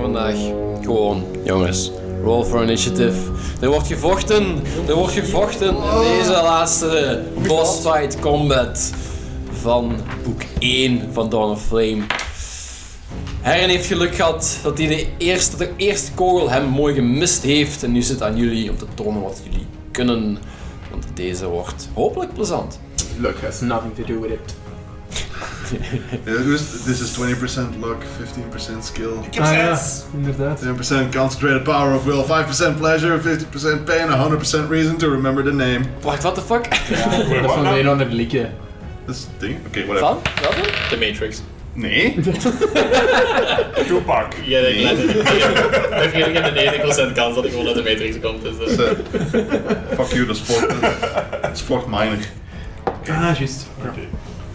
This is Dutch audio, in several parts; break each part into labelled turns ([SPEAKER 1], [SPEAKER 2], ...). [SPEAKER 1] vandaag. Gewoon, jongens. Roll for initiative. Er wordt gevochten. Er wordt gevochten in deze laatste boss fight combat van boek 1 van Dawn of Flame. Herren heeft geluk gehad dat hij de eerste, de eerste kogel hem mooi gemist heeft. En nu zit het aan jullie om te tonen wat jullie kunnen. Want deze wordt hopelijk plezant.
[SPEAKER 2] Look has nothing to do with it.
[SPEAKER 3] Yeah, this, this is 20% luck, 15% skill,
[SPEAKER 4] Ik heb
[SPEAKER 2] Ah ja,
[SPEAKER 4] zes.
[SPEAKER 2] inderdaad.
[SPEAKER 3] 10% concentrated power of will, 5% pleasure, 50% pain, 100% reason to remember the name.
[SPEAKER 1] Wacht, what the fuck?
[SPEAKER 4] Wait,
[SPEAKER 2] Dat is
[SPEAKER 4] what
[SPEAKER 2] van
[SPEAKER 4] now?
[SPEAKER 2] een ander liedje.
[SPEAKER 3] Dat is het ding. Oké, whatever.
[SPEAKER 1] Van? Welke? De Matrix.
[SPEAKER 3] Nee.
[SPEAKER 4] Tupac.
[SPEAKER 5] Ja, ik let er niet. Ik heb 90% kans dat ik gewoon uit de Matrix kom. Dus, eh.
[SPEAKER 3] Dus, eh, fuck you, dat is vlog. Dat is vlog minor.
[SPEAKER 2] Ah, juist. Ja.
[SPEAKER 4] Oké.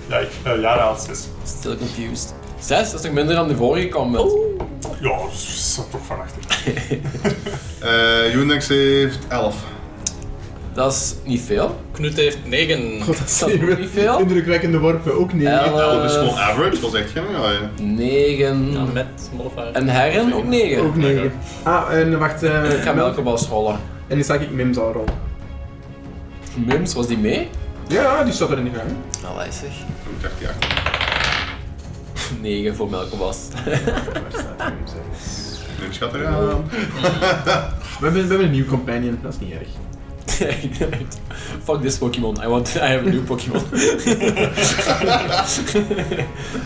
[SPEAKER 4] Ja, ik, eh, Jara had zes.
[SPEAKER 1] Still confused. Zes, dat is nog minder dan de vorige combat.
[SPEAKER 4] Ja, dat zat toch van achter.
[SPEAKER 3] Eh Unix heeft 11.
[SPEAKER 1] Dat is niet veel.
[SPEAKER 5] Knut heeft 9.
[SPEAKER 2] Dat
[SPEAKER 1] dat
[SPEAKER 2] zijn
[SPEAKER 1] niet veel?
[SPEAKER 2] Indrukwekkende worpen, ook niet.
[SPEAKER 4] Eh.
[SPEAKER 1] Elf.
[SPEAKER 3] 11 is gewoon average, dat is echt geniaal. ja.
[SPEAKER 1] Negen.
[SPEAKER 5] Ja, met modifier.
[SPEAKER 1] En Herren ook negen.
[SPEAKER 2] Ook negen. Ah, en wacht,
[SPEAKER 1] Ik ga
[SPEAKER 2] eh melk.
[SPEAKER 1] melkenbas rollen.
[SPEAKER 2] En die zag ik Mims al rollen.
[SPEAKER 1] Mims, was die mee?
[SPEAKER 2] Ja, die staat er in de gang.
[SPEAKER 1] Allee zeg.
[SPEAKER 3] Oh, Ik dacht die achter.
[SPEAKER 1] Negen voor melkenbas.
[SPEAKER 2] Waar staat Mims ergens?
[SPEAKER 3] Nee, schat eraan.
[SPEAKER 2] We hebben, we hebben een nieuw companion, dat is niet erg.
[SPEAKER 1] Fuck this Pokémon. I want. I have a new Pokémon.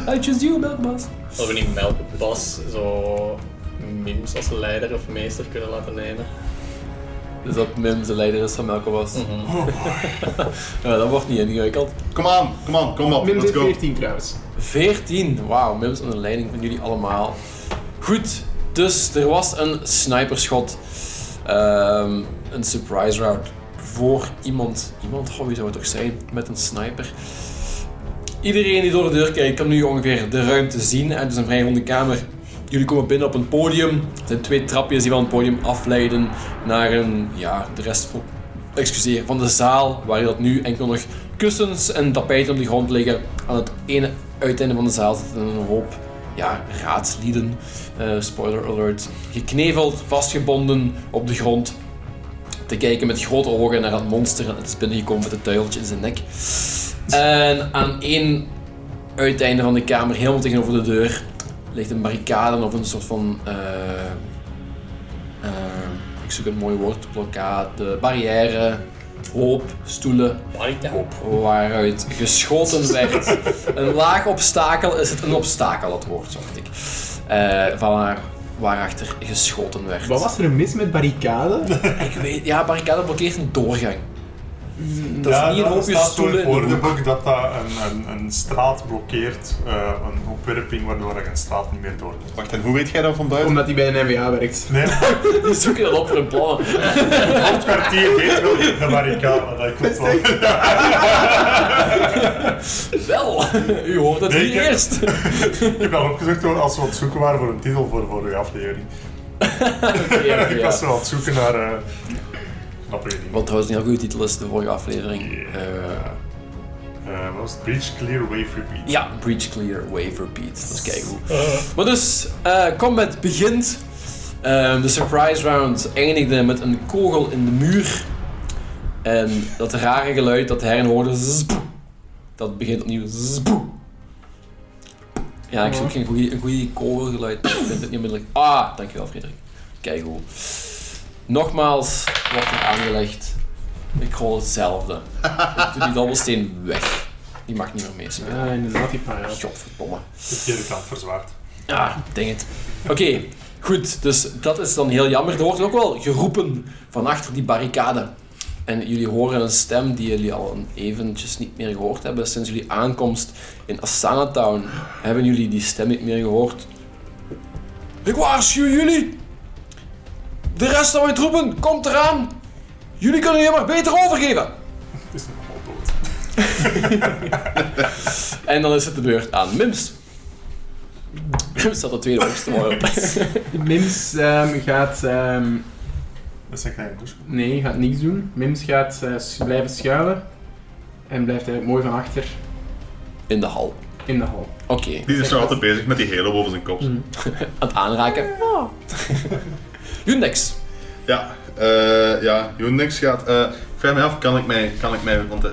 [SPEAKER 1] I choose you, melkenbas.
[SPEAKER 5] Dat we niet Melk Bas zo memes als leider of meester kunnen laten nemen.
[SPEAKER 1] Dus dat Mims de leider is van melkenbas. ja, dat wordt niet ingewikkeld.
[SPEAKER 3] Kom aan, kom aan, kom op,
[SPEAKER 2] Mims
[SPEAKER 3] let's
[SPEAKER 2] heeft
[SPEAKER 3] go.
[SPEAKER 2] 14 trouwens.
[SPEAKER 1] 14. Wauw, Mims aan de leiding van jullie allemaal. Goed, dus er was een sniperschot. Ehm, een surprise round voor iemand. Iemand, oh, wie zou het toch zijn? Met een sniper. Iedereen die door de deur kijkt kan nu ongeveer de ruimte zien. Het is een vrij ronde kamer. Jullie komen binnen op een podium. Er zijn twee trapjes die van het podium afleiden naar een, ja, de rest van, excuseer, van de zaal. Waar je dat nu enkel nog kussens en tapijten op de grond liggen. Aan het ene uiteinde van de zaal zitten een hoop ja, raadslieden, eh, spoiler alert, gekneveld, vastgebonden op de grond. Te kijken met grote ogen naar dat monster. Het is binnengekomen met een tuiltje in zijn nek. En aan één uiteinde van de kamer, helemaal tegenover de deur, ligt een barricade of een soort van. eh, eh, ik zoek een mooi woord, blokkade, barrière, hoop, stoelen,
[SPEAKER 5] Barita.
[SPEAKER 1] waaruit geschoten werd. een laag obstakel is het een obstakel, dat woord zocht ik. Eh, van waar, waarachter geschoten werd.
[SPEAKER 2] Wat was er mis met barricade?
[SPEAKER 1] Ik weet, ja, barricade blokkeert een doorgang. Dat is
[SPEAKER 4] Mm, ja,
[SPEAKER 1] niet een hoopje
[SPEAKER 4] staat door
[SPEAKER 1] stoelen
[SPEAKER 4] het
[SPEAKER 1] in de hoek.
[SPEAKER 4] woordenboek dat dat een, een, een straat blokkeert, eh, een opwerping waardoor je een straat niet meer door kunt.
[SPEAKER 3] Wacht, en hoe weet jij dat van buiten?
[SPEAKER 2] Omdat hij bij een NVA werkt.
[SPEAKER 4] Nee, het
[SPEAKER 1] Die zoeken dat op voor een plan.
[SPEAKER 4] kwartier heet wel de barricade, dat klopt wel.
[SPEAKER 1] Wel, u hoort het
[SPEAKER 4] Nee,
[SPEAKER 1] hier
[SPEAKER 4] ik heb-
[SPEAKER 1] eerst. Oké,
[SPEAKER 4] Ik heb al opgezocht hoor, als we aan het zoeken waren voor een titel voor vorige aflevering.
[SPEAKER 1] oké,
[SPEAKER 4] Ik
[SPEAKER 1] ja.
[SPEAKER 4] was wel aan het zoeken naar... eh knappe dingen.
[SPEAKER 1] Wat trouwens een heel goede titel is, de vorige aflevering.
[SPEAKER 4] Ja.
[SPEAKER 1] Eh,
[SPEAKER 4] Eh, wat was het? Breach Clear Wave Repeat.
[SPEAKER 1] ja, Breach Clear, Wave Repeat. Dat is keigoed. Maar dus, eh, combat begint. Ehm, de surprise round eindigde met een kogel in de muur. En dat rare geluid dat Herren hoorde, zzzpoe, dat begint opnieuw. zzzpoe. Ja, ik zoek geen goede, een goede kogelgeluid. Ik vind het niet onmiddellijk. Ah, dankjewel Frederik. Keigoed. Nogmaals wordt er aangelegd. Ik rol hetzelfde. Ik doe die dobbelsteen weg. Die mag niet meer meespelen.
[SPEAKER 2] Ah, inderdaad, die paar.
[SPEAKER 1] Godverdomme.
[SPEAKER 4] De verkeerde kant verzwaard.
[SPEAKER 1] Ah, ding het. Oké, goed. Dus dat is dan heel jammer. Er wordt ook wel geroepen van achter die barricade. En jullie horen een stem die jullie al een eventjes niet meer gehoord hebben. Sinds jullie aankomst in Asana Town hebben jullie die stem niet meer gehoord. Ik waarschuw jullie! De rest van mijn troepen komt eraan! Jullie kunnen je maar beter overgeven!
[SPEAKER 4] Het is nog wel dood.
[SPEAKER 1] En dan is het de beurt aan Mims. Mims had de tweede hoogste mooi op.
[SPEAKER 2] Mims ehm, gaat... ehm,
[SPEAKER 4] Dat is een kleine douche.
[SPEAKER 2] nee, gaat niks doen. Mims gaat eh, s- blijven schuilen. En blijft eigenlijk mooi van achter.
[SPEAKER 1] In de hal.
[SPEAKER 2] in de hal.
[SPEAKER 1] Oké,
[SPEAKER 3] Die is nog altijd bezig met die halo boven zijn kop.
[SPEAKER 2] Mm.
[SPEAKER 1] aan het aanraken. Yundex.
[SPEAKER 3] Ja, eh ja, Unix gaat. eh, ik vraag me af, kan ik mij, kan ik mij want eh,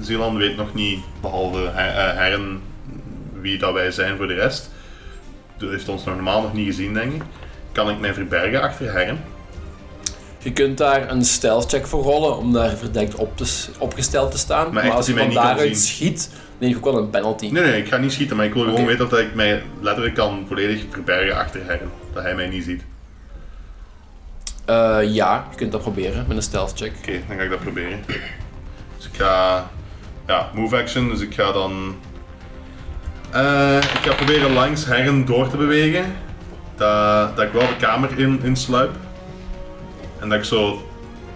[SPEAKER 3] Zeeland weet nog niet, behalve her- eh, Herren, wie dat wij zijn voor de rest. Dat heeft ons nog normaal nog niet gezien, denk ik. Kan ik mij verbergen achter Herren?
[SPEAKER 1] Je kunt daar een stijlcheck voor rollen om daar verdekt op te, s- opgesteld te staan. Maar,
[SPEAKER 3] echt
[SPEAKER 1] als
[SPEAKER 3] dat
[SPEAKER 1] je
[SPEAKER 3] hij
[SPEAKER 1] van
[SPEAKER 3] mij niet kan
[SPEAKER 1] daaruit
[SPEAKER 3] zien.
[SPEAKER 1] schiet, neem je ook wel een penalty.
[SPEAKER 3] Nee, nee, ik ga niet schieten, maar ik wil gewoon
[SPEAKER 1] Oké.
[SPEAKER 3] weten of dat ik mij letterlijk kan volledig verbergen achter Herren. Dat hij mij niet ziet.
[SPEAKER 1] Eh, ja, je kunt dat proberen met een stealthcheck.
[SPEAKER 3] Oké, dan ga ik dat proberen. Dus ik ga. Ja, move action, dus ik ga dan. eh, ik ga proberen langs herren door te bewegen. Dat, dat ik wel de kamer in, insluip. En dat ik zo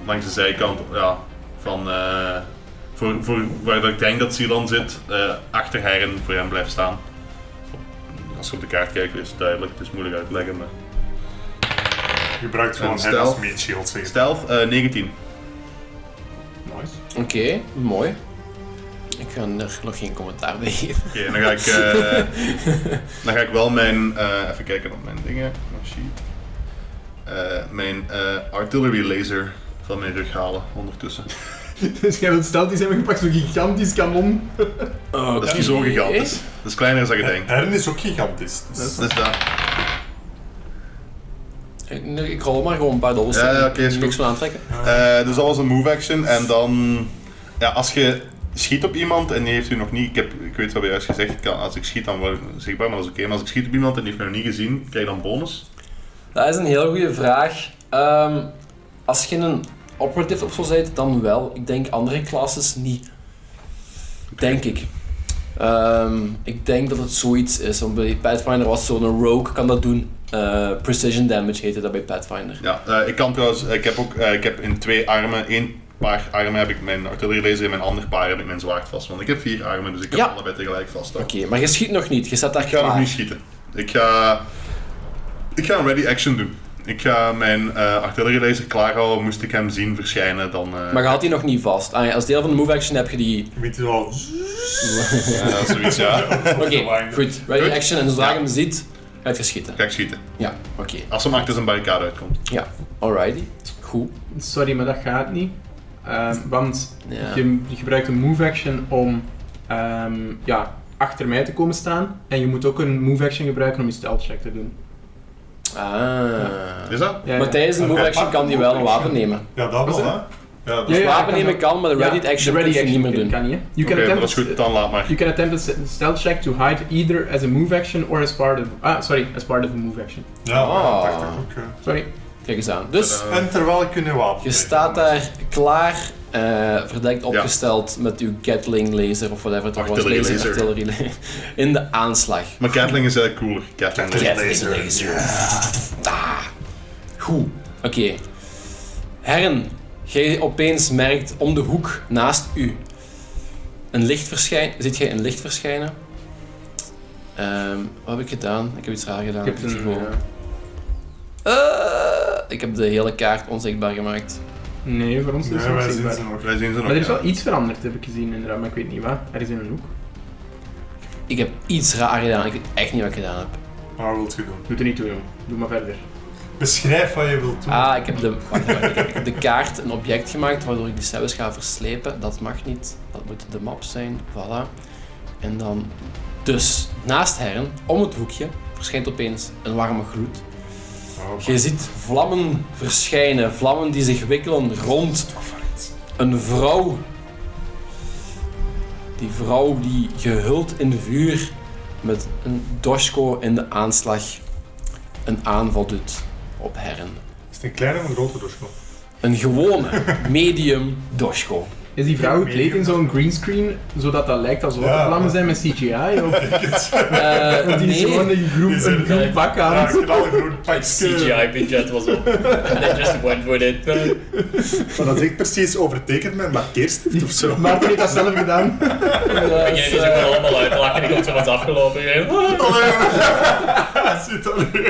[SPEAKER 3] langs de zijkant, ja, van. eh, voor, voor waar dat ik denk dat Silan zit, eh, achter herren voor hem blijft staan. Als je op de kaart kijkt, is het duidelijk. Het is moeilijk uit te leggen, maar.
[SPEAKER 4] Je gebruikt
[SPEAKER 3] En
[SPEAKER 4] gewoon hen
[SPEAKER 3] stealth.
[SPEAKER 4] als meat shield, zeg je.
[SPEAKER 3] Stealth, eh, 19.
[SPEAKER 4] Nice.
[SPEAKER 1] Oké, mooi. Ik ga er nog geen commentaar bij geven.
[SPEAKER 3] Oké, en dan ga ik, eh, dan ga ik wel mijn, eh, even kijken op mijn dingen, mijn sheet. Eh, mijn eh, artillery laser van mijn rug halen ondertussen.
[SPEAKER 2] Dus jij wilt stel, die zijn we gepakt, zo'n gigantisch kanon.
[SPEAKER 3] Dat is niet zo gigantisch. Dat is kleiner dan je denkt.
[SPEAKER 4] Hern is ook gigantisch. Dus
[SPEAKER 3] Dus dat.
[SPEAKER 1] Ik, ik rol maar gewoon een paar dobbels.
[SPEAKER 3] Ja, ja, oké, is
[SPEAKER 1] Niks
[SPEAKER 3] goed.
[SPEAKER 1] van aantrekken.
[SPEAKER 3] Eh, dus dat was een move action en dan... Ja, als je schiet op iemand en die heeft u nog niet... Ik, heb, ik weet wat we juist gezegd ik kan, als ik schiet dan word ik zichtbaar, maar dat is oké. Maar als ik schiet op iemand en die heeft mij nog niet gezien, krijg je dan bonus?
[SPEAKER 1] Dat is een heel goede vraag. Ehm, als je een operative of zo bent, dan wel. Ik denk andere classes niet. Denk ik. Ehm, ik denk dat het zoiets is. Want bij Pathfinder was zo'n rogue kan dat doen. Eh, precision damage heette dat bij Pathfinder.
[SPEAKER 3] Ja, eh, ik kan trouwens... eh, ik heb ook... eh, ik heb in twee armen... één paar armen heb ik mijn artillery laser en mijn ander paar heb ik mijn zwaard vast. Want ik heb vier armen, dus ik kan
[SPEAKER 1] Ja.
[SPEAKER 3] allebei tegelijk vasthouden.
[SPEAKER 1] Oké, maar je schiet nog niet. Je staat daar
[SPEAKER 3] Ik ga nog
[SPEAKER 1] klaar.
[SPEAKER 3] niet schieten. Ik ga... Ik ga een ready action doen. Ik ga mijn eh artillery laser klaarhouden. Moest ik hem zien verschijnen, dan... eh,
[SPEAKER 1] Maar je had die nog niet vast. Ah ja, als deel van de move action heb je die...
[SPEAKER 4] je weet wel...
[SPEAKER 3] ja, zoiets, ja.
[SPEAKER 1] Oké,
[SPEAKER 4] Gewind.
[SPEAKER 1] goed. Ready
[SPEAKER 3] Goed.
[SPEAKER 1] action. En zodra
[SPEAKER 3] Ja.
[SPEAKER 1] je hem ziet, gaat je schieten.
[SPEAKER 3] Ga ik schieten.
[SPEAKER 1] Ja, oké.
[SPEAKER 3] Als hem achter zijn barricade uitkomt.
[SPEAKER 1] Ja, alrighty. Goed.
[SPEAKER 2] Sorry, maar dat gaat niet. Ehm, want
[SPEAKER 1] Ja.
[SPEAKER 2] je, je gebruikt een move action om ehm, ja, achter mij te komen staan. En je moet ook een move action gebruiken om je stealth check te doen.
[SPEAKER 1] Ah.
[SPEAKER 3] Is dat?
[SPEAKER 2] Ja, ja.
[SPEAKER 1] maar tijdens een
[SPEAKER 4] Oké.
[SPEAKER 1] move action kan die wel een wapen nemen.
[SPEAKER 4] Ja, dat
[SPEAKER 2] Was
[SPEAKER 4] wel, hè.
[SPEAKER 2] het?
[SPEAKER 4] Ja, dat
[SPEAKER 2] Ja,
[SPEAKER 4] is...
[SPEAKER 2] ja.
[SPEAKER 1] wapen
[SPEAKER 2] kan
[SPEAKER 1] nemen
[SPEAKER 2] wel.
[SPEAKER 1] kan, maar de ready action
[SPEAKER 2] de
[SPEAKER 1] kun
[SPEAKER 2] ready
[SPEAKER 1] je niet meer
[SPEAKER 2] action
[SPEAKER 1] doen.
[SPEAKER 2] Kan niet, hè? You
[SPEAKER 3] Oké,
[SPEAKER 2] can
[SPEAKER 3] maar
[SPEAKER 2] attempt
[SPEAKER 3] dat is goed. Dan laat maar.
[SPEAKER 2] You can attempt a s- stealth check to hide either as a move action or as part of ah sorry as part of a move action.
[SPEAKER 4] Ja,
[SPEAKER 1] Ah.
[SPEAKER 4] dat dacht ik ook. hè.
[SPEAKER 2] Sorry.
[SPEAKER 1] Kijk eens aan. Dus,
[SPEAKER 3] Tadaa.
[SPEAKER 4] En terwijl ik een wapen
[SPEAKER 1] je
[SPEAKER 4] heb.
[SPEAKER 1] staat daar klaar, eh, verdekt opgesteld met uw Gatling laser of whatever het ook was.
[SPEAKER 3] Artillery
[SPEAKER 1] Laser,
[SPEAKER 3] laser.
[SPEAKER 1] artillerie laser. In de aanslag.
[SPEAKER 3] Maar Gatling is eigenlijk cooler. Gatling is...
[SPEAKER 4] Gatling.
[SPEAKER 1] Gatling
[SPEAKER 4] laser.
[SPEAKER 1] laser. Ah. Goed. Oké. Herren, jij opeens merkt om de hoek naast u een licht verschijnen. Ziet jij een licht verschijnen? Ehm, wat heb ik gedaan? Ik heb iets raar gedaan.
[SPEAKER 2] Ik heb
[SPEAKER 1] Ik zie
[SPEAKER 2] een,
[SPEAKER 1] gewoon-
[SPEAKER 2] eh,
[SPEAKER 1] Eh, ik heb de hele kaart onzichtbaar gemaakt.
[SPEAKER 2] nee voor ons is
[SPEAKER 4] Nee,
[SPEAKER 2] het
[SPEAKER 4] wij
[SPEAKER 2] nog
[SPEAKER 4] zien
[SPEAKER 2] zichtbaar.
[SPEAKER 4] ze nog.
[SPEAKER 3] Wij zien ze nog.
[SPEAKER 2] Maar er is
[SPEAKER 3] ja.
[SPEAKER 2] wel iets veranderd heb ik gezien inderdaad, maar ik weet niet waar. Er is in een hoek.
[SPEAKER 1] Ik heb iets raar gedaan. Ik weet echt niet wat ik gedaan heb.
[SPEAKER 4] Wat wilt je doen?
[SPEAKER 2] Doe er niet toe jong. Doe maar verder.
[SPEAKER 4] Beschrijf wat je wilt doen.
[SPEAKER 1] Ah, ik heb de, wacht, wacht, ik heb de kaart een object gemaakt waardoor ik die cells ga verslepen. Dat mag niet. Dat moet de map zijn. Voilà. En dan... Dus, naast Herren, om het hoekje, verschijnt opeens een warme gloed.
[SPEAKER 4] Oh,
[SPEAKER 1] Je ziet vlammen verschijnen. Vlammen die zich wikkelen rond een vrouw. Die vrouw die gehuld in vuur met een dosko in de aanslag een aanval doet op Herren.
[SPEAKER 4] Is het een kleine of een grote doosje?
[SPEAKER 1] Een gewone medium dosko.
[SPEAKER 2] Is die vrouw gekleed in zo'n greenscreen zodat dat lijkt alsof het
[SPEAKER 4] Ja.
[SPEAKER 2] vlammen zijn met CGI of
[SPEAKER 1] Eh,
[SPEAKER 2] die is
[SPEAKER 1] nee,
[SPEAKER 2] gewoon een groen,
[SPEAKER 4] Die is
[SPEAKER 2] een groen
[SPEAKER 5] echt-
[SPEAKER 2] pak
[SPEAKER 4] Ja,
[SPEAKER 2] aan.
[SPEAKER 4] ik heb al een groen pakje.
[SPEAKER 5] CGI-budget was op. And they just went with it.
[SPEAKER 4] Maar dat zegt precies overtekend met markeerstift of zo.
[SPEAKER 2] Maarten heeft dat zelf gedaan.
[SPEAKER 5] En jij
[SPEAKER 1] dus,
[SPEAKER 5] is ook
[SPEAKER 1] eh,
[SPEAKER 5] wel allemaal uitlachen. Ik had zo wat afgelopen. hè.
[SPEAKER 4] Zit dat nu?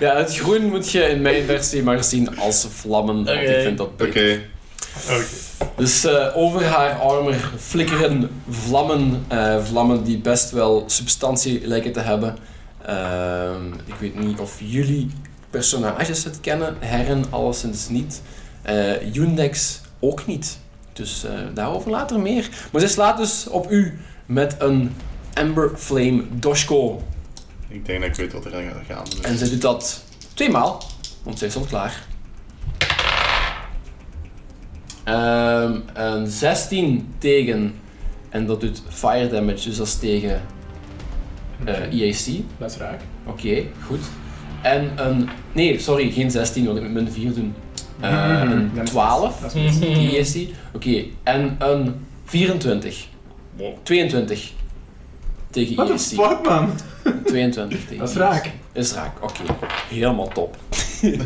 [SPEAKER 1] ja, het groen moet je in mijn versie maar zien als vlammen. want
[SPEAKER 5] Oké.
[SPEAKER 1] ik vind dat
[SPEAKER 3] Oké.
[SPEAKER 1] beter.
[SPEAKER 4] Oké.
[SPEAKER 1] Dus eh, over haar armor flikkeren vlammen, eh, vlammen die best wel substantie lijken te hebben. Ehm, ik weet niet of jullie personages het kennen, Herren alleszins niet, eh Yundex ook niet. Dus eh, daarover later meer. Maar ze slaat dus op u met een Amber Flame Doshko.
[SPEAKER 3] Ik denk dat ik weet wat er aan gaat gaan. dus-
[SPEAKER 1] En ze doet dat tweemaal, want zij stond klaar. Ehm, een 16 tegen, en dat doet fire damage, dus dat is tegen eh EAC.
[SPEAKER 2] Dat is raak.
[SPEAKER 1] Oké, goed. En een. Nee, sorry, geen 16, want ik moet min 4 doen. Eh,
[SPEAKER 2] Mhm.
[SPEAKER 1] een 12,
[SPEAKER 2] Dat is mis.
[SPEAKER 1] die is die. Oké, en een 24. 22 tegen E
[SPEAKER 2] What the
[SPEAKER 1] ESC.
[SPEAKER 2] fuck, man?
[SPEAKER 1] 22 tegen
[SPEAKER 2] Dat is
[SPEAKER 1] ESC.
[SPEAKER 2] raak.
[SPEAKER 1] Is raak, oké. Helemaal top.
[SPEAKER 2] Holy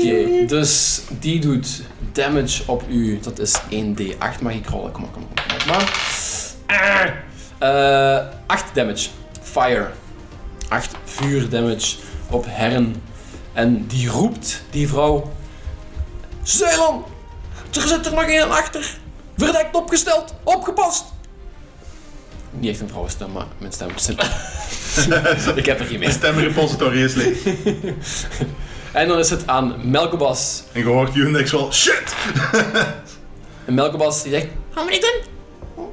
[SPEAKER 2] shit.
[SPEAKER 1] Oké, dus die doet damage op u. Dat is 1d8 mag ik rollen. Kom maar, kom maar, kom maar. Ah. Eh, 8 damage. Fire. 8 vuur damage op Herren. En die roept, die vrouw. Zeilan, er zit er nog één achter. Verdekt opgesteld, opgepast. Niet echt een vrouwenstem, maar mijn stem is Ik heb er geen
[SPEAKER 3] Mijn
[SPEAKER 1] meer.
[SPEAKER 3] stemrepository is leeg.
[SPEAKER 1] En dan is het aan Melkobas.
[SPEAKER 3] En je hoort Unix wel, shit!
[SPEAKER 1] En Melkobas die zegt: Gaan we niet doen?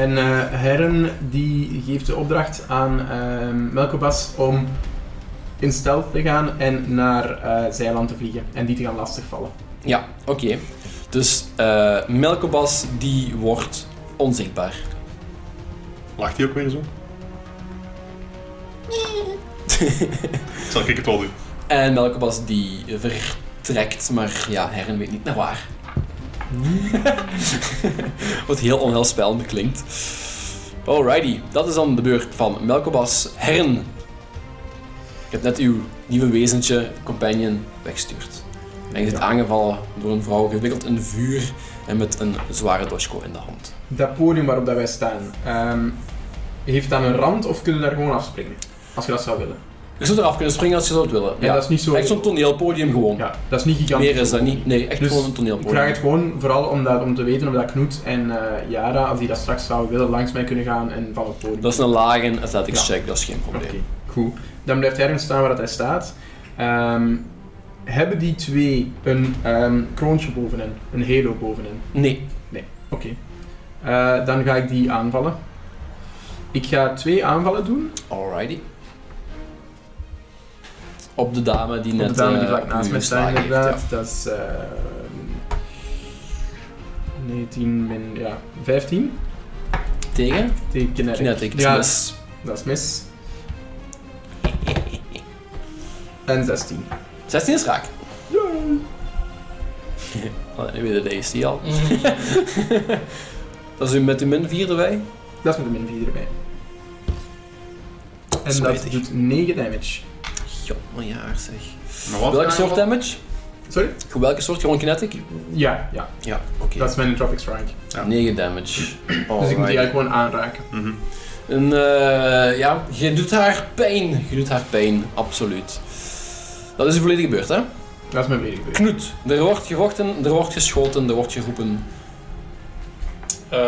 [SPEAKER 2] En eh, Herren die geeft de opdracht aan ehm Melkobas om in stealth te gaan en naar eh Zeiland te vliegen en die te gaan lastigvallen.
[SPEAKER 1] Ja, oké. Dus eh Melkobas die wordt onzichtbaar.
[SPEAKER 3] Lacht hij ook weer zo? Zal ik het wel doen?
[SPEAKER 1] En Melkobas die vertrekt, maar ja, Herren weet niet naar waar. Wat heel onheilspellend klinkt. Alrighty, dat is dan de beurt van Melkobas. Herren, je hebt net uw nieuwe wezentje, companion, weggestuurd. En je zit aangevallen door een vrouw, gewikkeld in vuur en met een zware doshko in de hand.
[SPEAKER 2] Dat podium waarop dat wij staan, ehm, heeft dat een rand of kunnen we daar gewoon afspringen? Als je dat zou willen.
[SPEAKER 1] Je zou eraf kunnen springen als je zou willen.
[SPEAKER 2] Ja, dat is niet zo...
[SPEAKER 1] Echt zo'n toneelpodium gewoon.
[SPEAKER 2] Ja, dat is niet gigantisch.
[SPEAKER 1] Meer is dat niet. Nee, echt
[SPEAKER 2] Dus
[SPEAKER 1] gewoon een
[SPEAKER 2] Ik
[SPEAKER 1] toneelpodium.
[SPEAKER 2] vraag het gewoon vooral om, dat, om te weten of dat Knoet en eh, Yara, als die dat straks zouden willen, langs mij kunnen gaan en van het podium.
[SPEAKER 1] Dat is een lage athletics
[SPEAKER 2] Ja.
[SPEAKER 1] check, dat is geen
[SPEAKER 2] Oké,
[SPEAKER 1] probleem.
[SPEAKER 2] goed. Dan blijft Herren staan waar dat hij staat. Ehm, hebben die twee een ehm, kroontje bovenin? Een halo bovenin?
[SPEAKER 1] Nee.
[SPEAKER 2] Oké. Eh, dan ga ik die aanvallen. Ik ga twee aanvallen doen.
[SPEAKER 1] Alrighty. Op de dame die net
[SPEAKER 2] Op de dame die
[SPEAKER 1] eh,
[SPEAKER 2] vlak
[SPEAKER 1] op
[SPEAKER 2] naast
[SPEAKER 1] u
[SPEAKER 2] mij staat,
[SPEAKER 1] geslagen heeft,
[SPEAKER 2] inderdaad. Dat is... ehm, 19 min... Ja, 15
[SPEAKER 1] ja. Tegen?
[SPEAKER 2] tegen kinetic.
[SPEAKER 1] Kinetic.
[SPEAKER 2] Ja,
[SPEAKER 1] Ja. Mis.
[SPEAKER 2] dat is mis. En 16.
[SPEAKER 1] 16 is raak. Allee, Nu weet je de AC al. dat is u met de min 4 erbij.
[SPEAKER 2] Dat is met een min 4 erbij. En
[SPEAKER 1] Spijtig.
[SPEAKER 2] dat doet 9 damage.
[SPEAKER 1] Jammerjaar zeg.
[SPEAKER 3] Maar wat?
[SPEAKER 1] Welke soort damage?
[SPEAKER 2] Sorry?
[SPEAKER 1] Welke soort? Gewoon kinetic?
[SPEAKER 2] Ja, ja.
[SPEAKER 1] Ja, oké.
[SPEAKER 2] Dat is mijn Tropic Strike.
[SPEAKER 3] Ja.
[SPEAKER 1] 9 damage.
[SPEAKER 2] Dus ik moet die
[SPEAKER 1] Alrighty.
[SPEAKER 2] eigenlijk gewoon aanraken.
[SPEAKER 3] Mhm.
[SPEAKER 1] En eh, ja, je doet haar pijn. Je doet haar pijn, absoluut. Dat is een volledige beurt, hè?
[SPEAKER 2] Dat is mijn weer gebeurd.
[SPEAKER 1] Knut, er wordt gevochten, er wordt geschoten, er wordt geroepen.
[SPEAKER 5] Eh,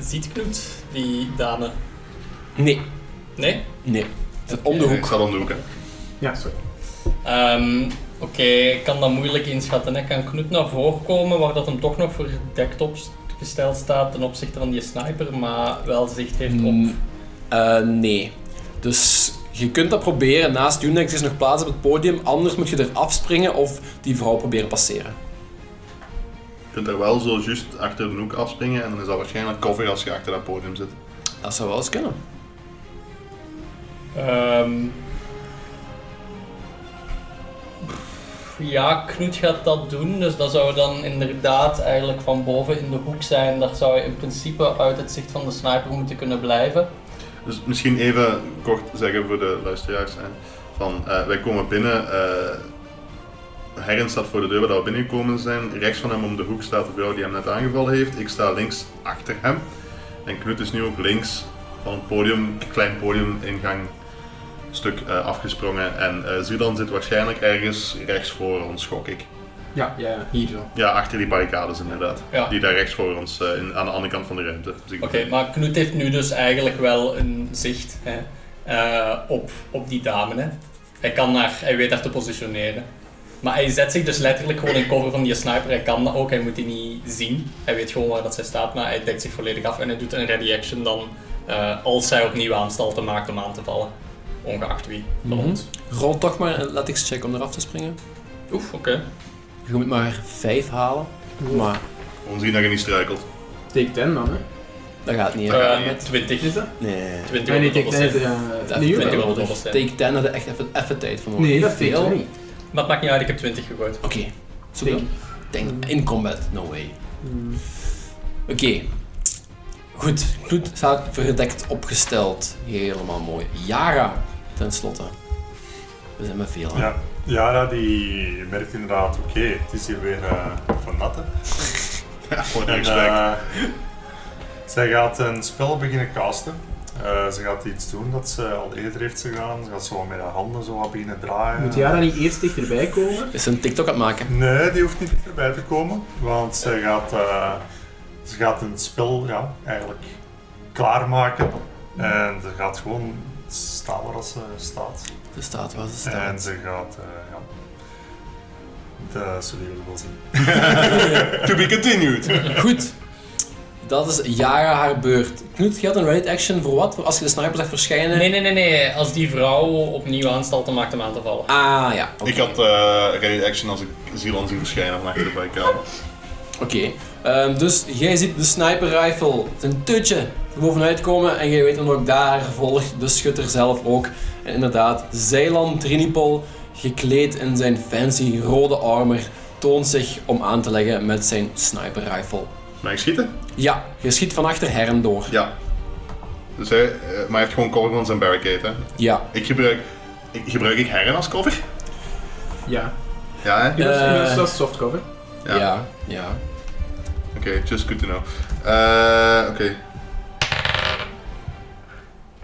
[SPEAKER 5] ziet Knut die dame?
[SPEAKER 1] Nee,
[SPEAKER 5] Nee?
[SPEAKER 1] nee. Het is om de
[SPEAKER 3] Ik
[SPEAKER 1] hoek.
[SPEAKER 3] zal om de hoek, hè.
[SPEAKER 2] Ja, sorry.
[SPEAKER 5] Ehm, Oké, ik kan dat moeilijk inschatten. Hè. Kan Knut naar voren komen waar dat hem toch nog verdekt opgesteld staat ten opzichte van die sniper, maar wel zicht heeft op...
[SPEAKER 1] Mm, eh, nee. Dus je kunt dat proberen. Naast Unix is dus nog plaats op het podium. Anders moet je er afspringen of die vrouw proberen passeren.
[SPEAKER 3] Je kunt er wel zo juist achter de hoek afspringen en dan is dat waarschijnlijk cover als je achter dat podium zit.
[SPEAKER 1] Dat zou wel eens kunnen.
[SPEAKER 5] Ehm. ja, Knut gaat dat doen, dus dat zou dan inderdaad eigenlijk van boven in de hoek zijn. Daar zou je in principe uit het zicht van de sniper moeten kunnen blijven.
[SPEAKER 3] Dus misschien even kort zeggen voor de luisteraars. Hè, van, eh, wij komen binnen. eh Herren staat voor de deur waar we binnengekomen zijn. Rechts van hem om de hoek staat de vrouw die hem net aangevallen heeft. Ik sta links achter hem. En Knut is nu ook links van het podium, klein podium ingang stuk eh, afgesprongen. En eh Zidan zit waarschijnlijk ergens rechts voor ons, gok ik.
[SPEAKER 2] Ja, ja, hier zo.
[SPEAKER 3] Ja, achter die barricades inderdaad.
[SPEAKER 5] Ja.
[SPEAKER 3] Die daar rechts voor ons, eh, in- aan de andere kant van de ruimte. Dus ik-
[SPEAKER 5] Oké, maar Knut heeft nu dus eigenlijk wel een zicht hè, eh, op, op die dame. Hè. Hij, kan haar, hij weet haar te positioneren. Maar hij zet zich dus letterlijk gewoon in cover van die sniper. Hij kan dat ook, hij moet die niet zien. Hij weet gewoon waar dat zij staat, maar hij dekt zich volledig af. En hij doet een ready action dan eh, als zij opnieuw aanstalten maakt om aan te vallen. Ongeacht wie van
[SPEAKER 1] Mhm.
[SPEAKER 5] ons.
[SPEAKER 1] Rol toch maar eh, een athletics check om eraf te springen.
[SPEAKER 5] Oef, oké.
[SPEAKER 1] Je moet maar 5 halen. Maar
[SPEAKER 3] Om te zien dat je niet struikelt.
[SPEAKER 2] Take 10 dan, hè?
[SPEAKER 1] dat gaat niet.
[SPEAKER 5] Eh,
[SPEAKER 1] hè.
[SPEAKER 3] niet.
[SPEAKER 5] 20.
[SPEAKER 2] Is dat?
[SPEAKER 1] Nee.
[SPEAKER 2] Nee,
[SPEAKER 5] 20
[SPEAKER 2] nee,
[SPEAKER 5] nee,
[SPEAKER 2] take 10 is... eh,
[SPEAKER 1] Even
[SPEAKER 2] nieuw,
[SPEAKER 5] vind
[SPEAKER 2] hè?
[SPEAKER 5] ik wel.
[SPEAKER 1] wel nodig.
[SPEAKER 5] dobbelsteen.
[SPEAKER 1] Take 10 had er echt even, even tijd van nodig.
[SPEAKER 2] Nee, dat
[SPEAKER 1] Niet
[SPEAKER 2] take
[SPEAKER 1] veel.
[SPEAKER 2] 10
[SPEAKER 1] Oké.
[SPEAKER 2] niet.
[SPEAKER 5] Maar het maakt niet uit, ik heb 20 gegooid.
[SPEAKER 1] Zo dan. Denk in combat, no way.
[SPEAKER 2] Hmm.
[SPEAKER 1] Oké. Goed, Knut staat verdekt opgesteld. Helemaal mooi. Yara, tenslotte. We zijn met veel. hè?
[SPEAKER 4] Ja, Yara die merkt inderdaad, oké, het is hier weer eh van natte.
[SPEAKER 3] Ja, voor een
[SPEAKER 4] En,
[SPEAKER 3] gesprek.
[SPEAKER 4] eh, zij gaat een spel beginnen casten. Eh, ze gaat iets doen dat ze al eerder heeft gedaan. Ze gaat zo met haar handen zo wat beginnen draaien.
[SPEAKER 2] Moet Jara niet eerst dichterbij komen?
[SPEAKER 1] Is ze een TikTok aan het maken?
[SPEAKER 4] Nee, die hoeft niet dichterbij te komen, want ze gaat, eh, ze gaat een spel ja, eigenlijk klaarmaken. En ze gaat gewoon staan waar ze staat.
[SPEAKER 1] Ze staat waar ze
[SPEAKER 4] En
[SPEAKER 1] staat.
[SPEAKER 4] ze gaat, eh, ja. Dat zullen jullie wel zien.
[SPEAKER 3] To be continued.
[SPEAKER 1] Goed. Dat is Yara haar beurt. Knut, je had een ready action voor wat? Voor als je de sniper zag verschijnen?
[SPEAKER 5] Nee, nee, nee, nee. Als die vrouw opnieuw aanstalten maakt om aan te vallen.
[SPEAKER 1] Ah, ja. Oké.
[SPEAKER 3] Ik had eh ready action als ik Zilan zien verschijnen van achter de barricade.
[SPEAKER 1] Oké. Ehm, dus jij ziet de sniper rifle, zijn tutje, er bovenuit komen en jij weet dan ook daar volgt de schutter zelf ook. En inderdaad, Zeiland Trinipol, gekleed in zijn fancy rode armor, toont zich om aan te leggen met zijn sniper rifle.
[SPEAKER 3] Mag ik schieten?
[SPEAKER 1] Ja, je schiet van achter her en door.
[SPEAKER 3] Ja. Dus hij, eh, maar hij heeft gewoon cover van zijn barricade. Hè.
[SPEAKER 1] Ja.
[SPEAKER 3] Ik gebruik, ik, gebruik ik herren als cover?
[SPEAKER 2] Ja.
[SPEAKER 3] Ja, hè?
[SPEAKER 2] Dat is-
[SPEAKER 1] Eh.
[SPEAKER 2] dat is- dat is softcover.
[SPEAKER 1] Ja, ja. ja.
[SPEAKER 3] Oké, just good to know. Eh, Oké.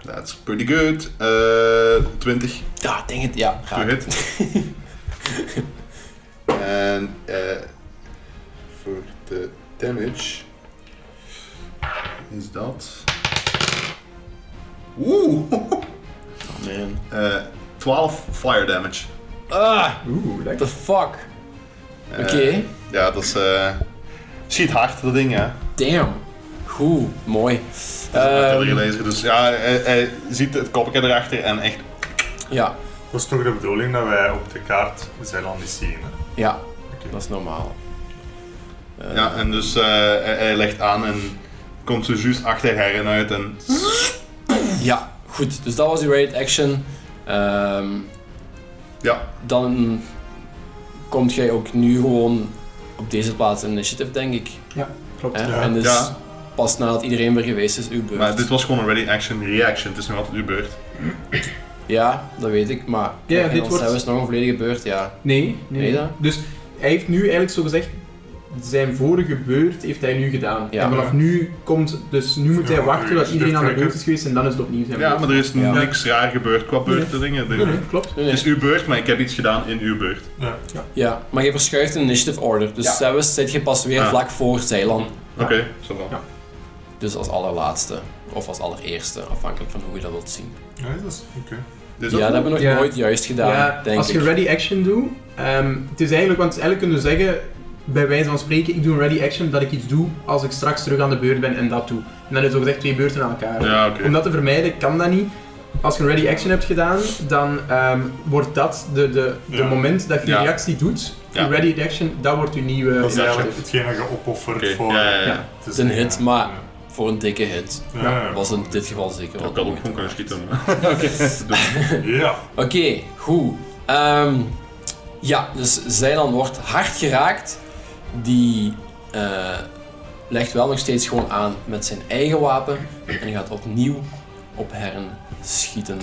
[SPEAKER 3] That's pretty good. Eh 20
[SPEAKER 1] ding het. Ja,
[SPEAKER 3] to
[SPEAKER 1] raak.
[SPEAKER 3] hit. En eh voor de damage is dat. Oeh!
[SPEAKER 1] Oh, man.
[SPEAKER 3] Eh 12 fire damage.
[SPEAKER 1] Ah,
[SPEAKER 2] Oeh,
[SPEAKER 1] what
[SPEAKER 2] lekker.
[SPEAKER 1] the fuck.
[SPEAKER 3] Eh,
[SPEAKER 1] Oké.
[SPEAKER 3] Ja, dat is. eh schiet hard, dat ding, ja.
[SPEAKER 1] Damn. Goed, mooi.
[SPEAKER 3] Dat
[SPEAKER 1] Ehm,
[SPEAKER 3] gelezen. Dus ja, hij, hij ziet het kopje erachter en echt.
[SPEAKER 1] ja,
[SPEAKER 4] Dat is toch de bedoeling dat wij op de kaart Zeeland niet zien. Hè?
[SPEAKER 1] ja,
[SPEAKER 4] Oké.
[SPEAKER 1] dat is normaal. Eh,
[SPEAKER 3] Ja, en dus eh, hij, hij legt aan en komt zo juist achter herren uit en.
[SPEAKER 1] Ja, goed. Dus dat was die raid action. Ehm,
[SPEAKER 3] Ja,
[SPEAKER 1] dan komt jij ook nu gewoon op deze plaats in initiative, denk ik.
[SPEAKER 2] Klopt.
[SPEAKER 1] hè?
[SPEAKER 4] Ja.
[SPEAKER 1] En dus
[SPEAKER 3] Ja.
[SPEAKER 1] pas nadat iedereen weer geweest is, uw beurt.
[SPEAKER 3] maar dit was gewoon een ready action reaction. Het is nog altijd uw beurt.
[SPEAKER 1] Ja, dat weet ik, maar
[SPEAKER 2] Ja, dit wordt-
[SPEAKER 1] hebben nog een volledige beurt, ja.
[SPEAKER 2] Nee,
[SPEAKER 1] Nee,
[SPEAKER 2] nee.
[SPEAKER 1] dan?
[SPEAKER 2] dus hij heeft nu eigenlijk zo gezegd zijn vorige beurt heeft hij nu gedaan.
[SPEAKER 1] Ja.
[SPEAKER 2] En vanaf nu komt, dus nu moet
[SPEAKER 4] Ja,
[SPEAKER 2] hij wachten
[SPEAKER 4] oké,
[SPEAKER 2] dat
[SPEAKER 4] dus
[SPEAKER 2] iedereen aan de
[SPEAKER 4] drukken.
[SPEAKER 2] beurt is geweest en dan is het opnieuw zijn
[SPEAKER 3] Ja,
[SPEAKER 2] beurt.
[SPEAKER 3] maar er is
[SPEAKER 1] Ja.
[SPEAKER 3] niks raar gebeurd qua beurt
[SPEAKER 2] Nee.
[SPEAKER 3] dingen.
[SPEAKER 2] Nee, nee, klopt.
[SPEAKER 1] Nee,
[SPEAKER 3] Het
[SPEAKER 1] nee.
[SPEAKER 3] is uw beurt, maar ik heb iets gedaan in uw beurt.
[SPEAKER 4] Ja.
[SPEAKER 1] Ja, maar je verschuift in initiative order. Dus
[SPEAKER 2] Ja.
[SPEAKER 1] zelfs zit je pas weer
[SPEAKER 3] Ah.
[SPEAKER 1] vlak voor Zeiland.
[SPEAKER 3] Oké, zo wel.
[SPEAKER 2] Ja.
[SPEAKER 1] Dus als allerlaatste. Of als allereerste, afhankelijk van hoe je dat wilt zien.
[SPEAKER 4] Nee, dat is oké.
[SPEAKER 3] Dus
[SPEAKER 1] ja, dat hebben we nog
[SPEAKER 2] Ja.
[SPEAKER 1] nooit juist gedaan,
[SPEAKER 2] ja,
[SPEAKER 1] denk
[SPEAKER 2] als
[SPEAKER 1] ik.
[SPEAKER 2] je ready action doet, ehm, het is eigenlijk, want eigenlijk kunnen we zeggen, bij wijze van spreken, ik doe een ready action dat ik iets doe als ik straks terug aan de beurt ben en dat doe. En dan is ook gezegd twee beurten aan elkaar.
[SPEAKER 3] Ja, oké.
[SPEAKER 2] Om dat te vermijden kan dat niet. Als je een ready action hebt gedaan, dan ehm, wordt dat de, de, de
[SPEAKER 4] Ja.
[SPEAKER 2] moment dat je
[SPEAKER 3] Ja.
[SPEAKER 2] reactie doet, je
[SPEAKER 3] Ja.
[SPEAKER 2] ready action, dat wordt je nieuwe.
[SPEAKER 4] Dat is
[SPEAKER 3] Ja,
[SPEAKER 4] eigenlijk
[SPEAKER 3] goed.
[SPEAKER 4] hetgeen dat je opoffert
[SPEAKER 3] Oké,
[SPEAKER 4] voor.
[SPEAKER 3] ja, ja, ja.
[SPEAKER 2] Ja.
[SPEAKER 4] te
[SPEAKER 1] is
[SPEAKER 4] zeggen.
[SPEAKER 1] een hit, maar- Voor een dikke hit.
[SPEAKER 4] Ja, ja.
[SPEAKER 1] Was in dit geval zeker wel
[SPEAKER 3] Oh, Ik had ook
[SPEAKER 1] moeite
[SPEAKER 3] gewoon kunnen
[SPEAKER 1] waard.
[SPEAKER 3] schieten.
[SPEAKER 4] ja.
[SPEAKER 1] Oké, goed. Ehm, ja, dus Zeiland wordt hard geraakt. Die eh, legt wel nog steeds gewoon aan met zijn eigen wapen. En gaat opnieuw op Herren schieten.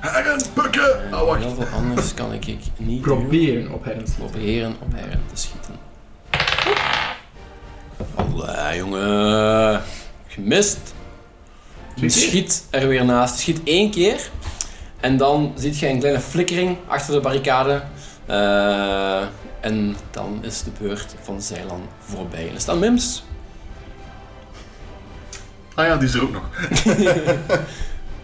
[SPEAKER 3] Herren, bukken! Oh, wacht.
[SPEAKER 1] Heel veel anders kan ik ik niet doen.
[SPEAKER 2] Proberen op herens.
[SPEAKER 1] proberen op Herren te schieten. Allee, jongen. Gemist. Je
[SPEAKER 2] Twee keer?
[SPEAKER 1] schiet er weer naast. Schiet één keer. En dan ziet je een kleine flikkering achter de barricade. Eh, En dan is de beurt van Zeilan voorbij. En is dan Mims?
[SPEAKER 3] Ah ja, die is er ook nog.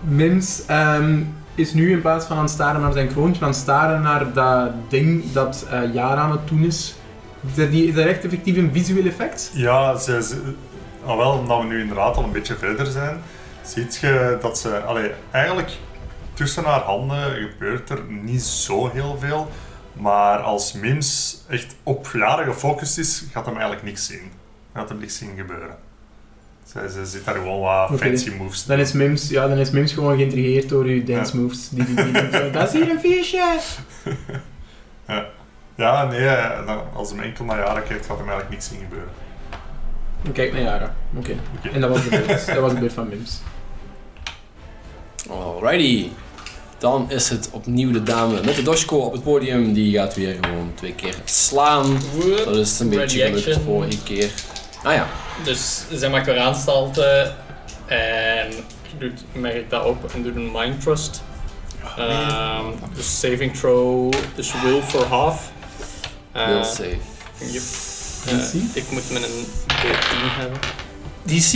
[SPEAKER 2] Mims ehm, is nu in plaats van aan het staren naar zijn kroontje, aan het staren naar dat ding dat eh Yara aan het doen is. Is dat, die, is dat echt effectief een visueel effect?
[SPEAKER 4] Ja, ze, ze, alhoewel, omdat we nu inderdaad al een beetje verder zijn, ziet je dat ze... Allee, eigenlijk tussen haar handen gebeurt er niet zo heel veel. Maar als Mims echt op jaren gefocust is, gaat hem eigenlijk niks zien. Gaat hem niks zien gebeuren. Ze, ze zit daar gewoon wat
[SPEAKER 2] Oké.
[SPEAKER 4] fancy moves te
[SPEAKER 2] Dan is Mims, ja, dan is Mims gewoon geïntrigeerd door uw dance
[SPEAKER 4] Ja.
[SPEAKER 2] moves. Die, die, die, die- zo, dat is hier een feestje!
[SPEAKER 4] Ja, nee, eh, dan- als hem enkel naar jaren kijkt, gaat hem eigenlijk niks zien gebeuren.
[SPEAKER 2] En kijk naar Yara. Oké.
[SPEAKER 4] Oké.
[SPEAKER 2] En dat was de beurt. dat was de beurt van Mims.
[SPEAKER 1] Alrighty. Dan is het opnieuw de dame met de doshko op het podium. Die gaat weer gewoon twee keer slaan. Dat is een beetje
[SPEAKER 5] Ready
[SPEAKER 1] gelukt
[SPEAKER 5] action.
[SPEAKER 1] vorige keer. Ah ja,
[SPEAKER 5] Dus zij maakt weer aanstalten en doet, merkt dat op en doet een mind trust. Ehm, dus saving throw is will for half. Eh,
[SPEAKER 1] will save.
[SPEAKER 5] yep.
[SPEAKER 2] DC?
[SPEAKER 5] Eh, ik moet met een 14 hebben.
[SPEAKER 1] DC?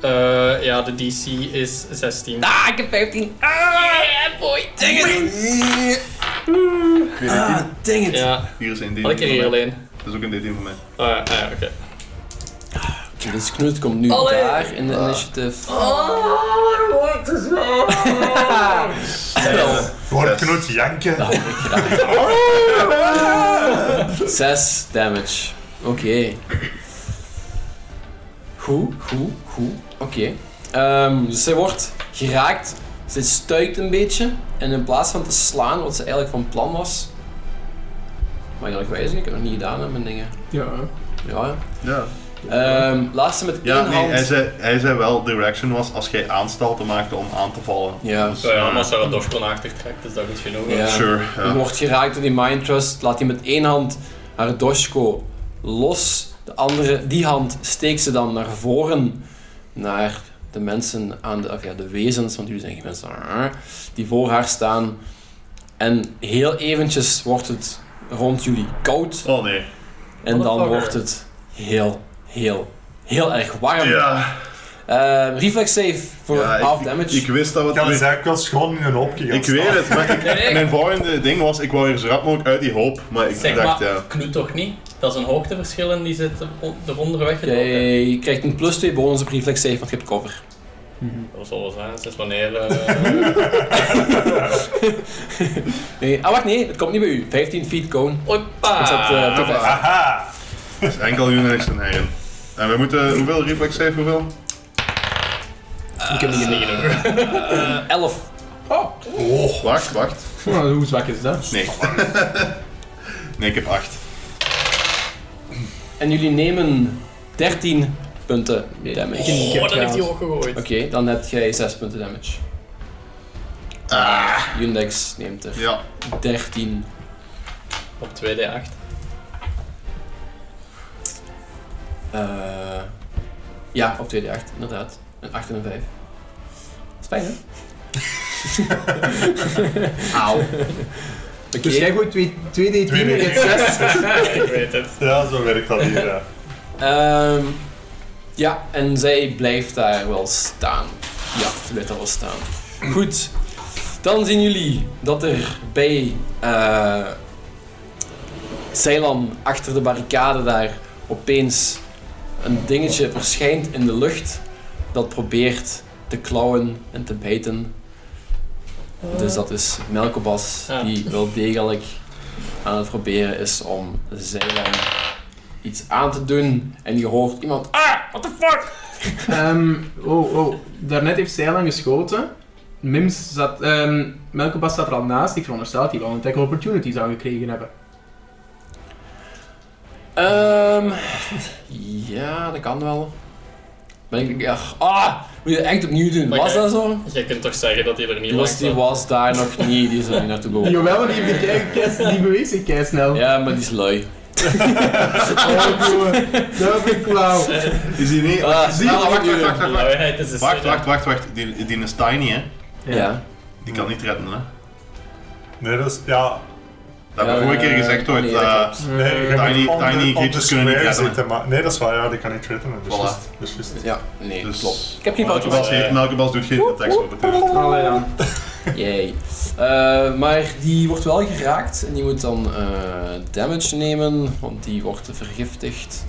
[SPEAKER 5] Eh, ja, de DC is 16.
[SPEAKER 1] Ah, ik heb 15. Ah, boy. Dang it.
[SPEAKER 3] Ik weet
[SPEAKER 1] Ah,
[SPEAKER 3] niet,
[SPEAKER 1] dang it.
[SPEAKER 5] Ja,
[SPEAKER 3] hier is een D10
[SPEAKER 5] had ik er hier
[SPEAKER 3] van mij.
[SPEAKER 5] alleen.
[SPEAKER 3] Dat is ook een D10 van mij.
[SPEAKER 5] Oh ja, ah ja, oké.
[SPEAKER 1] Dus Knut komt nu
[SPEAKER 5] Allee.
[SPEAKER 1] daar in de initiative.
[SPEAKER 4] Hoor
[SPEAKER 3] Yes.
[SPEAKER 4] Knut janken.
[SPEAKER 1] Zes damage. Oké. Goed, goed, goed. Oké. Ehm, dus zij wordt geraakt. Ze stuikt een beetje. En in plaats van te slaan, wat ze eigenlijk van plan was. Mag ik dat nog wijzigen? Ik heb het nog niet gedaan hè, mijn dingen.
[SPEAKER 2] Ja.
[SPEAKER 1] Ja.
[SPEAKER 3] Ja.
[SPEAKER 2] Eh,
[SPEAKER 1] Ehm laat ze met
[SPEAKER 3] Ja,
[SPEAKER 1] één
[SPEAKER 3] nee,
[SPEAKER 1] hand.
[SPEAKER 3] hij zei, hij zei wel, de reaction was als jij aanstalten maakte om aan te vallen. Dus, eh,
[SPEAKER 1] Ja.
[SPEAKER 5] Oh ja, maar als ze wat doorspel achtertrekt, is dat goed genoeg. hoor.
[SPEAKER 1] Ja.
[SPEAKER 3] Sure,
[SPEAKER 1] Die
[SPEAKER 3] ja.
[SPEAKER 1] wordt geraakt door die Mind Trust. Laat die met één hand haar doshko los. De andere, die hand steekt ze dan naar voren. Naar de mensen aan de, of ja, de wezens, want jullie zijn geen mensen, ah, die voor haar staan. En heel eventjes wordt het rond jullie koud.
[SPEAKER 3] Oh nee.
[SPEAKER 1] En dan
[SPEAKER 5] Motherfucker.
[SPEAKER 1] wordt het heel, heel, heel erg warm.
[SPEAKER 3] Ja,
[SPEAKER 1] Eh, reflex save voor
[SPEAKER 3] ja ik-
[SPEAKER 1] half
[SPEAKER 3] ik,
[SPEAKER 1] damage.
[SPEAKER 3] Ik wist dat
[SPEAKER 4] Ik had dus
[SPEAKER 3] wat.
[SPEAKER 4] eigenlijk wel schoon in een hoopje gaan
[SPEAKER 3] Ik weet
[SPEAKER 4] staan.
[SPEAKER 3] het, maar ik-
[SPEAKER 5] Nee, nee.
[SPEAKER 3] mijn volgende ding was, ik wou er zo rap mogelijk uit die hoop, maar ik
[SPEAKER 5] Zeg
[SPEAKER 3] dacht,
[SPEAKER 5] maar,
[SPEAKER 3] ja.
[SPEAKER 5] knoet toch niet? Dat is een hoogteverschil en die zit on- eronder weggetrokken.
[SPEAKER 1] Jij krijgt een plus 2 bonus op reflex save, want je hebt cover.
[SPEAKER 2] Mhm.
[SPEAKER 5] Dat zal wel zijn, sinds wanneer... eh,
[SPEAKER 1] Nee, ah wacht, nee, het komt niet bij u. 15 feet cone.
[SPEAKER 5] Hoppa!
[SPEAKER 1] Is dat,
[SPEAKER 5] Ah,
[SPEAKER 1] eh, toch-
[SPEAKER 4] Aha!
[SPEAKER 3] Het is enkel Unix en Heijen. En we moeten, hoeveel reflex save, hoeveel?
[SPEAKER 2] Ik heb die
[SPEAKER 5] Niet
[SPEAKER 2] niet.
[SPEAKER 5] genoeg.
[SPEAKER 1] 11.
[SPEAKER 2] Oh!
[SPEAKER 3] Oh. Wacht, wacht.
[SPEAKER 2] Nou, hoe zwak is dat?
[SPEAKER 3] Nee. nee, ik heb 8.
[SPEAKER 1] En jullie nemen 13 punten damage.
[SPEAKER 2] Ik niet.
[SPEAKER 1] Oké,
[SPEAKER 2] heb
[SPEAKER 5] Oh, dat heeft
[SPEAKER 2] gehaald.
[SPEAKER 5] hij ook gegooid.
[SPEAKER 1] dan heb jij 6 punten damage.
[SPEAKER 3] Ah,
[SPEAKER 1] Yundex neemt er
[SPEAKER 3] ja.
[SPEAKER 1] 13.
[SPEAKER 5] Op 2d8.
[SPEAKER 1] eh, ja, op 2d8, inderdaad. Een 8 en een 5. Dat is fijn, hè? Auw. Oké,
[SPEAKER 2] Dus jij gooit 2 2D10 en je hebt 6.
[SPEAKER 5] Ik weet het.
[SPEAKER 4] Ja, zo werkt dat hier. hè.
[SPEAKER 1] ehm, ja, en zij blijft daar wel staan. Ja, ze blijft daar wel staan. Goed, dan zien jullie dat er bij eh Zeilan achter de barricade daar opeens een dingetje verschijnt in de lucht dat probeert te klauwen en te bijten. Dus dat is Melkobas
[SPEAKER 5] Ah.
[SPEAKER 1] die wel degelijk aan het proberen is om Zeilan iets aan te doen. En je hoort iemand, ah, what the fuck?
[SPEAKER 2] Ehm, oh, oh. Daarnet heeft Zeilan geschoten. Mims zat... ehm Melkobas zat er al naast. Ik veronderstel dat hij wel een tackle opportunity zou gekregen hebben.
[SPEAKER 1] Ehm ja, dat kan wel. Ben ik, ja, ah, moet je echt opnieuw doen.
[SPEAKER 5] Maar
[SPEAKER 1] Was
[SPEAKER 5] kijk,
[SPEAKER 1] dat zo?
[SPEAKER 5] Je kunt toch zeggen dat hij er niet
[SPEAKER 1] Die was,
[SPEAKER 5] langs
[SPEAKER 1] die
[SPEAKER 5] zat?
[SPEAKER 1] was daar nog niet, die is er niet naartoe gekomen.
[SPEAKER 2] Jawel, want die, heeft de kei- kei- die beweegt zich kei snel.
[SPEAKER 1] Ja, maar die is lui.
[SPEAKER 2] Oh, jongen. Dat vind ik flauw.
[SPEAKER 3] Is die niet?
[SPEAKER 1] Ah,
[SPEAKER 3] Zie je?
[SPEAKER 1] ah,
[SPEAKER 3] wacht,
[SPEAKER 1] nu.
[SPEAKER 3] wacht, wacht, wacht, wacht.
[SPEAKER 5] Luiheid is de
[SPEAKER 3] Wacht,
[SPEAKER 5] zin, hè.
[SPEAKER 3] wacht, wacht, wacht. Die, die is tiny, hè?
[SPEAKER 1] Ja.
[SPEAKER 3] Die kan niet redden, hè?
[SPEAKER 4] Nee, dat is... dus, Ja,
[SPEAKER 3] Dat heb ik vorige keer gezegd ooit.
[SPEAKER 1] nee, dat
[SPEAKER 3] eh,
[SPEAKER 1] klopt.
[SPEAKER 4] Nee, je
[SPEAKER 2] Eh,
[SPEAKER 4] moet
[SPEAKER 3] Tiny-
[SPEAKER 4] op de-
[SPEAKER 3] tiny
[SPEAKER 4] op de
[SPEAKER 3] creatures kunnen niet
[SPEAKER 4] square
[SPEAKER 3] redden.
[SPEAKER 4] zitten, maar- Nee, dat is waar, ja, die kan niet redden. Dus
[SPEAKER 3] Voilà.
[SPEAKER 4] juist, dus juist.
[SPEAKER 1] Ja, nee,
[SPEAKER 3] dus
[SPEAKER 1] klopt. Ik heb geen foutje
[SPEAKER 3] Melke
[SPEAKER 1] gemaakt.
[SPEAKER 3] Bas heeft- Melke Bas doet geen attacks op het eerst.
[SPEAKER 2] Allee dan.
[SPEAKER 1] Yay. Eh, maar die wordt wel geraakt en die moet dan eh, damage nemen, want die wordt vergiftigd.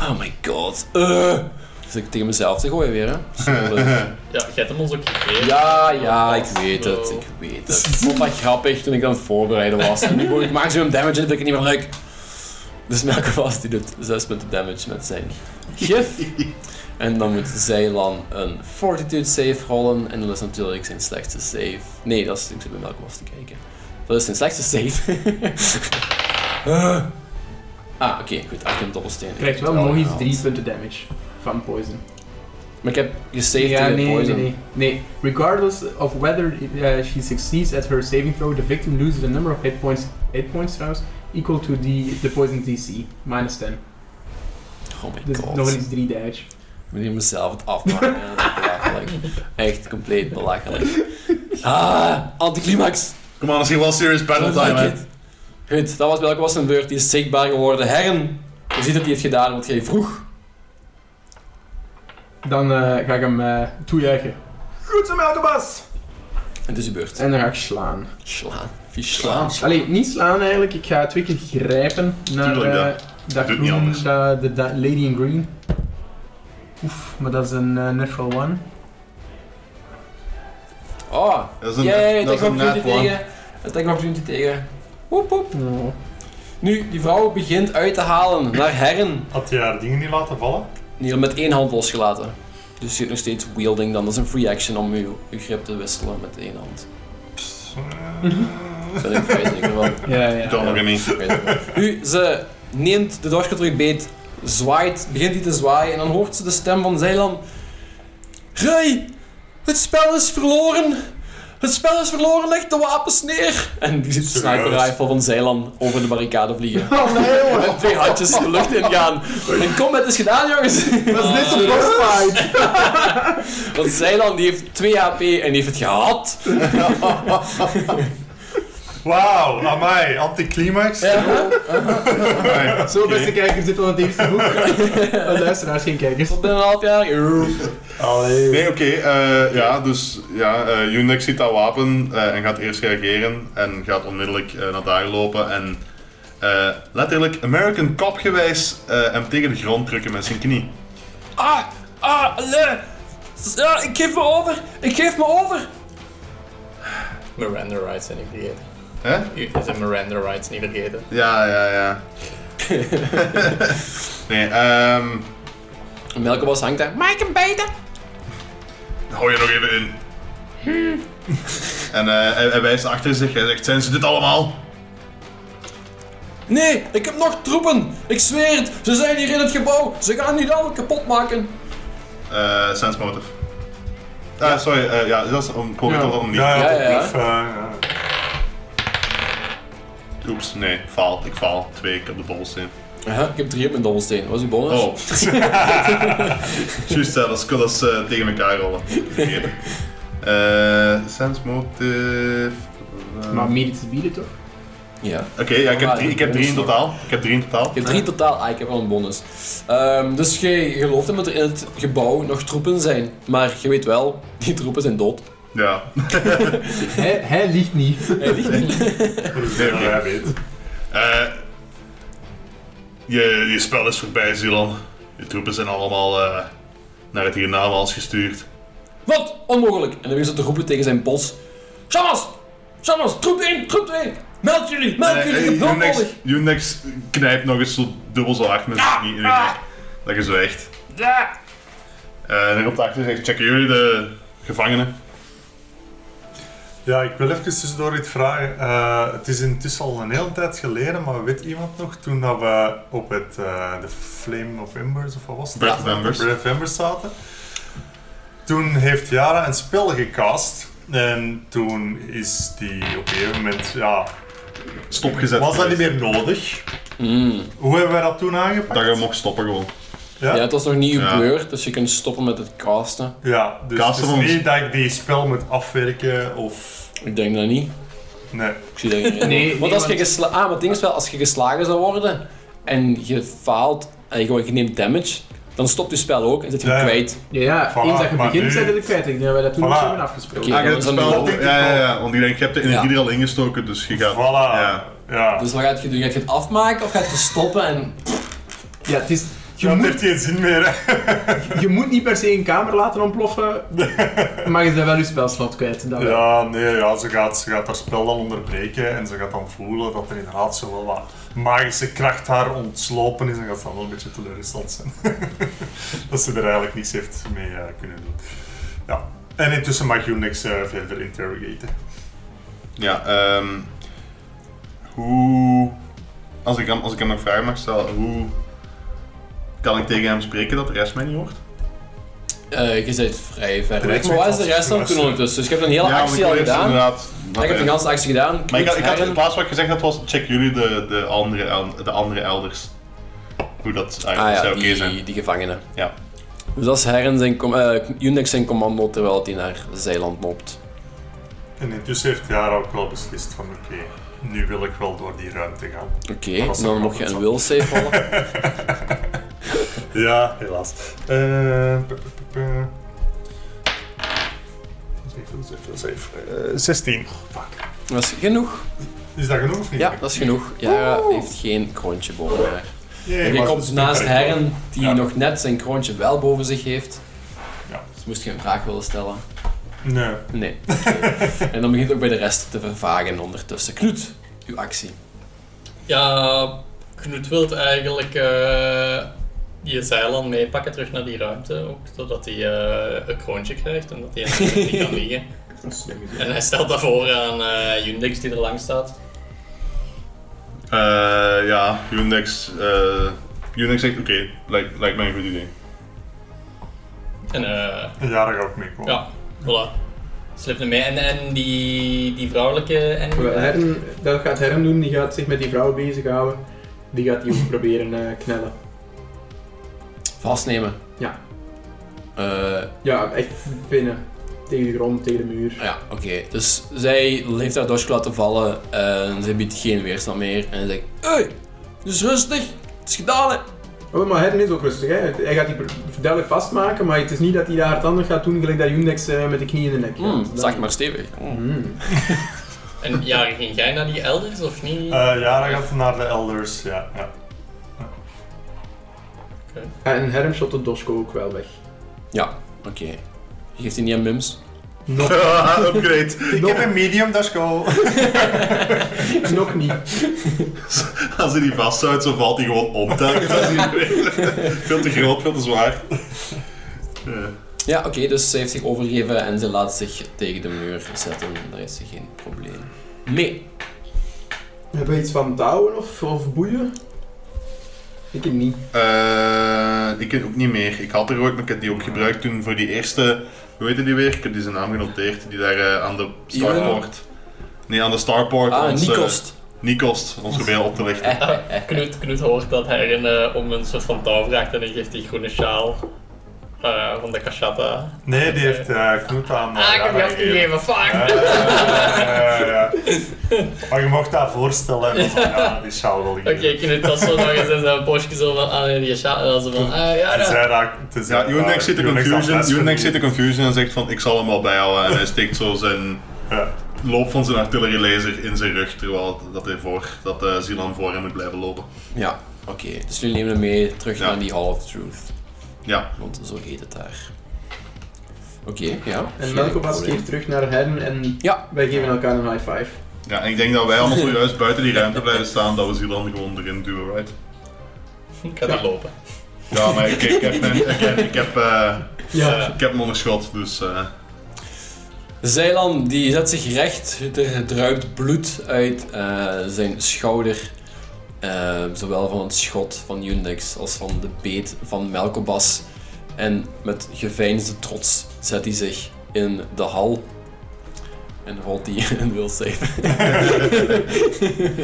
[SPEAKER 1] Oh my god. Eh. Dus ik tegen mezelf te gooien weer, hè. Zonde.
[SPEAKER 5] Ja, jij hebt hem ons ook gegeven.
[SPEAKER 1] Ja, ja, ik weet het, ik weet het. Ik vond dat grappig toen ik aan het voorbereiden was. En nu word ik maximum damage en dat vind ik niet meer leuk. Dus Melke vast, die doet 6 punten damage met zijn gif. En dan moet Zeilan een fortitude save rollen. En dat is natuurlijk zijn slechtste save. Nee, dat is ik zit bij Melke vast te kijken. Dat is zijn slechtste save. Eh. Ah, oké, goed. Ik heb hem dobbelsteen. Oh,
[SPEAKER 2] Je krijgt wel nog eens 3 punten damage van poison.
[SPEAKER 1] Maar ik heb gesaved
[SPEAKER 2] ja,
[SPEAKER 1] tegen
[SPEAKER 2] nee,
[SPEAKER 1] poison.
[SPEAKER 2] nee, nee, nee. Regardless of whether uh, she succeeds at her saving throw, the victim loses a number of hit points, hit points trouwens, equal to the, the poison DC, minus 10.
[SPEAKER 1] Oh my
[SPEAKER 2] Dus
[SPEAKER 1] god.
[SPEAKER 2] nog eens 3 damage.
[SPEAKER 1] Ik moet hier mezelf het afmaken. hè. Dat is belachelijk. Echt compleet belachelijk. Ah, anticlimax.
[SPEAKER 3] Kom aan, dat is hier wel serious battle time, hè.
[SPEAKER 1] Goed, dat was welke was een beurt. Die is zichtbaar geworden. Herren, je ziet dat hij heeft gedaan wat jij vroeg.
[SPEAKER 2] Dan eh, ga ik hem eh, toejuichen. Goed zo, Melkobas!
[SPEAKER 1] En het is uw beurt.
[SPEAKER 2] En dan ga ik slaan.
[SPEAKER 1] Slaan. Vies slaan.
[SPEAKER 3] Slaan.
[SPEAKER 2] Allee, niet slaan eigenlijk. Ik ga twee keer grijpen naar
[SPEAKER 3] Tuurlijk, ja.
[SPEAKER 2] eh, dat
[SPEAKER 3] Doet niet
[SPEAKER 2] groen,
[SPEAKER 3] anders.
[SPEAKER 2] dat- de, dat Lady in Green. Oef, maar dat is een eh, natural one.
[SPEAKER 1] Oh,
[SPEAKER 3] Dat is een,
[SPEAKER 1] jij,
[SPEAKER 3] dat
[SPEAKER 1] dat
[SPEAKER 3] is een
[SPEAKER 1] kwam
[SPEAKER 3] net
[SPEAKER 1] Opportunity
[SPEAKER 3] one.
[SPEAKER 1] tegen. Dat kwam Opportunity tegen. Woep, woep.
[SPEAKER 2] Oh.
[SPEAKER 1] Nu, die vrouw begint uit te halen naar Herren.
[SPEAKER 4] Had je haar dingen niet laten vallen?
[SPEAKER 1] Die had met één hand losgelaten. Dus je zit nog steeds wielding dan. Dat is een free action om je, je grip te wisselen met één hand.
[SPEAKER 4] Pff,
[SPEAKER 1] Dat ben ik vrij zeker van.
[SPEAKER 2] Ja, ja.
[SPEAKER 3] Toch nog niet.
[SPEAKER 1] U, ze neemt de dorsker terug beet, zwaait, begint die te zwaaien en dan hoort ze de stem van Zeilan. Rij, het spel is verloren! Het spel is verloren, leg de wapens neer! En die ziet de
[SPEAKER 4] Serieus?
[SPEAKER 1] sniper rifle van Zeilan over de barricade vliegen.
[SPEAKER 2] Oh nee, hoor.
[SPEAKER 1] En twee handjes de lucht ingaan. En combat is gedaan, jongens!
[SPEAKER 2] Dat is net een boss fight.
[SPEAKER 1] Want Zeilan die heeft 2 HP en die heeft het gehad.
[SPEAKER 4] Wauw, amai, anticlimax.
[SPEAKER 3] Nee.
[SPEAKER 2] Zo, beste kijkers, dit was het eerste boek. Eh, Luisteraars, geen kijkers.
[SPEAKER 1] Tot binnen een half jaar.
[SPEAKER 4] Allee.
[SPEAKER 3] Nee, oké. eh, ja, dus ja, eh Unix ziet dat wapen eh, en gaat eerst reageren en gaat onmiddellijk eh, naar daar lopen en eh, letterlijk American Cop gewijs eh, hem tegen de grond drukken met zijn knie.
[SPEAKER 1] Ah, ah, le. Ja, ik geef me over. Ik geef me over.
[SPEAKER 5] Miranda rights zijn niet vergeten.
[SPEAKER 3] Hè?
[SPEAKER 5] U is een Miranda rights niet vergeten.
[SPEAKER 3] Ja, ja, ja. nee, ehm...
[SPEAKER 1] Melkebos hangt daar. Maak hem bijten.
[SPEAKER 3] hou je nog even in. en eh, hij, hij wijst achter zich en zegt, zijn ze dit allemaal?
[SPEAKER 1] Nee, ik heb nog troepen. Ik zweer het. Ze zijn hier in het gebouw. Ze gaan niet allemaal kapot maken.
[SPEAKER 3] Eh sense motive. Ah, sorry, eh, ja, dat is om, probeer
[SPEAKER 2] Ja.
[SPEAKER 3] dat om niet.
[SPEAKER 4] Ja,
[SPEAKER 1] Ja,
[SPEAKER 4] ja,
[SPEAKER 1] ja.
[SPEAKER 4] dat- ja, ja.
[SPEAKER 3] Oeps, nee, faal. Ik faal. Twee, ik heb de dobbelsteen.
[SPEAKER 1] Aha, ik heb drie op mijn dobbelsteen. Was uw bonus?
[SPEAKER 3] Oh. Juist, ja, dat is, dat is eh, tegen elkaar rollen. Vergeten. Eh sense motive. eh,
[SPEAKER 2] Maar
[SPEAKER 3] Oké,
[SPEAKER 2] medisch bieden toch?
[SPEAKER 1] Ja.
[SPEAKER 3] ja, ik heb, drie, ik heb drie in totaal. Ik heb drie in totaal.
[SPEAKER 1] Ik heb drie totaal. Ah, ik heb wel een bonus. Ehm, dus jij gelooft hem dat er in het gebouw nog troepen zijn. Maar je weet wel, die troepen zijn dood.
[SPEAKER 3] Ja.
[SPEAKER 2] Hij, hij liegt niet.
[SPEAKER 1] Nee, die niet.
[SPEAKER 4] Dat is wat jij weet.
[SPEAKER 3] Eh, je, je spel is voorbij, Zilan. Je troepen zijn allemaal eh, naar het hiernamaals gestuurd.
[SPEAKER 1] Wat? Onmogelijk! En dan begint ze te roepen tegen zijn bos. Shamas! Shamas, troep 1, troep 2! Meld jullie, meld
[SPEAKER 3] Eh,
[SPEAKER 1] jullie, ik
[SPEAKER 3] eh,
[SPEAKER 1] heb hulp
[SPEAKER 3] Unix-
[SPEAKER 1] nodig!
[SPEAKER 3] Unix knijpt nog eens zo dubbel zo hard met zijn knie in je nek. Dat je zo echt. Eh, en op de achter zegt, checken jullie de gevangenen?
[SPEAKER 4] Ja, ik wil even tussendoor iets vragen. Eh, het is intussen al een hele tijd geleden, maar weet iemand nog toen dat we op het, eh, de Flame of Embers of wat was het?
[SPEAKER 3] Breath of Embers.
[SPEAKER 4] Breath of Embers zaten. Toen heeft Yara een spel gecast. En toen is die op een gegeven moment, ja,
[SPEAKER 3] Stopgezet.
[SPEAKER 4] was dat niet meer nodig.
[SPEAKER 1] Mm.
[SPEAKER 4] Hoe hebben wij dat toen aangepakt?
[SPEAKER 3] Dat je mocht stoppen gewoon.
[SPEAKER 1] Ja,
[SPEAKER 4] ja?
[SPEAKER 1] het was nog niet uw
[SPEAKER 3] Ja.
[SPEAKER 1] beurt, dus je kunt stoppen met het casten.
[SPEAKER 4] Ja, dus het
[SPEAKER 3] Casten
[SPEAKER 4] is
[SPEAKER 3] van-
[SPEAKER 4] niet dat ik die spel moet afwerken of...
[SPEAKER 1] Ik denk dat niet.
[SPEAKER 4] Nee.
[SPEAKER 1] Ik zie dat niet. meer.
[SPEAKER 2] Nee,
[SPEAKER 1] want
[SPEAKER 2] nee,
[SPEAKER 1] als je
[SPEAKER 2] want-
[SPEAKER 1] gesla- ah, maar het ding is wel, als je geslagen zou worden en je faalt en je, gewoon- je neemt damage, dan stopt je spel ook en zit je
[SPEAKER 4] Ja, ja.
[SPEAKER 1] kwijt.
[SPEAKER 2] Ja, ja.
[SPEAKER 4] Voilà,
[SPEAKER 2] eens dat je
[SPEAKER 4] maar nu-
[SPEAKER 2] begint, zijn we de kwijt. Ik denk dat we dat toen
[SPEAKER 4] Voilà.
[SPEAKER 2] ook zo hebben afgesproken.
[SPEAKER 1] Oké.
[SPEAKER 3] Ah, je hebt het
[SPEAKER 1] dan
[SPEAKER 3] spel-
[SPEAKER 1] denk ik
[SPEAKER 3] ja, ja, ja, want ik denk, je hebt de energie
[SPEAKER 1] Ja.
[SPEAKER 3] er al ingestoken, dus je gaat...
[SPEAKER 4] Voilà.
[SPEAKER 3] Ja.
[SPEAKER 4] Ja. ja.
[SPEAKER 1] Dus wat gaat je doen? Gaat je het afmaken of gaat je stoppen en...
[SPEAKER 2] Ja, het is, je,
[SPEAKER 4] dat
[SPEAKER 2] moet,
[SPEAKER 4] heeft geen zin meer. hè.
[SPEAKER 2] je moet niet per se een kamer laten ontploffen, maar je bent wel je spelslot kwijt. Dat wel.
[SPEAKER 4] Ja, nee, ja, ze, gaat, ze gaat haar spel dan onderbreken en ze gaat dan voelen dat er inderdaad zo wel wat magische kracht haar ontslopen is en gaat ze dan wel een beetje teleurgesteld zijn. dat ze er eigenlijk niets heeft mee eh, kunnen doen. Ja. En intussen mag je niks eh, verder interrogaten.
[SPEAKER 3] Ja, ehm hoe... Als ik, hem, als ik hem nog vragen mag stellen, hoe kan ik tegen hem spreken dat de rest mij niet hoort?
[SPEAKER 1] eh, je bent vrij ver
[SPEAKER 4] De
[SPEAKER 1] weg.
[SPEAKER 4] rest
[SPEAKER 1] Maar wat is de
[SPEAKER 4] weet
[SPEAKER 1] rest dan
[SPEAKER 4] wat
[SPEAKER 1] toen
[SPEAKER 4] ze-
[SPEAKER 1] ondertussen? Dus je hebt een hele
[SPEAKER 3] ja, want
[SPEAKER 1] actie
[SPEAKER 3] ik
[SPEAKER 1] al
[SPEAKER 3] wil eerst
[SPEAKER 1] gedaan.
[SPEAKER 3] Inderdaad,
[SPEAKER 1] Ik heb de hele actie gedaan.
[SPEAKER 3] maar ik had, ik had in
[SPEAKER 1] Herren-
[SPEAKER 3] plaats van wat gezegd had, was check jullie de, de, andere, el- de andere elders. Hoe dat eigenlijk
[SPEAKER 1] Ah ja,
[SPEAKER 3] zou oké
[SPEAKER 1] die,
[SPEAKER 3] zijn.
[SPEAKER 1] die gevangenen.
[SPEAKER 3] Ja.
[SPEAKER 1] Dus dat is Herren zijn, com- eh, Unix zijn commando terwijl hij naar Zeiland mopt.
[SPEAKER 4] En intussen heeft Jara ook wel beslist van oké, nu wil ik wel door die ruimte gaan.
[SPEAKER 1] Oké,
[SPEAKER 4] Dat was
[SPEAKER 1] dan
[SPEAKER 4] ook
[SPEAKER 1] mocht je
[SPEAKER 4] wel
[SPEAKER 1] een
[SPEAKER 4] goed
[SPEAKER 1] will save rollen.
[SPEAKER 4] Ja, helaas. Eh, p- p- p- p- Zeven, zeven, zeven. Eh, 16. Fuck.
[SPEAKER 1] Dat is genoeg.
[SPEAKER 4] Is dat genoeg of niet?
[SPEAKER 1] Ja, dat is genoeg. Jara heeft geen kroontje boven haar.
[SPEAKER 4] Jee,
[SPEAKER 1] En je
[SPEAKER 4] maar
[SPEAKER 1] komt
[SPEAKER 4] het is
[SPEAKER 1] naast
[SPEAKER 4] beperkt, hoor.
[SPEAKER 1] Herren, die
[SPEAKER 4] Ja.
[SPEAKER 1] nog net zijn kroontje wel boven zich heeft.
[SPEAKER 4] Ja.
[SPEAKER 1] Dus moest je een vraag willen stellen?
[SPEAKER 4] Nee.
[SPEAKER 1] Nee. en dan begint ook bij de rest te vervagen ondertussen. Knut, uw actie.
[SPEAKER 5] Ja, Knut wilt eigenlijk eh die zeiland meepakken terug naar die ruimte. Ook zodat hij eh, een kroontje krijgt en dat hij eigenlijk niet kan liggen. En hij stelt dat voor aan eh Yundex die er langs staat.
[SPEAKER 3] Eh, ja, Unix, eh Unix zegt oké, lijkt, lijkt mij een goed idee.
[SPEAKER 5] En eh,
[SPEAKER 4] En Jara gaat ook meekomen.
[SPEAKER 5] ja, voilà. Slept hem mee. En, en die, die vrouwelijke
[SPEAKER 2] Wel,
[SPEAKER 5] en
[SPEAKER 2] Herren, dat gaat Herren doen, die gaat zich met die vrouw bezighouden. Die gaat die ook proberen eh, knellen.
[SPEAKER 1] Vastnemen.
[SPEAKER 2] Ja.
[SPEAKER 1] Eh,
[SPEAKER 2] Ja, echt binnen. Tegen de grond, tegen de muur.
[SPEAKER 1] ja, oké. Dus zij heeft haar dodge laten vallen en zij biedt geen weerstand meer. En ze zegt, hey, het is rustig, het is gedaan hè."
[SPEAKER 2] Oh, maar Herren is ook rustig, hè. Hij gaat die pr- duidelijk vastmaken, maar het is niet dat hij daar hardhandig gaat doen, gelijk dat Yundex eh, met de knie in de nek.
[SPEAKER 1] Mm,
[SPEAKER 2] gaat.
[SPEAKER 1] zeg maar stevig.
[SPEAKER 2] Mm.
[SPEAKER 5] En ja, ging jij naar die elders of niet?
[SPEAKER 4] Eh, Jara gaat naar de elders. Ja, ja.
[SPEAKER 2] En Herren shot de Dosko ook wel weg.
[SPEAKER 1] Ja, oké. Je geeft die niet aan Mims.
[SPEAKER 2] Nog,
[SPEAKER 3] Upgrade.
[SPEAKER 4] Ik heb een medium, dat is cool.
[SPEAKER 2] nog niet.
[SPEAKER 3] Als hij die vasthoudt, zo valt hij gewoon om telkens. als hij hem weer- veel te groot, veel te zwaar. Eh,
[SPEAKER 1] Ja, oké, dus ze heeft zich overgegeven en ze laat zich tegen de muur zetten. Daar is ze geen probleem mee.
[SPEAKER 2] Hebben we iets van touwen of, of boeien? Ik heb niet.
[SPEAKER 3] eh, ik ken ook niet meer. Ik had er ooit, maar ik heb die ook gebruikt toen voor die eerste. Hoe heette die weer? Ik heb die zijn naam genoteerd. Die daar eh, aan de starport. Nee, aan de starport.
[SPEAKER 1] Ah,
[SPEAKER 3] ons, eh,
[SPEAKER 1] Nikost.
[SPEAKER 3] Nikost, ons probeerde op te lichten.
[SPEAKER 5] Eh, Knut, Knut hoort dat hij een, eh, om een soort van touw vraagt en hij geeft die groene sjaal eh, van de Kashata.
[SPEAKER 4] Nee, die heeft eh Knoet aan eh,
[SPEAKER 5] Ah, ik heb die
[SPEAKER 4] Jara gegeven.
[SPEAKER 5] afgegeven, fuck!
[SPEAKER 4] Ja, ja, ja, ja. Maar je mocht dat voorstellen en dan zo, ja, die zou wel
[SPEAKER 5] Oké, ik knip dat zo nog eens in zijn postje zo van aan die sjaal en dan zo van, ah ja, dat-
[SPEAKER 4] Zij raakt...
[SPEAKER 3] Ja, Unix
[SPEAKER 4] Ah,
[SPEAKER 3] zit de confusion. Unix zit de confusion en zegt van ik zal hem al bijhouden. En hij steekt zo zijn
[SPEAKER 4] Ja.
[SPEAKER 3] loop van zijn artillerielaser in zijn rug. Terwijl dat hij voor, dat eh Zilan voor hem moet blijven lopen.
[SPEAKER 1] Ja, oké. Dus jullie nemen hem mee terug
[SPEAKER 3] Ja.
[SPEAKER 1] naar die Hall of Truth.
[SPEAKER 3] Ja,
[SPEAKER 1] Want zo heet het daar. Oké, ja.
[SPEAKER 2] En
[SPEAKER 1] Geen
[SPEAKER 2] Melkobas
[SPEAKER 1] probleem.
[SPEAKER 2] geeft terug naar Herren en
[SPEAKER 1] Ja.
[SPEAKER 2] wij geven elkaar een high five.
[SPEAKER 3] Ja, en ik denk dat wij allemaal zojuist buiten die ruimte blijven staan, dat we ze dan gewoon erin duwen, right?
[SPEAKER 5] ik ga er lopen.
[SPEAKER 3] Ja, maar ik, ik heb, mijn, again, ik, heb, eh,
[SPEAKER 5] Ja.
[SPEAKER 3] ik heb hem onderschot, dus... eh,
[SPEAKER 1] Zeilan die zet zich recht. Er druipt bloed uit eh, zijn schouder. Eh, zowel van het schot van Yundex als van de beet van Melkobas. En met geveinsde trots zet hij zich in de hal. En rolt hij een wil save. en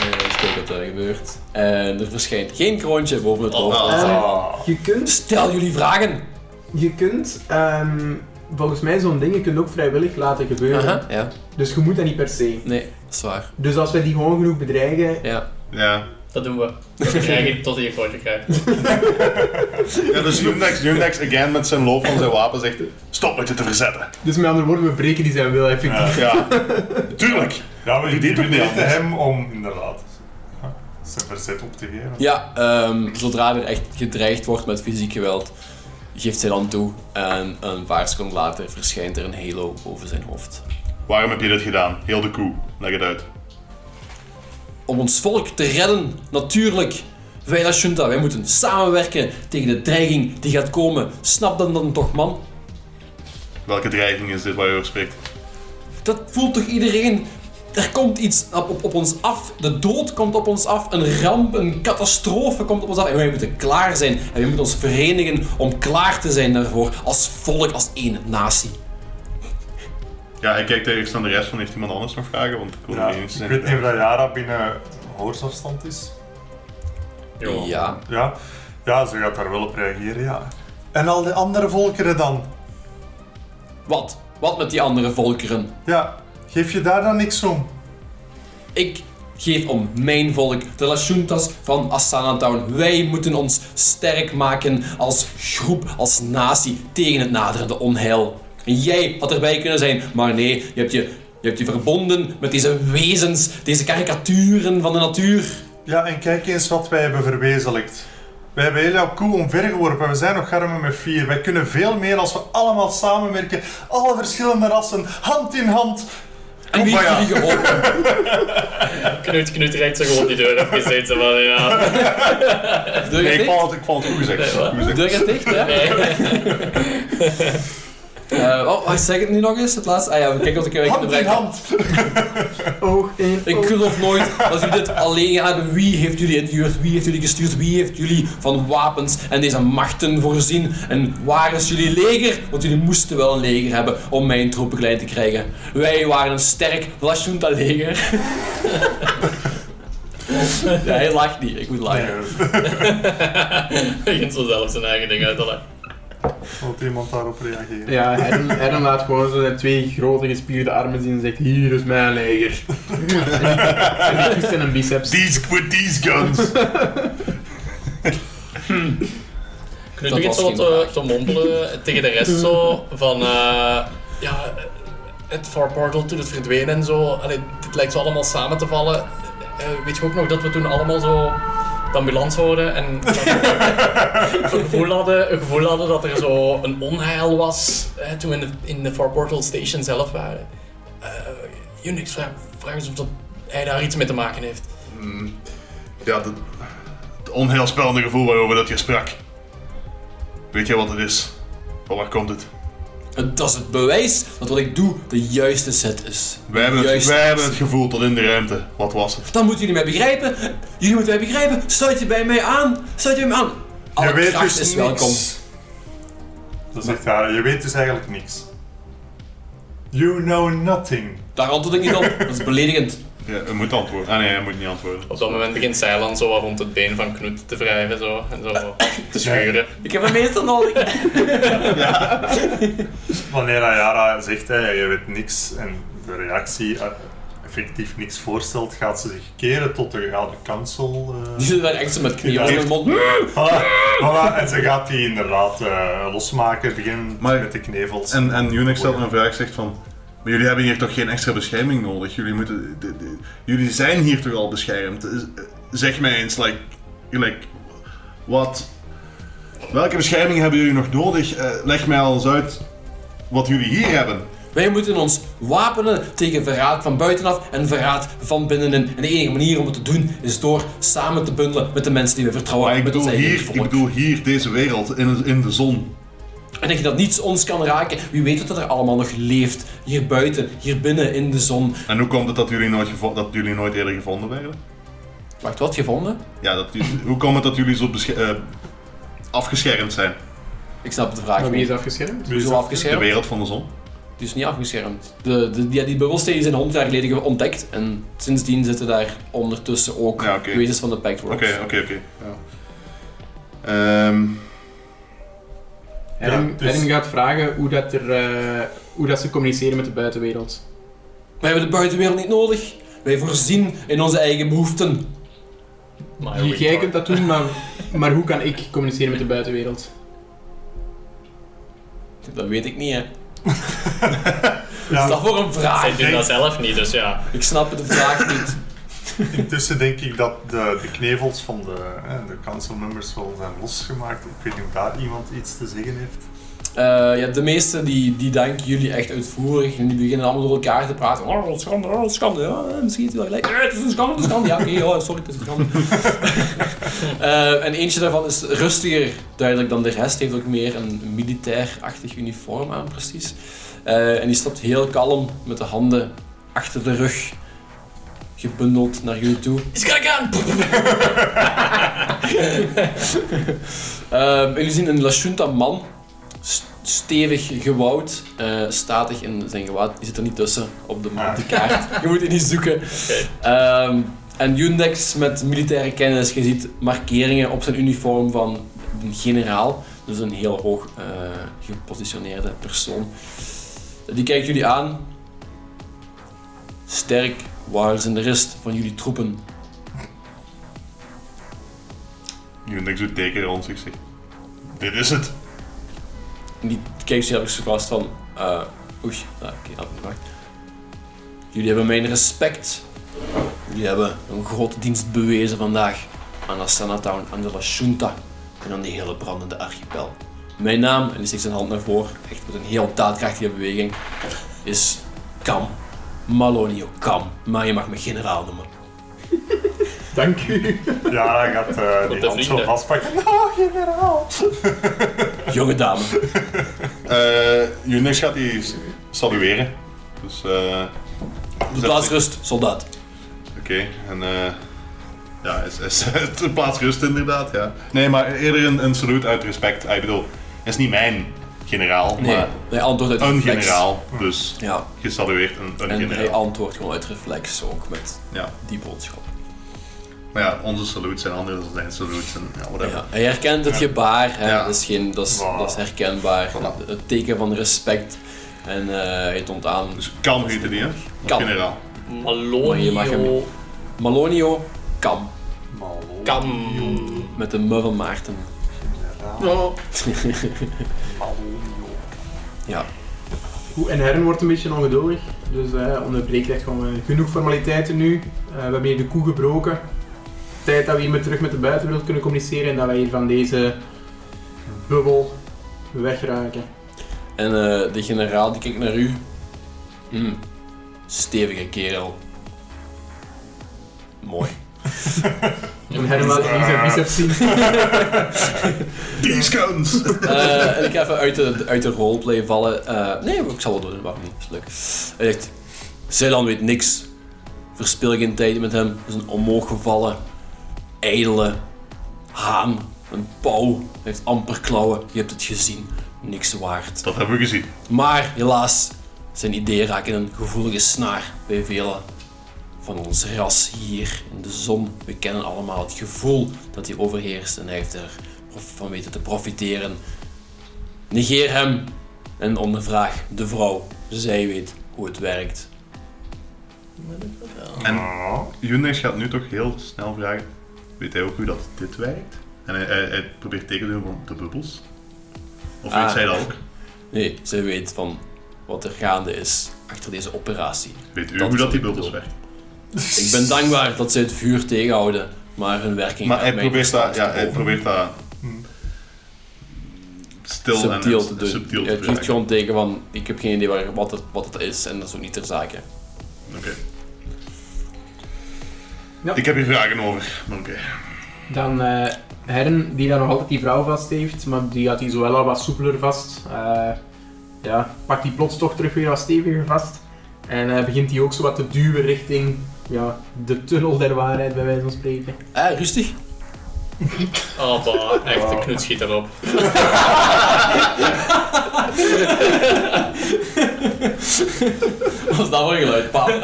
[SPEAKER 1] hij is kijk wat daar gebeurt. En er verschijnt geen kroontje boven het hoofd.
[SPEAKER 3] Oh.
[SPEAKER 1] van Zeilan.
[SPEAKER 2] Je Ehm, kunt
[SPEAKER 1] Stel jullie vragen!
[SPEAKER 2] Je kunt ehm, volgens mij zo'n dingen kun je ook vrijwillig laten gebeuren.
[SPEAKER 1] Aha, ja.
[SPEAKER 2] Dus je moet dat niet per se.
[SPEAKER 1] Nee, dat is waar.
[SPEAKER 2] Dus als wij die gewoon genoeg bedreigen,
[SPEAKER 1] Ja.
[SPEAKER 3] Ja.
[SPEAKER 5] Dat doen we. Dat krijg je tot je kwartje krijgt.
[SPEAKER 3] ja dus Unix, Unix again met zijn loop van zijn wapen zegt: Stop met je te verzetten.
[SPEAKER 2] dus met andere woorden, we breken die zijn wil effectief.
[SPEAKER 4] Ja.
[SPEAKER 3] Ja, tuurlijk.
[SPEAKER 4] Ja, we
[SPEAKER 3] Die doet ook niet
[SPEAKER 4] intimideren
[SPEAKER 3] anders.
[SPEAKER 4] hem om inderdaad ja, zijn verzet op te geven.
[SPEAKER 1] Ja, ehm, zodra er echt gedreigd wordt met fysiek geweld, geeft zij dan toe. En een paar seconden later verschijnt er een halo boven zijn hoofd.
[SPEAKER 3] Waarom heb je dit gedaan? Heel de koe. Leg het uit.
[SPEAKER 1] Om ons volk te redden, natuurlijk. Wij als junta, wij moeten samenwerken tegen de dreiging die gaat komen. Snap dan dan toch, man?
[SPEAKER 3] Welke dreiging is dit waar je over spreekt?
[SPEAKER 1] Dat voelt toch iedereen? Er komt iets op, op, op ons af. De dood komt op ons af. Een ramp, een catastrofe komt op ons af. En wij moeten klaar zijn. En wij moeten ons verenigen om klaar te zijn daarvoor. Als volk, als één natie.
[SPEAKER 3] Ja, ik kijk eerst naar de rest van: Heeft iemand anders nog vragen? Want ik wil
[SPEAKER 4] Ja,
[SPEAKER 3] er
[SPEAKER 4] ik
[SPEAKER 3] eens zijn.
[SPEAKER 4] weet niet of dat Yara binnen hoorsafstand is.
[SPEAKER 5] Jo.
[SPEAKER 1] Ja.
[SPEAKER 4] Ja. ja, ze gaat daar wel op reageren, ja. En al die andere volkeren dan?
[SPEAKER 1] Wat? Wat met die andere volkeren?
[SPEAKER 4] Ja, geef je daar dan niks om?
[SPEAKER 1] Ik geef om mijn volk, de La Juntas van Astana Town. Wij moeten ons sterk maken als groep, als natie tegen het naderende onheil. En jij had erbij kunnen zijn, maar nee, je hebt je, je, hebt je verbonden met deze wezens, deze karikaturen van de natuur.
[SPEAKER 4] Ja, en kijk eens wat wij hebben verwezenlijkt. Wij hebben heel jouw koe omvergeworpen. We zijn nog garmen met vier. Wij kunnen veel meer als we allemaal samenwerken. Alle verschillende rassen, hand in hand.
[SPEAKER 1] En wie heeft jullie geholpen?
[SPEAKER 5] Knut, Knut rijdt ze gewoon die deur afgezet. Zo van, ja.
[SPEAKER 1] Deur
[SPEAKER 3] Nee, ik
[SPEAKER 1] gaat
[SPEAKER 3] vond het, ik vond het goed gezegd. Goed
[SPEAKER 1] dicht?
[SPEAKER 3] gezegd.
[SPEAKER 1] Deur gaat dicht, hè?
[SPEAKER 5] Nee.
[SPEAKER 1] Eh, oh, wacht, zeg het nu nog eens, het laatste. Ah ja, we kijken wat ik eruit kan
[SPEAKER 4] Hand in
[SPEAKER 1] brengen.
[SPEAKER 4] hand.
[SPEAKER 2] Oog in
[SPEAKER 1] Ik
[SPEAKER 4] Oh.
[SPEAKER 2] oog.
[SPEAKER 1] geloof nooit dat jullie dit alleen hebben. Wie heeft jullie ingehuurd? Wie heeft jullie gestuurd? Wie heeft jullie van wapens en deze machten voorzien? En waar is jullie leger? Want jullie moesten wel een leger hebben om mijn troepen klein te krijgen. Wij waren een sterk Vlasunta leger. ja, hij lacht niet. Ik moet lachen.
[SPEAKER 5] Hij begint zo zelf zijn eigen ding uit te leggen.
[SPEAKER 4] Wilt iemand daarop reageren?
[SPEAKER 2] Ja, Herren, Herren laat gewoon zo zijn twee grote gespierde armen zien en zegt: Hier is mijn leger. en die kust en een biceps.
[SPEAKER 3] These, with these guns.
[SPEAKER 5] Knut
[SPEAKER 1] Dat
[SPEAKER 5] begint
[SPEAKER 1] was
[SPEAKER 5] zo
[SPEAKER 1] geen
[SPEAKER 5] te,
[SPEAKER 1] vraag.
[SPEAKER 5] te mompelen eh, tegen de rest zo van eh, ja, het Far Portal toen het verdween en zo. Allee, dit lijkt zo allemaal samen te vallen. Eh, weet je ook nog dat we toen allemaal zo de ambulance hoorden en dat we een gevoel hadden, een gevoel hadden dat er zo een onheil was eh, toen we in de, in de Far Portal Station zelf waren. Eh Unix vraagt vraag eens of dat hij daar iets mee te maken heeft.
[SPEAKER 3] Ja, dat, het onheilspellende gevoel waarover dat je sprak. Weet jij wat het is? Van waar komt het?
[SPEAKER 1] En Dat is het bewijs dat wat ik doe de juiste set is.
[SPEAKER 3] Wij hebben het,
[SPEAKER 1] Juist.
[SPEAKER 3] wij hebben het gevoel tot in de ruimte. Wat was het?
[SPEAKER 1] Dan moeten jullie mij begrijpen. Jullie moeten mij begrijpen. Sluit je bij mij aan. Sluit je bij mij aan. Alle
[SPEAKER 4] je weet
[SPEAKER 1] kracht
[SPEAKER 4] dus
[SPEAKER 1] is
[SPEAKER 4] niks.
[SPEAKER 1] welkom.
[SPEAKER 4] Dat zegt haar. Je weet dus eigenlijk niks. You know nothing.
[SPEAKER 1] Daar antwoord ik niet op. Dat is beledigend.
[SPEAKER 3] Ja, hij moet antwoorden. Ah nee, hij moet niet antwoorden.
[SPEAKER 5] Op dat moment begint Zeiland zo wat rond het been van Knut te wrijven zo, en zo te schuren.
[SPEAKER 1] Ik heb een meester nodig.
[SPEAKER 4] Wanneer Ayara zegt, hè, je weet niks en de reactie eh, effectief niks voorstelt, gaat ze zich keren tot de gouden kansel. eh.
[SPEAKER 1] Die zitten daar echt zo met knieën in hun mond.
[SPEAKER 4] Voilà, voilà, en ze gaat die inderdaad eh, losmaken, begin
[SPEAKER 3] Maar-
[SPEAKER 4] met de knevels.
[SPEAKER 3] En, en Unix stelt een vraag, zegt van... Maar jullie hebben hier toch geen extra bescherming nodig? Jullie, moeten, de- de- jullie zijn hier toch al beschermd? Is- Zeg mij eens, like... like wat... Welke bescherming hebben jullie nog nodig? Eh, leg mij al eens uit wat jullie hier hebben.
[SPEAKER 1] Wij moeten ons wapenen tegen verraad van buitenaf en verraad van binnenin. En de enige manier om het te doen is door samen te bundelen met de mensen die we vertrouwen.
[SPEAKER 3] Maar ik
[SPEAKER 1] met ons
[SPEAKER 3] bedoel,
[SPEAKER 1] eigen
[SPEAKER 3] hier,
[SPEAKER 1] volk.
[SPEAKER 3] ik bedoel hier, deze wereld, in, in de zon.
[SPEAKER 1] En denk je dat niets ons kan raken? Wie weet wat er allemaal nog leeft. Hier buiten, hier binnen in de zon.
[SPEAKER 3] En hoe komt het dat jullie nooit, gevo- dat jullie nooit eerder gevonden werden?
[SPEAKER 1] Wacht, wat gevonden?
[SPEAKER 3] Ja, dat, jullie- hoe komt het dat jullie zo besche- eh, afgeschermd zijn?
[SPEAKER 1] Ik snap de vraag
[SPEAKER 2] Maar wie is
[SPEAKER 1] niet.
[SPEAKER 2] afgeschermd?
[SPEAKER 1] Zo
[SPEAKER 3] De
[SPEAKER 1] afgeschermd?
[SPEAKER 3] wereld van de zon?
[SPEAKER 1] Die is niet afgeschermd. De, de, die, die bubbelsteden zijn 100 jaar geleden ontdekt. En sindsdien zitten daar ondertussen ook
[SPEAKER 3] Ja, oké.
[SPEAKER 1] wezens van de Pact Worlds.
[SPEAKER 3] Oké, oké, oké. Ja. Ehm,
[SPEAKER 2] En Adam,
[SPEAKER 4] dus-
[SPEAKER 2] Adam gaat vragen hoe, dat er, eh, hoe dat ze communiceren met de buitenwereld.
[SPEAKER 1] Wij hebben de buitenwereld niet nodig. Wij voorzien in onze eigen behoeften.
[SPEAKER 5] Maar
[SPEAKER 2] Jij
[SPEAKER 5] we-
[SPEAKER 2] kunt dat doen, maar, maar hoe kan ik communiceren met de buitenwereld?
[SPEAKER 1] Dat weet ik niet, hè. Wat
[SPEAKER 4] Ja,
[SPEAKER 1] is dat voor een vraag?
[SPEAKER 5] Zij doen Ah, dat zelf niet, dus ja.
[SPEAKER 1] Ik snap de vraag niet.
[SPEAKER 4] Intussen denk ik dat de, de knevels van de, eh, de council members wel zijn losgemaakt. Ik weet niet of daar iemand iets te zeggen heeft.
[SPEAKER 1] Eh, ja, de meesten die, die danken jullie echt uitvoerig en die beginnen allemaal door elkaar te praten. Oh, dat is schande, oh, dat is schande. Ja, eh, misschien is het wel gelijk. Eh, het is een schande, het is een schande. Ja, oké, ja, sorry, het is een schande. Eh, en eentje daarvan is rustiger, duidelijk, dan de rest. Heeft ook meer een militair-achtig uniform aan, precies. Eh, en die stapt heel kalm met de handen achter de rug, gebundeld naar jullie toe.
[SPEAKER 5] Is ga gaan!
[SPEAKER 1] Ehm, jullie zien een La Junta man, s- stevig gewouwd, eh, statig in zijn gewaad. Die zit er niet tussen op de, op de kaart. Je moet die niet zoeken. Ehm, en Yundex met militaire kennis, je ziet markeringen op zijn uniform van een generaal. Dus een heel hoog eh, gepositioneerde persoon. Die kijkt jullie aan. Sterk, waar zijn de rest van jullie troepen?
[SPEAKER 3] Nu niks doet teken rond zich. zeg. Dit is het.
[SPEAKER 1] En die keek zich ergens verrast van... eh oei, nou, oké, had ik niet verwacht. Jullie hebben mijn respect. Jullie hebben een grote dienst bewezen vandaag. Aan Astana Town, aan de La Junta. En aan die hele brandende archipel. Mijn naam, en die steekt zijn hand naar voren, echt met een heel daadkrachtige beweging, is Kam. Malonio Kam. Maar je mag me generaal noemen.
[SPEAKER 2] Dank u.
[SPEAKER 4] Ja, hij gaat eh,
[SPEAKER 5] Wat
[SPEAKER 4] die
[SPEAKER 5] de
[SPEAKER 4] hand zo
[SPEAKER 5] vrienden.
[SPEAKER 4] vastpakken. Oh, generaal!
[SPEAKER 1] Jonge dame.
[SPEAKER 3] Eh Unix gaat die s- salueren. Dus eh.
[SPEAKER 1] De plaats rust, soldaat.
[SPEAKER 3] Oké, en eh. ja, is, is, de plaats rust inderdaad, ja. Nee, maar eerder een, een saluut uit respect. Ah, Ik bedoel, hij is niet mijn generaal,
[SPEAKER 1] Nee,
[SPEAKER 3] maar
[SPEAKER 1] hij antwoordt uit
[SPEAKER 3] een
[SPEAKER 1] reflex.
[SPEAKER 3] generaal. Dus
[SPEAKER 1] Ja,
[SPEAKER 3] gesalueerd een, een
[SPEAKER 1] en hij
[SPEAKER 3] generaal.
[SPEAKER 1] antwoordt gewoon uit reflex ook met
[SPEAKER 3] Ja.
[SPEAKER 1] die boodschap.
[SPEAKER 3] Maar ja, onze saluut zijn anders dan zijn saluut en ja, whatever.
[SPEAKER 1] Ja, hij herkent het gebaar, hè.
[SPEAKER 3] Ja.
[SPEAKER 1] Dat, is geen, dat, is,
[SPEAKER 4] Wow.
[SPEAKER 1] dat is herkenbaar.
[SPEAKER 3] Voilà.
[SPEAKER 1] Het teken van respect. En eh, hij toont aan.
[SPEAKER 3] Dus kan heette die, hè? Of
[SPEAKER 1] Kan.
[SPEAKER 3] Generaal.
[SPEAKER 1] Maar je mag hem
[SPEAKER 5] Malonio
[SPEAKER 1] Malonio Kam,
[SPEAKER 4] Malo,
[SPEAKER 5] Kam.
[SPEAKER 1] met de Murren Maarten.
[SPEAKER 4] generaal,
[SPEAKER 5] Oh,
[SPEAKER 4] Malonio.
[SPEAKER 1] ja.
[SPEAKER 2] Goed, en Herren wordt een beetje ongeduldig, dus eh onderbreekt echt gewoon eh, genoeg formaliteiten nu. Eh, we hebben hier de koe gebroken. Tijd dat we hiermee terug met de buitenwereld kunnen communiceren en dat wij hier van deze bubbel wegraken.
[SPEAKER 1] En eh, de generaal die kijkt naar u. Hm, Stevige kerel. Mooi.
[SPEAKER 2] En Herren laat niet zijn biceps zien.
[SPEAKER 3] These guns!
[SPEAKER 1] Eh, en ik ga even uit de, uit de roleplay vallen. Eh, nee, ik zal wel doen, wacht niet. Is leuk. Hij zegt: Zeeland weet niks. Verspil geen tijd met hem. Is een omhoog gevallen, ijdele haan. Een pauw. Hij heeft amper klauwen. Je hebt het gezien. Niks waard.
[SPEAKER 3] Dat hebben we gezien.
[SPEAKER 1] Maar helaas, zijn ideeën raken een gevoelige snaar bij velen van ons ras hier in de zon. We kennen allemaal het gevoel dat hij overheerst en hij heeft er prof- van weten te profiteren. Negeer hem en ondervraag de vrouw. Zij weet hoe het werkt.
[SPEAKER 3] En
[SPEAKER 4] Ah.
[SPEAKER 3] Unix gaat nu toch heel snel vragen: Weet hij ook hoe dat dit werkt? En hij, hij, hij probeert tegen te doen van de bubbels. Of weet
[SPEAKER 1] Ah.
[SPEAKER 3] zij dat ook?
[SPEAKER 1] Nee, zij weet van wat er gaande is achter deze operatie.
[SPEAKER 3] Weet u
[SPEAKER 1] Dat
[SPEAKER 3] hoe
[SPEAKER 1] is
[SPEAKER 3] dat die
[SPEAKER 1] wat ik
[SPEAKER 3] bubbels
[SPEAKER 1] bedoel.
[SPEAKER 3] werkt?
[SPEAKER 1] Ik ben dankbaar dat zij het vuur tegenhouden, maar hun werking
[SPEAKER 3] Maar
[SPEAKER 1] gaat
[SPEAKER 3] hij
[SPEAKER 1] mijn
[SPEAKER 3] probeert dat,
[SPEAKER 1] verstand
[SPEAKER 3] ja, hij
[SPEAKER 1] boven.
[SPEAKER 3] probeert dat stil
[SPEAKER 1] subtiel
[SPEAKER 3] en
[SPEAKER 1] te doen.
[SPEAKER 3] subtiel
[SPEAKER 1] Ja,
[SPEAKER 3] te
[SPEAKER 1] het ligt
[SPEAKER 3] vragen.
[SPEAKER 1] gewoon tegen van, ik heb geen idee waar, wat, het, wat het is en dat is ook niet ter zake.
[SPEAKER 3] Oké.
[SPEAKER 2] Ja.
[SPEAKER 3] Ik heb hier vragen over, maar oké.
[SPEAKER 2] Dan eh Herren, die dan nog altijd die vrouw vast heeft, maar die had die zo wel al wat soepeler vast. Eh, ja, pakt die plots toch terug weer wat steviger vast. En eh, begint die ook zo wat te duwen richting ja, de tunnel der waarheid, bij wijze van spreken.
[SPEAKER 1] Eh, rustig.
[SPEAKER 5] Oh, bah, echt, de knut schiet erop.
[SPEAKER 1] Wat is dat voor geluid? Pa.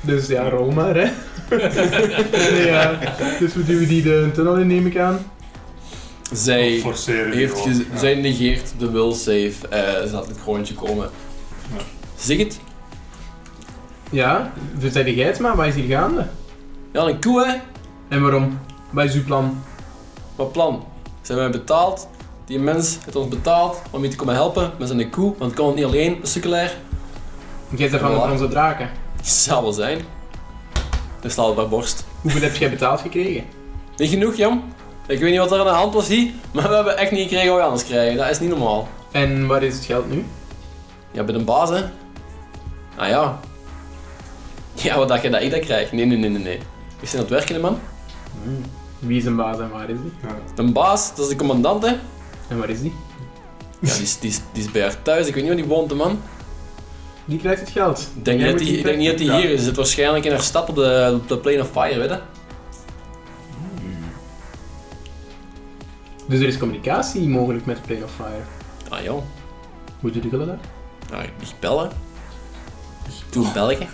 [SPEAKER 2] Dus ja, rol maar, hè. nee, ja. Dus we duwen die de tunnel in, neem ik aan.
[SPEAKER 1] Zij,
[SPEAKER 4] forceren die
[SPEAKER 1] heeft
[SPEAKER 4] gewoon.
[SPEAKER 1] gez-
[SPEAKER 4] Ja.
[SPEAKER 1] zij negeert de will save. eh, ze laat het kroontje komen.
[SPEAKER 4] Ja.
[SPEAKER 1] Zeg het.
[SPEAKER 2] Ja, dus zei jij het maar, wat is hier gaande?
[SPEAKER 1] Ja, een koe hè.
[SPEAKER 2] En waarom? Wat is uw plan?
[SPEAKER 1] Wat plan? Ze hebben mij betaald. Die mens heeft ons betaald om je te komen helpen met zijn koe. Want ik kan het niet alleen, een sukkelaar.
[SPEAKER 2] Jij bent van
[SPEAKER 1] Voilà.
[SPEAKER 2] over onze draken.
[SPEAKER 1] Zou wel zijn. Er staat op haar borst.
[SPEAKER 2] Hoeveel heb jij betaald gekregen?
[SPEAKER 1] Niet genoeg, Jam. Ik weet niet wat er aan de hand was hier, maar we hebben echt niet gekregen wat we anders krijgen. Dat is niet normaal.
[SPEAKER 2] En waar is het geld nu?
[SPEAKER 1] Ja, bij een baas, hè? Ah ja. Ja, wat dacht je dat ik dat krijg? Nee, nee, nee, nee, nee. We zijn aan het werken, hè, man.
[SPEAKER 2] Wie is een baas en waar is die?
[SPEAKER 1] De baas, dat is de commandant, hè?
[SPEAKER 2] En waar is die?
[SPEAKER 1] Ja, die is, die is, die is bij haar thuis. Ik weet niet waar die woont, hè, man.
[SPEAKER 2] Die krijgt het geld.
[SPEAKER 1] Ik denk,
[SPEAKER 2] Jij
[SPEAKER 1] niet dat
[SPEAKER 2] moet
[SPEAKER 1] die, ik denk niet dat die hier is. Zit waarschijnlijk in haar stad op de, op de Plane of Fire, weet je?
[SPEAKER 2] Dus er is communicatie mogelijk met de Plane of Fire.
[SPEAKER 1] Ah joh.
[SPEAKER 2] Hoe doe je dat? dan?
[SPEAKER 1] Ah, ik bel, hè. Toen België.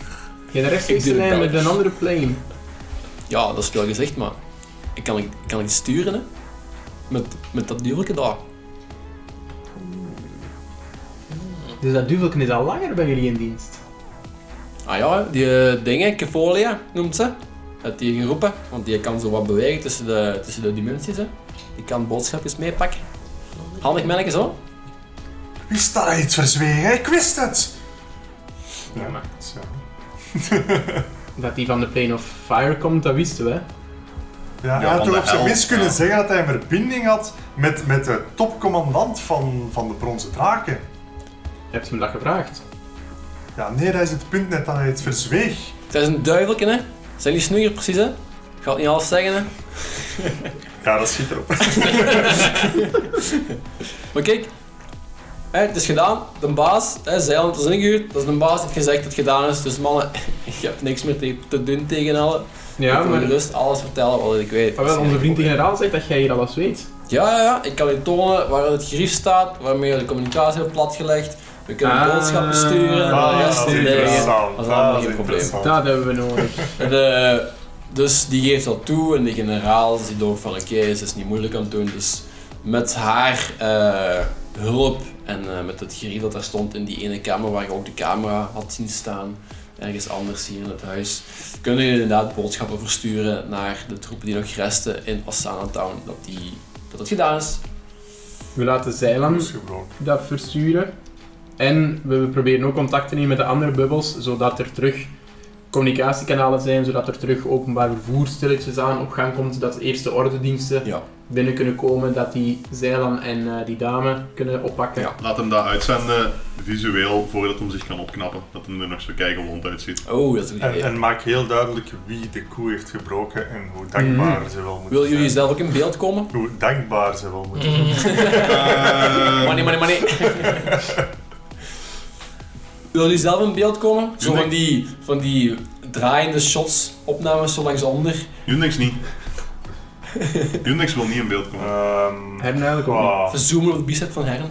[SPEAKER 2] Je hebt rechtstreeks
[SPEAKER 1] Ik
[SPEAKER 2] een
[SPEAKER 1] doe het
[SPEAKER 2] lijn
[SPEAKER 1] wel.
[SPEAKER 2] met een andere plane.
[SPEAKER 1] Ja, dat is wel gezegd, maar ik kan, ik kan het sturen, hè. Met, met dat duwelijke daar.
[SPEAKER 2] Dus dat duvelken is al langer bij jullie in dienst.
[SPEAKER 1] Ah ja, die eh, dingen, Kefolia noemt ze. Uit die geroepen, want die kan zo wat bewegen tussen de, tussen de dimensies, hè. Die kan boodschapjes meepakken. Handig mannetje zo.
[SPEAKER 4] Ik wist dat hij iets verzwegen, ik wist het!
[SPEAKER 2] Ja, maar-
[SPEAKER 4] dat is ja.
[SPEAKER 2] Dat die van de Plane of Fire komt, dat wisten we. hè.
[SPEAKER 4] Ja,
[SPEAKER 3] Ja,
[SPEAKER 4] hij had
[SPEAKER 3] van
[SPEAKER 4] toch
[SPEAKER 3] de
[SPEAKER 4] op zijn
[SPEAKER 3] hel,
[SPEAKER 4] minst kunnen
[SPEAKER 3] ja.
[SPEAKER 4] zeggen dat hij een verbinding had met, met de topcommandant van, van de Bronzen Draken.
[SPEAKER 2] Heb je hem dat gevraagd?
[SPEAKER 4] Ja, nee, dat is het punt net dat hij het verzweeg.
[SPEAKER 1] Dat is een duivelke, hè. Zijn die snoeier precies, hè. Ik ga het niet half zeggen, hè.
[SPEAKER 4] Ja, dat schiet erop.
[SPEAKER 1] Maar kijk, hè, het is gedaan. De baas, hè, zij hadden het ons ingehuurd. Dat is de baas die heeft gezegd dat het gedaan is. Dus mannen, je hebt niks meer te, te doen tegen alle.
[SPEAKER 2] Ja,
[SPEAKER 1] ik kan je
[SPEAKER 2] maar...
[SPEAKER 1] rust alles vertellen wat ik weet.
[SPEAKER 2] Maar wel, onze vriend de generaal zegt dat jij hier alles weet.
[SPEAKER 1] Ja, ja, ja. Ik kan u tonen waar het grief staat, waarmee we de communicatie hebt platgelegd. We kunnen
[SPEAKER 2] Ah.
[SPEAKER 1] boodschappen sturen,
[SPEAKER 2] Ah,
[SPEAKER 1] de rest
[SPEAKER 2] dat is
[SPEAKER 1] doen
[SPEAKER 2] interessant.
[SPEAKER 1] leggen. Dat is allemaal geen probleem.
[SPEAKER 4] Ah, interessant.
[SPEAKER 2] Dat hebben we nodig.
[SPEAKER 1] En, eh, dus die geeft dat toe en de generaal ziet ook van oké, ze is niet moeilijk aan het doen. Dus met haar eh, hulp en eh, met het gerief dat daar stond in die ene kamer waar je ook de camera had zien staan, ergens anders hier in het huis, kunnen jullie inderdaad boodschappen versturen naar de troepen die nog resten in Asana Town, dat, die, dat het gedaan is.
[SPEAKER 2] We laten
[SPEAKER 4] Dat
[SPEAKER 2] Zeiland
[SPEAKER 4] is gebroken.
[SPEAKER 2] dat versturen. En we proberen ook contact te nemen met de andere bubbels, zodat er terug communicatiekanalen zijn, zodat er terug openbaar vervoer stilletjes aan op gang komt, dat de eerste orde diensten
[SPEAKER 1] Ja.
[SPEAKER 2] binnen kunnen komen, dat die zeilen en eh, die dame kunnen oppakken.
[SPEAKER 1] Ja.
[SPEAKER 3] Laat hem dat uitzenden, visueel, voordat hij zich kan opknappen. Dat hij er nog zo kijkwond uitziet.
[SPEAKER 1] Oh, dat is een goed
[SPEAKER 4] En,
[SPEAKER 1] idee.
[SPEAKER 4] en maak heel duidelijk wie de koe heeft gebroken en hoe dankbaar ze wel moeten
[SPEAKER 1] Mhm. Wil jullie
[SPEAKER 4] zijn.
[SPEAKER 1] zelf ook in beeld komen?
[SPEAKER 4] Hoe dankbaar ze wel moeten zijn.
[SPEAKER 5] Ehm.
[SPEAKER 3] Eh,
[SPEAKER 1] Money, money, money. Wil jullie zelf in beeld komen? Zo
[SPEAKER 3] Doe
[SPEAKER 1] van die, van die draaiende shots, opnames zo langs onder.
[SPEAKER 3] Unix niet. Unix wil niet in beeld komen.
[SPEAKER 4] Ehm,
[SPEAKER 2] Hebben we eigenlijk ook niet.
[SPEAKER 4] ah,
[SPEAKER 1] Zoomen op de bicep van Herren.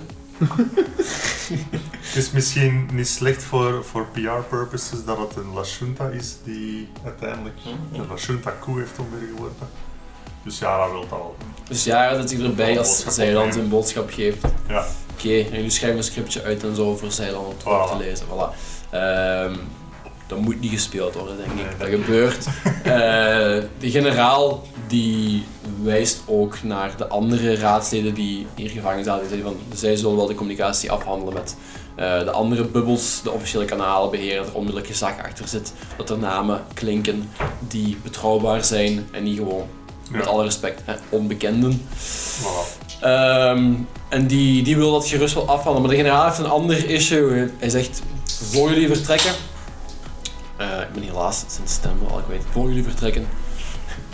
[SPEAKER 4] Het is misschien niet slecht voor, voor PR-purposes dat het een La Junta is die uiteindelijk de La Junta koe heeft omvergeworpen. Dus ja, dat wil dat wel.
[SPEAKER 1] Dus ja, dat zit erbij als
[SPEAKER 4] Boodschap
[SPEAKER 1] Zeiland
[SPEAKER 4] opnemen.
[SPEAKER 1] een boodschap geeft.
[SPEAKER 4] Ja.
[SPEAKER 1] Oké, en jullie schrijven een scriptje uit en zo voor Zeiland om het
[SPEAKER 4] Voilà.
[SPEAKER 1] voor te lezen. Voilà. Ehm, dat moet niet gespeeld worden, denk ik.
[SPEAKER 4] Nee,
[SPEAKER 1] dat
[SPEAKER 4] dat-
[SPEAKER 1] gebeurt. Eh, de generaal die wijst ook naar de andere raadsleden die hier gevangen zaten. Die zeiden van, zij zullen wel de communicatie afhandelen met eh, de andere bubbels, de officiële kanalen beheren, dat er onmiddellijk gezag achter zit. Dat er namen klinken die betrouwbaar zijn en niet gewoon, met
[SPEAKER 4] Ja.
[SPEAKER 1] alle respect, hè, onbekenden.
[SPEAKER 4] Voilà.
[SPEAKER 1] Ehm, en die, die wil dat gerust wel afhandelen. Maar de generaal heeft een ander issue. Hij zegt, voor jullie vertrekken... Eh, ik ben helaas zijn stem wel al kwijt. Voor jullie vertrekken...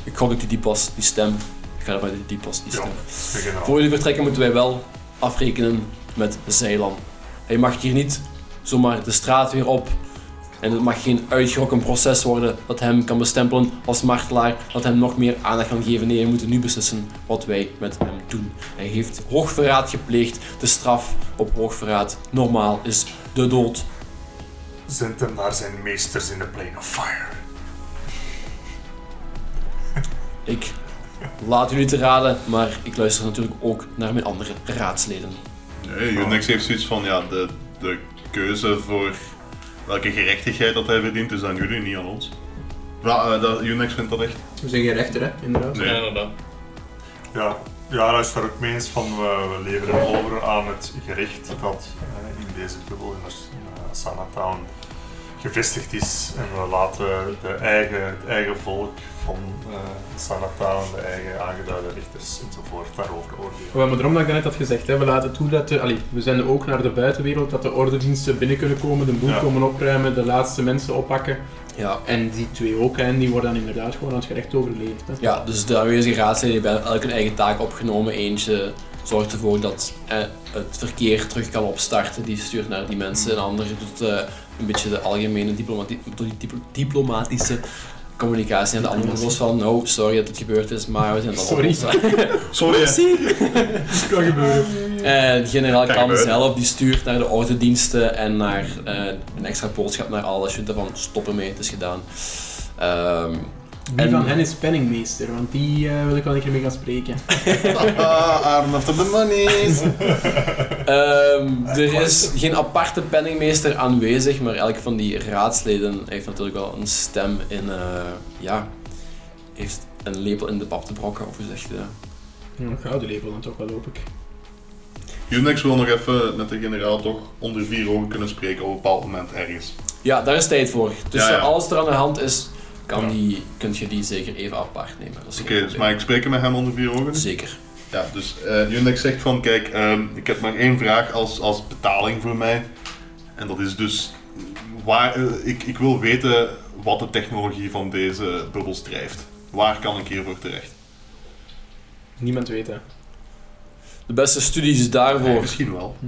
[SPEAKER 1] Ik gok dat die diep was, die stem. Ik ga erbij dat die diep was, die
[SPEAKER 4] Ja.
[SPEAKER 1] stem.
[SPEAKER 4] De generaal.
[SPEAKER 1] Voor jullie vertrekken moeten wij wel afrekenen met Zeilan. Hij mag hier niet zomaar de straat weer op. En het mag geen uitgerokken proces worden dat hem kan bestempelen als martelaar, dat hem nog meer aandacht kan geven. Nee, we moeten nu beslissen wat wij met hem doen. Hij heeft hoogverraad gepleegd. De straf op hoogverraad normaal is de dood.
[SPEAKER 4] Zend hem naar zijn meesters in de Plane of Fire.
[SPEAKER 1] Ik laat jullie te raden, maar ik luister natuurlijk ook naar mijn andere raadsleden.
[SPEAKER 3] Nee, Unix heeft zoiets van, ja, de, de keuze voor welke gerechtigheid dat hij verdient, is aan jullie, niet aan ons. Ja, eh, dat, Unix vindt dat echt.
[SPEAKER 2] We zijn geen rechter, hè, inderdaad.
[SPEAKER 3] Nee.
[SPEAKER 5] Ja, inderdaad.
[SPEAKER 4] Ja, ja daar is daar ook mee eens van. We, we leveren over aan het gerecht dat eh, in deze bubbel in, As- in eh, Sanatown gevestigd is. En we laten de eigen, het eigen volk van eh Sanatown, de eigen aangeduide rechters enzovoort daarover oordelen.
[SPEAKER 2] Wel, maar daarom dat ik net had gezegd, hè, we laten toe dat de, allee, we zenden ook naar de buitenwereld dat de ordendiensten binnen kunnen komen, de boel
[SPEAKER 4] Ja.
[SPEAKER 2] komen opruimen, de laatste mensen oppakken.
[SPEAKER 1] Ja.
[SPEAKER 2] En die twee ook, hè, en die worden dan inderdaad gewoon aan het gerecht overleverd. Hè.
[SPEAKER 1] Ja, dus de aanwezige raadsleden hebben elk een eigen taak opgenomen. Eentje zorgt ervoor dat eh, het verkeer terug kan opstarten. Die stuurt naar die mensen. Een andere doet eh, een beetje de algemene diplomati- die diplo- diplomatische communicatie. En de andere was van, nou, sorry dat het gebeurd is, maar we zijn dat
[SPEAKER 2] Sorry.
[SPEAKER 3] Sorry, hè.
[SPEAKER 2] Dat kan gebeuren.
[SPEAKER 1] En Eh, generaal
[SPEAKER 3] Kan
[SPEAKER 1] Kam
[SPEAKER 3] gebeuren.
[SPEAKER 1] zelf die stuurt naar de ordendiensten en naar eh, een extra boodschap naar alles. Je daarvan stoppen mee, het is gedaan. Ehm,
[SPEAKER 2] Wie
[SPEAKER 1] En-
[SPEAKER 2] van hen is penningmeester, want die eh, wil ik wel een keer mee gaan spreken.
[SPEAKER 3] Haha, Ah, Arm after the monies.
[SPEAKER 1] Ehm, er is geen aparte penningmeester aanwezig, maar elk van die raadsleden heeft natuurlijk wel een stem in, eh, ja, heeft een lepel in de pap te brokken, of hoe zeg je dat?
[SPEAKER 2] Ja, een gouden label dan toch wel, hoop ik.
[SPEAKER 3] Unix wil nog even met de generaal toch onder vier ogen kunnen spreken op een bepaald moment ergens. Dus
[SPEAKER 1] Ja, daar is tijd voor. Dus
[SPEAKER 3] Ja, ja.
[SPEAKER 1] eh, alles er aan de hand is, kan
[SPEAKER 4] Ja.
[SPEAKER 1] die, kun je die zeker even apart nemen. Dat is geen
[SPEAKER 3] Oké, dus
[SPEAKER 1] probleem.
[SPEAKER 3] maar ik spreek met hem onder vier ogen.
[SPEAKER 1] Zeker.
[SPEAKER 3] Ja, dus eh Unix zegt van, kijk, ehm, ik heb maar één vraag als, als betaling voor mij. En dat is dus, waar, eh, ik, ik wil weten wat de technologie van deze bubbels drijft. Waar kan ik hiervoor terecht?
[SPEAKER 2] Niemand weet, hè.
[SPEAKER 1] De beste studies
[SPEAKER 3] Eh,
[SPEAKER 1] daarvoor,
[SPEAKER 3] misschien wel.
[SPEAKER 2] Hm.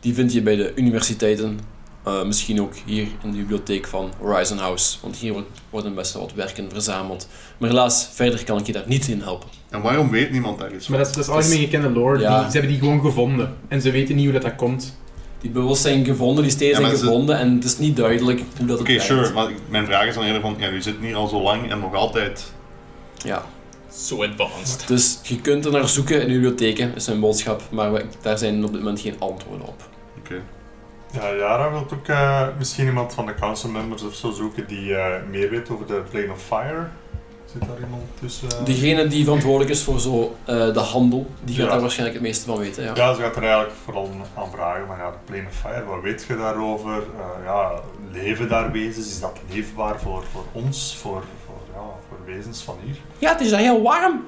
[SPEAKER 1] die vind je bij de universiteiten. Eh, misschien ook hier in de bibliotheek van Horizon House, want hier wordt- worden best wel wat werken verzameld. Maar helaas, verder kan ik je daar niet in helpen.
[SPEAKER 3] En waarom weet niemand daar iets
[SPEAKER 2] Dus Maar
[SPEAKER 3] van?
[SPEAKER 2] dat is, dat is algemeen gekende lore,
[SPEAKER 1] Dus- Ja.
[SPEAKER 2] die, ze hebben die gewoon gevonden. En ze weten niet hoe dat, dat komt.
[SPEAKER 1] Die bubbels zijn gevonden, die steden
[SPEAKER 3] Ja, maar
[SPEAKER 1] zijn
[SPEAKER 3] ze-
[SPEAKER 1] gevonden en het is niet duidelijk hoe dat
[SPEAKER 3] Oké,
[SPEAKER 1] het werkt.
[SPEAKER 3] sure, maar ik- mijn vraag is dan eerder van, ja, u zit hier al zo lang en nog altijd...
[SPEAKER 1] Ja,
[SPEAKER 5] So advanced.
[SPEAKER 1] dus je kunt er naar zoeken in de bibliotheken, is mijn boodschap, maar we- daar zijn op dit moment geen antwoorden op.
[SPEAKER 4] Ja, Jara wil ook eh, misschien iemand van de councilmembers of zo zoeken die eh, meer weet over de Plane of Fire. Zit daar iemand tussen?
[SPEAKER 1] Degene die verantwoordelijk is voor zo, eh, de handel, die gaat
[SPEAKER 4] Ja.
[SPEAKER 1] daar waarschijnlijk het meeste van weten. Ja.
[SPEAKER 4] Ja, ze gaat er eigenlijk vooral aan vragen, maar ja, de Plane of Fire, wat weet je daarover? Eh, ja, leven daar wezens, is dat leefbaar voor, voor ons, voor, voor, ja, voor wezens van hier?
[SPEAKER 1] Ja, het is daar heel warm.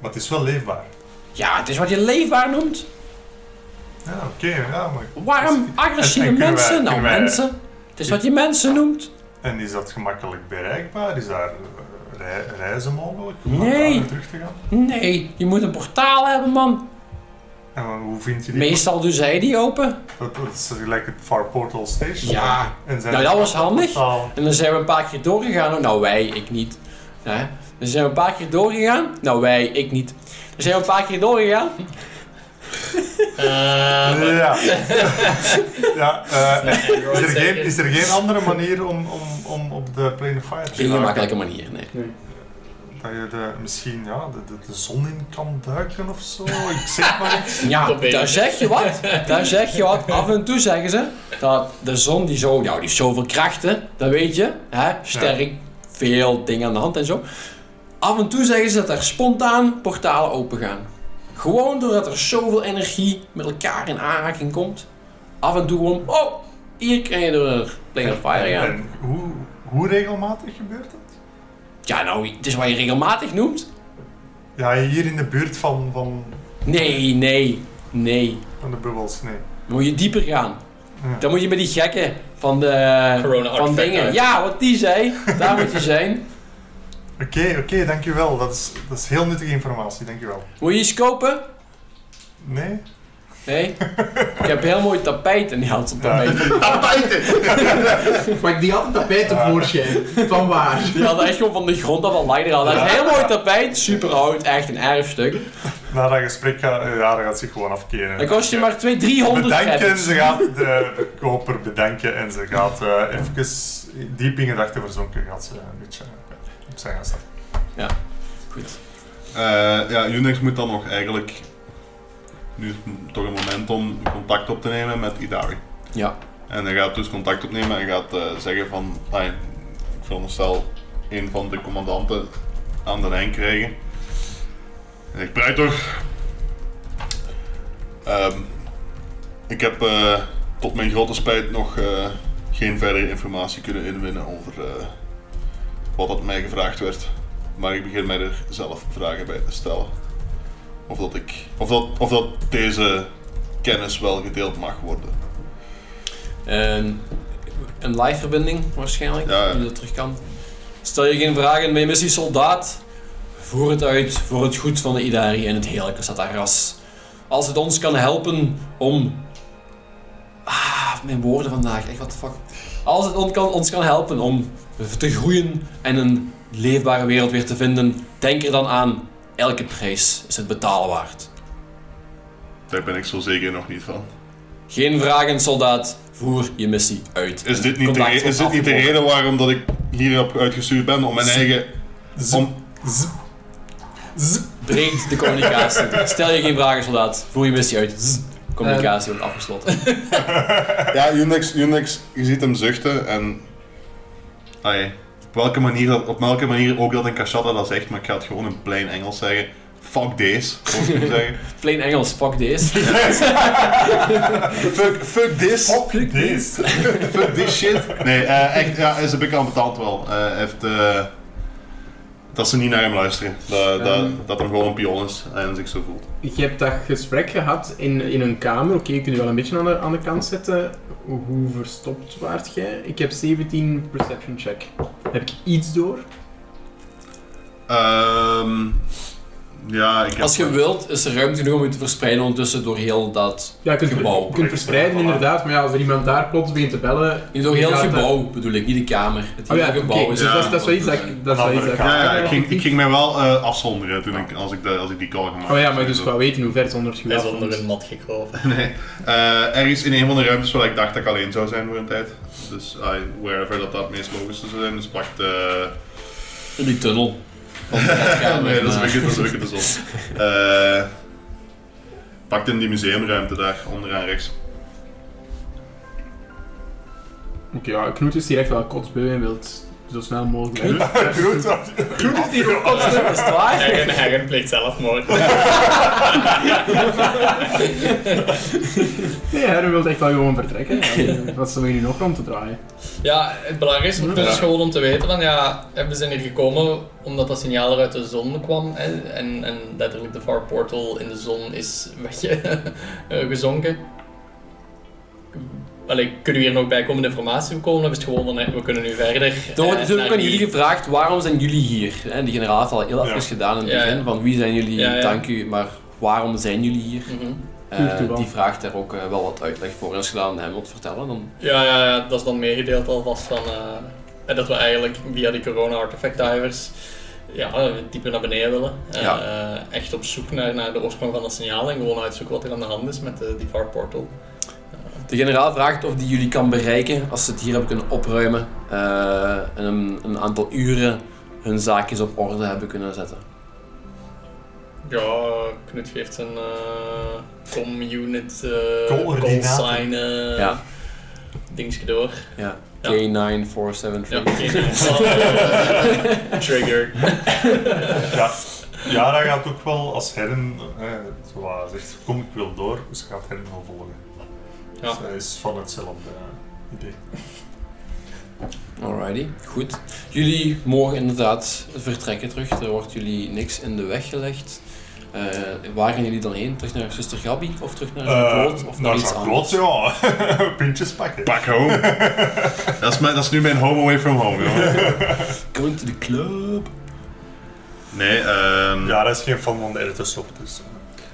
[SPEAKER 4] Maar het is wel leefbaar.
[SPEAKER 1] Ja, het is wat je leefbaar noemt.
[SPEAKER 4] Ja, oké, ja, maar...
[SPEAKER 1] Warm, agressieve
[SPEAKER 4] en kunnen wij-
[SPEAKER 1] mensen. nou,
[SPEAKER 4] kunnen wij-
[SPEAKER 1] mensen. Het is wat je mensen noemt.
[SPEAKER 4] En is dat gemakkelijk bereikbaar? Is daar eh, rei- reizen mogelijk om
[SPEAKER 1] Nee.
[SPEAKER 4] daar terug te gaan?
[SPEAKER 1] Nee, je moet een portaal hebben, man.
[SPEAKER 4] En hoe vind je die?
[SPEAKER 1] Meestal doen zij die open.
[SPEAKER 4] Dat, dat is gelijk het Far Portal Station.
[SPEAKER 1] Ja,
[SPEAKER 4] En zijn
[SPEAKER 1] nou dat was handig.
[SPEAKER 4] totaal-
[SPEAKER 1] En dan zijn we een paar keer doorgegaan. Nou, wij, ik niet. Hè? Dan zijn we een paar keer doorgegaan. Nou, wij, ik niet. Dan zijn we een paar keer doorgegaan.
[SPEAKER 5] Eh, maar-
[SPEAKER 4] ja. ja eh, is, er geen,
[SPEAKER 5] zeker.
[SPEAKER 4] is er geen andere manier om, om, om op de Plane of Fire
[SPEAKER 1] Geen
[SPEAKER 4] te geraken?
[SPEAKER 1] gemakkelijke manier, nee.
[SPEAKER 4] Dat je de, misschien ja, de, de, de zon in kan duiken of zo. Ik zeg maar iets.
[SPEAKER 1] Ja,
[SPEAKER 5] Probeer.
[SPEAKER 1] daar zeg je wat. Daar zeg je wat. Af en toe zeggen ze dat de zon die zo... Nou, die heeft zoveel krachten. Dat weet je. Hè? Sterk. Veel dingen aan de hand en zo. Af en toe zeggen ze dat er spontaan portalen opengaan. Gewoon doordat er zoveel energie met elkaar in aanraking komt. Af en toe gewoon... Oh, hier krijg je door een plane of fire gaan.
[SPEAKER 4] En hoe, hoe regelmatig gebeurt dat?
[SPEAKER 1] Ja, nou, het is wat je regelmatig noemt.
[SPEAKER 4] Ja, hier in de buurt van, van,
[SPEAKER 1] Nee, nee, nee.
[SPEAKER 4] van de bubbels, nee.
[SPEAKER 1] Dan moet je dieper gaan.
[SPEAKER 4] Ja.
[SPEAKER 1] Dan moet je met die gekken van de...
[SPEAKER 5] Corona
[SPEAKER 1] van
[SPEAKER 5] artifact
[SPEAKER 1] dingen.
[SPEAKER 5] uit.
[SPEAKER 1] Ja, wat die zei, daar moet je zijn.
[SPEAKER 4] Oké, oké, dankjewel. Dat is, dat is heel nuttige informatie, dankjewel.
[SPEAKER 1] Moet je iets kopen?
[SPEAKER 4] Nee?
[SPEAKER 1] Nee. Ik heb heel mooi tapijt en die had zo'n tapijt.
[SPEAKER 3] Tapijten!
[SPEAKER 2] Maar die altijd tapijt tevoorschijn. Van waar?
[SPEAKER 1] Die hadden echt gewoon van de grond af al leider aan. Dat is heel mooi tapijt, super oud, echt een erfstuk.
[SPEAKER 4] Na dat gesprek gaat, eh, ja, dat gaat zich gewoon afkeren.
[SPEAKER 1] Dat kost je maar 200, 300
[SPEAKER 4] bedenken,
[SPEAKER 1] credits.
[SPEAKER 4] ze gaat eh, de koper bedenken en ze gaat eh even diep in gedachten verzonken. Gaat ze een beetje eh, op zijn gaan staan.
[SPEAKER 1] Goed.
[SPEAKER 3] Eh, ja, Unix moet dan nog eigenlijk. Nu is het toch een moment om contact op te nemen met Idari.
[SPEAKER 1] Ja.
[SPEAKER 3] En hij gaat dus contact opnemen en gaat eh, zeggen van. ai, ik veronderstel een van de commandanten aan de lijn krijgen. En ik praat toch. Ehm, ik heb eh, tot mijn grote spijt nog eh, geen verdere informatie kunnen inwinnen over eh, wat dat mij gevraagd werd. Maar ik begin mij er zelf vragen bij te stellen. Of dat, ik, of dat, of dat deze kennis wel gedeeld mag worden.
[SPEAKER 1] En een live verbinding waarschijnlijk,
[SPEAKER 3] Ja, ja.
[SPEAKER 1] die dat terug kan. Stel je geen vragen bij missie soldaat, voer het uit voor het goed van de Idari en het heerlijke Satagras. Als het ons kan helpen om... Ah, mijn woorden vandaag, echt wat fuck. Als het on- kan- ons kan helpen om te groeien en een leefbare wereld weer te vinden, denk er dan aan, elke prijs is het betalen waard.
[SPEAKER 3] Daar ben ik zo zeker nog niet van.
[SPEAKER 1] Geen vragen, soldaat. Voer je missie uit.
[SPEAKER 3] Is dit niet, de,
[SPEAKER 1] Contact
[SPEAKER 3] re-
[SPEAKER 1] wordt
[SPEAKER 3] is dit niet de
[SPEAKER 1] afgebroken.
[SPEAKER 3] reden waarom dat ik hierop uitgestuurd ben? Om mijn eigen. Om,
[SPEAKER 1] Breekt de communicatie. Stel je geen vragen, soldaat. Voer je missie uit. Zzz. Communicatie
[SPEAKER 2] Ehm.
[SPEAKER 1] wordt afgesloten.
[SPEAKER 3] ja, Unix, Unix, je ziet hem zuchten en. Ai, op, welke manier, dat- op welke manier ook dat een Kashata dat zegt, maar ik ga het gewoon in plain Engels zeggen. Fuck this, zou ik maar zeggen.
[SPEAKER 1] Plain Engels, fuck this.
[SPEAKER 3] fuck, fuck this.
[SPEAKER 4] Fuck this.
[SPEAKER 3] Fuck this shit. Nee, eh, echt, ja, is een beetje ambetant wel. Eh, hij heeft, eh, dat ze niet naar hem luisteren. Dat, dat, dat hem gewoon een pion is en zich zo voelt.
[SPEAKER 2] Je hebt dat gesprek gehad in, in een kamer. Oké, je kunt je wel een beetje aan de, aan de kant zetten. Hoe verstopt waart jij? Ik heb 17 perception check. Heb ik iets door?
[SPEAKER 3] Ehm, ja, ik heb...
[SPEAKER 1] Als je wilt, is er ruimte genoeg om je te verspreiden ondertussen door heel dat...
[SPEAKER 2] Ja, je kunt,
[SPEAKER 1] Gebouw.
[SPEAKER 2] je kunt verspreiden inderdaad, maar ja, als er iemand daar plots begint te bellen...
[SPEAKER 1] Niet door heel het
[SPEAKER 2] gaat dat-
[SPEAKER 1] gebouw, bedoel ik. Niet de kamer. Het
[SPEAKER 2] Oh
[SPEAKER 1] hele
[SPEAKER 2] ja, oké,
[SPEAKER 1] gebouw is...
[SPEAKER 2] dus dat, is- dat is wel iets dat ik... Dat is wel iets dat ik-
[SPEAKER 3] Ja, ja, ik, ging, ik ging mij wel eh, afzonderen toen ik, als, ik de- als ik die call gemaakt
[SPEAKER 2] Oh ja,
[SPEAKER 3] had.
[SPEAKER 2] maar ik dus
[SPEAKER 3] Zo.
[SPEAKER 2] qua weten hoe ver het onder het
[SPEAKER 5] Hij
[SPEAKER 2] geweld
[SPEAKER 5] is onder
[SPEAKER 2] komt.
[SPEAKER 5] een mat gekropen.
[SPEAKER 3] Nee. Eh, ergens in een van de ruimtes waar ik dacht dat ik alleen zou zijn voor een tijd. Dus ah, wherever dat dat het meest logisch zou zijn. Dus pak de...
[SPEAKER 1] In die tunnel. Van de redkamer
[SPEAKER 3] nee, dat is
[SPEAKER 1] naar-
[SPEAKER 3] wicked, dat is wicked, dat is op. Eh, pak in die museumruimte daar, onderaan rechts.
[SPEAKER 2] Oké, ja, Knoet is hier echt wel kotsbeu en wilt zo snel mogelijk...
[SPEAKER 3] Knoet?
[SPEAKER 2] Knoet is hier kotsbeu!
[SPEAKER 1] Is het waar?
[SPEAKER 5] Hagen, Hagen pleegt zelfmoord.
[SPEAKER 2] Nee, Herren wilt echt wel gewoon vertrekken. Ja, Wat zullen we hier nog rond te draaien?
[SPEAKER 5] Ja, het belangrijkste voor ons
[SPEAKER 3] Ja.
[SPEAKER 5] is gewoon om te weten van ja, eh, we zijn hier gekomen omdat dat signaal eruit de zon kwam hè, en, en letterlijk de far portal in de zon is weggezonken. Allee, kunnen we hier nog bijkomende informatie bekomen? Of is het gewoon van, eh, we kunnen nu verder.
[SPEAKER 1] Er wordt
[SPEAKER 5] eh,
[SPEAKER 1] natuurlijk
[SPEAKER 5] naar
[SPEAKER 1] aan jullie
[SPEAKER 5] die-
[SPEAKER 1] gevraagd, waarom zijn jullie hier? En de generaal heeft al heel
[SPEAKER 4] Ja.
[SPEAKER 1] even gedaan in het
[SPEAKER 5] Ja, ja.
[SPEAKER 1] begin, van wie zijn jullie,
[SPEAKER 5] Ja, ja.
[SPEAKER 1] dank u, maar waarom zijn jullie hier?
[SPEAKER 5] Mhm.
[SPEAKER 1] Eh,
[SPEAKER 2] Puur toeval.
[SPEAKER 1] die vraagt daar ook eh, wel wat uitleg voor. En als je dat aan hem wilt vertellen, dan...
[SPEAKER 5] Ja, ja, ja, dat is dan meegedeeld alvast van eh, en dat we eigenlijk via die corona artefact divers ja, dieper naar beneden willen. Eh,
[SPEAKER 1] Ja.
[SPEAKER 5] eh, echt op zoek naar, naar de oorsprong van dat signaal en gewoon uitzoeken wat er aan de hand is met eh, die VAR portal.
[SPEAKER 1] De generaal vraagt of die jullie kan bereiken als ze het hier hebben kunnen opruimen. eh, en een, een aantal uren hun zaakjes op orde hebben kunnen zetten.
[SPEAKER 5] Ja, Knut geeft zijn eh, com unit eh,
[SPEAKER 4] Coördinaten.
[SPEAKER 5] call sign eh,
[SPEAKER 1] Ja.
[SPEAKER 5] dingetje door.
[SPEAKER 1] Ja.
[SPEAKER 5] Ja. Ja,
[SPEAKER 1] K9473.
[SPEAKER 5] oké, dan- Trigger.
[SPEAKER 4] Ja, ja, dat gaat ook wel als Herren eh, zo wat zegt, kom ik wil door, dus gaat Herren wel volgen.
[SPEAKER 5] Ja.
[SPEAKER 4] Dus dat is van hetzelfde eh, idee.
[SPEAKER 1] Alrighty, goed. Jullie mogen inderdaad vertrekken terug. Er wordt jullie niks in de weg gelegd. Eh, waar gaan jullie dan heen? Terug naar zuster Gabi? Of terug naar Jean-Claude?
[SPEAKER 4] Eh,
[SPEAKER 1] of naar
[SPEAKER 4] nou,
[SPEAKER 1] iets anders?
[SPEAKER 4] Jean-Claude, ja. Pintjes pakken.
[SPEAKER 3] Back home. dat, is mijn, dat is nu mijn home away from home, jongen.
[SPEAKER 1] Going to the club.
[SPEAKER 3] Nee, ehm...
[SPEAKER 4] Ja, dat is geen fan van de editorshop, dus...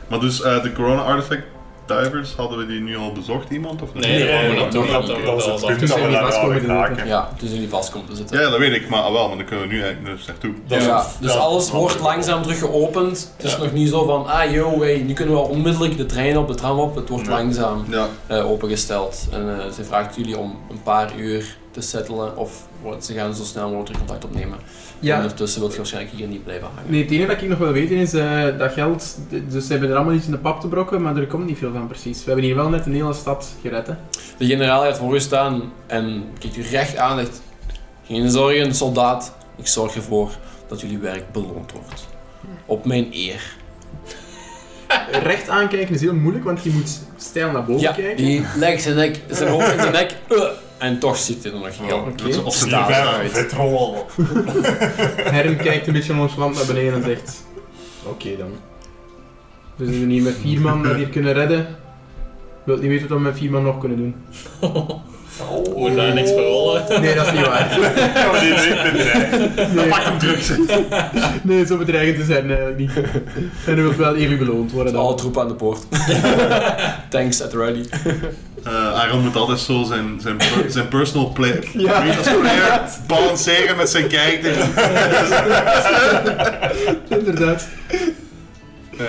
[SPEAKER 3] Maar dus eh, de Corona Artifact Divers, hadden we die nu al bezocht, iemand? Of niet?
[SPEAKER 5] Nee,
[SPEAKER 1] Nee,
[SPEAKER 5] we
[SPEAKER 1] dat Dus
[SPEAKER 5] dat doen,
[SPEAKER 1] niet.
[SPEAKER 5] dat doen
[SPEAKER 4] Dat
[SPEAKER 5] we
[SPEAKER 4] was
[SPEAKER 5] wel
[SPEAKER 4] het
[SPEAKER 5] eens
[SPEAKER 4] punt dat
[SPEAKER 5] afgezien.
[SPEAKER 2] afgezien.
[SPEAKER 4] we daar
[SPEAKER 2] Vastkomen
[SPEAKER 4] aan
[SPEAKER 2] te
[SPEAKER 4] raken.
[SPEAKER 1] Ja, dus jullie vast komt te zitten.
[SPEAKER 3] Ja, dat weet ik, maar ah, wel, maar dan kunnen we nu eigenlijk nergens naartoe.
[SPEAKER 4] Dat is-
[SPEAKER 1] ja, dus
[SPEAKER 4] ja,
[SPEAKER 1] alles
[SPEAKER 4] dat
[SPEAKER 1] wordt
[SPEAKER 4] is-
[SPEAKER 1] langzaam terug geopend. Het is nog niet zo van, ah yo, hey, nu kunnen we onmiddellijk de trein op, de tram op. Het wordt
[SPEAKER 4] Nee.
[SPEAKER 1] langzaam
[SPEAKER 3] Ja,
[SPEAKER 1] eh, opengesteld. En eh, ze vraagt jullie om een paar uur te settelen of wat, ze gaan zo snel mogelijk contact opnemen.
[SPEAKER 2] Ja.
[SPEAKER 1] Ondertussen wilt je waarschijnlijk hier niet blijven hangen.
[SPEAKER 2] Nee, het enige dat ik nog wil weten is eh, dat geld. d- Dus ze hebben er allemaal iets in de pap te brokken, maar er komt niet veel van precies. We hebben hier wel net een hele stad gered, hè?
[SPEAKER 1] De generaal gaat voor u staan en kijkt u recht aan en zegt, geen zorgen soldaat, ik zorg ervoor dat jullie werk beloond wordt. Op mijn eer.
[SPEAKER 2] Recht aankijken is heel moeilijk, want je moet stijl naar boven
[SPEAKER 1] Ja,
[SPEAKER 2] kijken.
[SPEAKER 1] die legt zijn, nek, zijn hoofd in zijn nek uh, en toch ziet hij er nog
[SPEAKER 4] Oh,
[SPEAKER 1] heel
[SPEAKER 2] Oké.
[SPEAKER 3] Dat ze op zijn
[SPEAKER 1] Staat
[SPEAKER 3] duim
[SPEAKER 1] eruit.
[SPEAKER 3] uit.
[SPEAKER 4] Vitrol.
[SPEAKER 2] Herm kijkt een beetje nonchalant naar beneden en zegt: Oké dan. We zijn hier met vier man dat hier kunnen redden. Ik wil niet weten wat we met vier man nog kunnen doen.
[SPEAKER 5] Hoe daar niks verrollen.
[SPEAKER 2] Nee, dat is niet waar.
[SPEAKER 4] Kan we die niet bedreigen?
[SPEAKER 2] Nee,
[SPEAKER 3] Pak hem terug.
[SPEAKER 2] nee zo bedreigend is hij eigenlijk niet. En hij wil wel even beloond worden.
[SPEAKER 1] Alle
[SPEAKER 2] Dan.
[SPEAKER 1] troep aan de poort. Thanks at ready.
[SPEAKER 3] Eh, Aaron moet altijd zo zijn, zijn, per- zijn personal play,
[SPEAKER 2] Ja.
[SPEAKER 3] als player balanceren met zijn kijker.
[SPEAKER 2] Inderdaad.
[SPEAKER 3] Eh,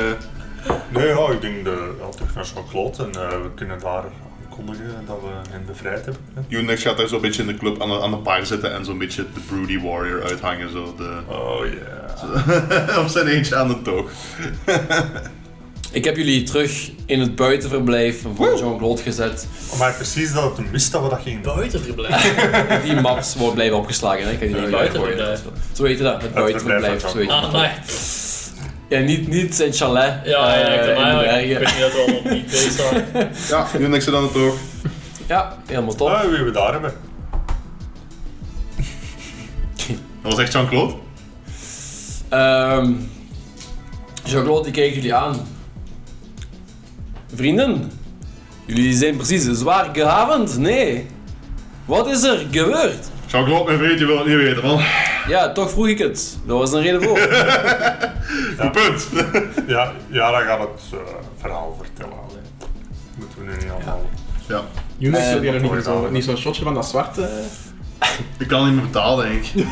[SPEAKER 4] Nee, ja, ik denk de, ja, terug naar zo'n klot en eh, we kunnen daar aankondigen dat we hen bevrijd hebben. hè.
[SPEAKER 3] Younex gaat daar zo'n beetje in de club aan de, aan de paar zitten en zo'n beetje de Broody Warrior uithangen. Zo de,
[SPEAKER 4] Oh yeah.
[SPEAKER 3] op zijn eentje aan de toog.
[SPEAKER 1] Ik heb jullie terug in het buitenverblijf van Jean Claude gezet.
[SPEAKER 4] Maar precies dat het een mist dat we dat gingen doen.
[SPEAKER 5] Buitenverblijf.
[SPEAKER 1] Die maps worden blijven opgeslagen. Hè? Ik heb die
[SPEAKER 5] Het
[SPEAKER 1] niet weggooien.
[SPEAKER 5] buitenverblijf.
[SPEAKER 1] Zo heet dat, het buitenverblijf.
[SPEAKER 4] van
[SPEAKER 1] Zo heet
[SPEAKER 5] Ah,
[SPEAKER 1] dat.
[SPEAKER 5] amai.
[SPEAKER 1] Ja, niet, niet zijn chalet
[SPEAKER 5] Ja, ja,
[SPEAKER 1] eh,
[SPEAKER 5] ik,
[SPEAKER 1] in de
[SPEAKER 5] maar, ik
[SPEAKER 1] bergen.
[SPEAKER 5] weet niet dat we al op die twee staan.
[SPEAKER 3] Ja, Younex zit aan de toog.
[SPEAKER 1] Ja, helemaal top.
[SPEAKER 4] Ah, wie we daar hebben.
[SPEAKER 3] Dat was echt Jean-Claude.
[SPEAKER 1] Ehm Jean-Claude, die kijkt jullie aan. Vrienden, jullie zijn precies zwaar gehavend. Nee. Wat is er gebeurd?
[SPEAKER 3] Jean-Claude, mijn vriend, je wil het niet weten, man.
[SPEAKER 1] Ja, toch vroeg ik het. Daar was een reden voor.
[SPEAKER 3] Goed punt.
[SPEAKER 4] Ja, ja dan gaat het eh, verhaal vertellen. Allee. Moeten we nu niet allemaal.
[SPEAKER 3] ja,
[SPEAKER 2] Jonas,
[SPEAKER 1] Eh,
[SPEAKER 2] wil je nog niet
[SPEAKER 4] hoor ik
[SPEAKER 2] zo-
[SPEAKER 4] al.
[SPEAKER 2] niet zo'n shotje van dat zwarte?
[SPEAKER 3] ik kan niet meer betalen, denk ik.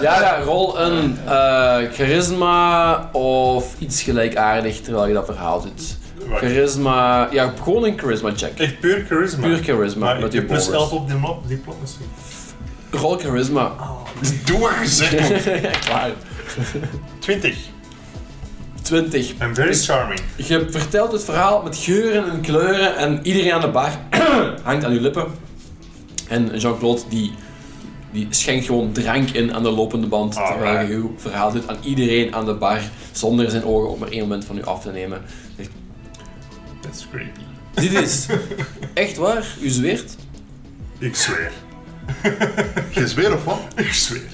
[SPEAKER 1] Ja, ja, rol een eh, charisma of iets gelijkaardig terwijl je dat verhaal doet.
[SPEAKER 4] Wacht.
[SPEAKER 1] Charisma, ja, gewoon een charisma check.
[SPEAKER 4] Echt puur charisma.
[SPEAKER 1] Puur charisma,
[SPEAKER 4] Maar
[SPEAKER 1] met
[SPEAKER 4] ik
[SPEAKER 1] je
[SPEAKER 4] heb plus
[SPEAKER 1] bonus.
[SPEAKER 4] 11 op die map, diplomacy.
[SPEAKER 1] Rol
[SPEAKER 4] Oh,
[SPEAKER 1] charisma.
[SPEAKER 3] Doe maar gezegd, man.
[SPEAKER 1] Klaar.
[SPEAKER 4] 20.
[SPEAKER 1] 20.
[SPEAKER 4] I'm very charming.
[SPEAKER 1] Je vertelt het verhaal met geuren en kleuren en iedereen aan de bar hangt aan je lippen. En Jean-Claude die, die schenkt gewoon drank in aan de lopende band terwijl je
[SPEAKER 4] Alright.
[SPEAKER 1] uw verhaal doet aan iedereen aan de bar zonder zijn ogen op maar één moment van u af te nemen.
[SPEAKER 4] That's creepy.
[SPEAKER 1] Dit is echt waar, u zweert.
[SPEAKER 4] Ik zweer.
[SPEAKER 3] Je zweer of wat?
[SPEAKER 4] Ik zweer.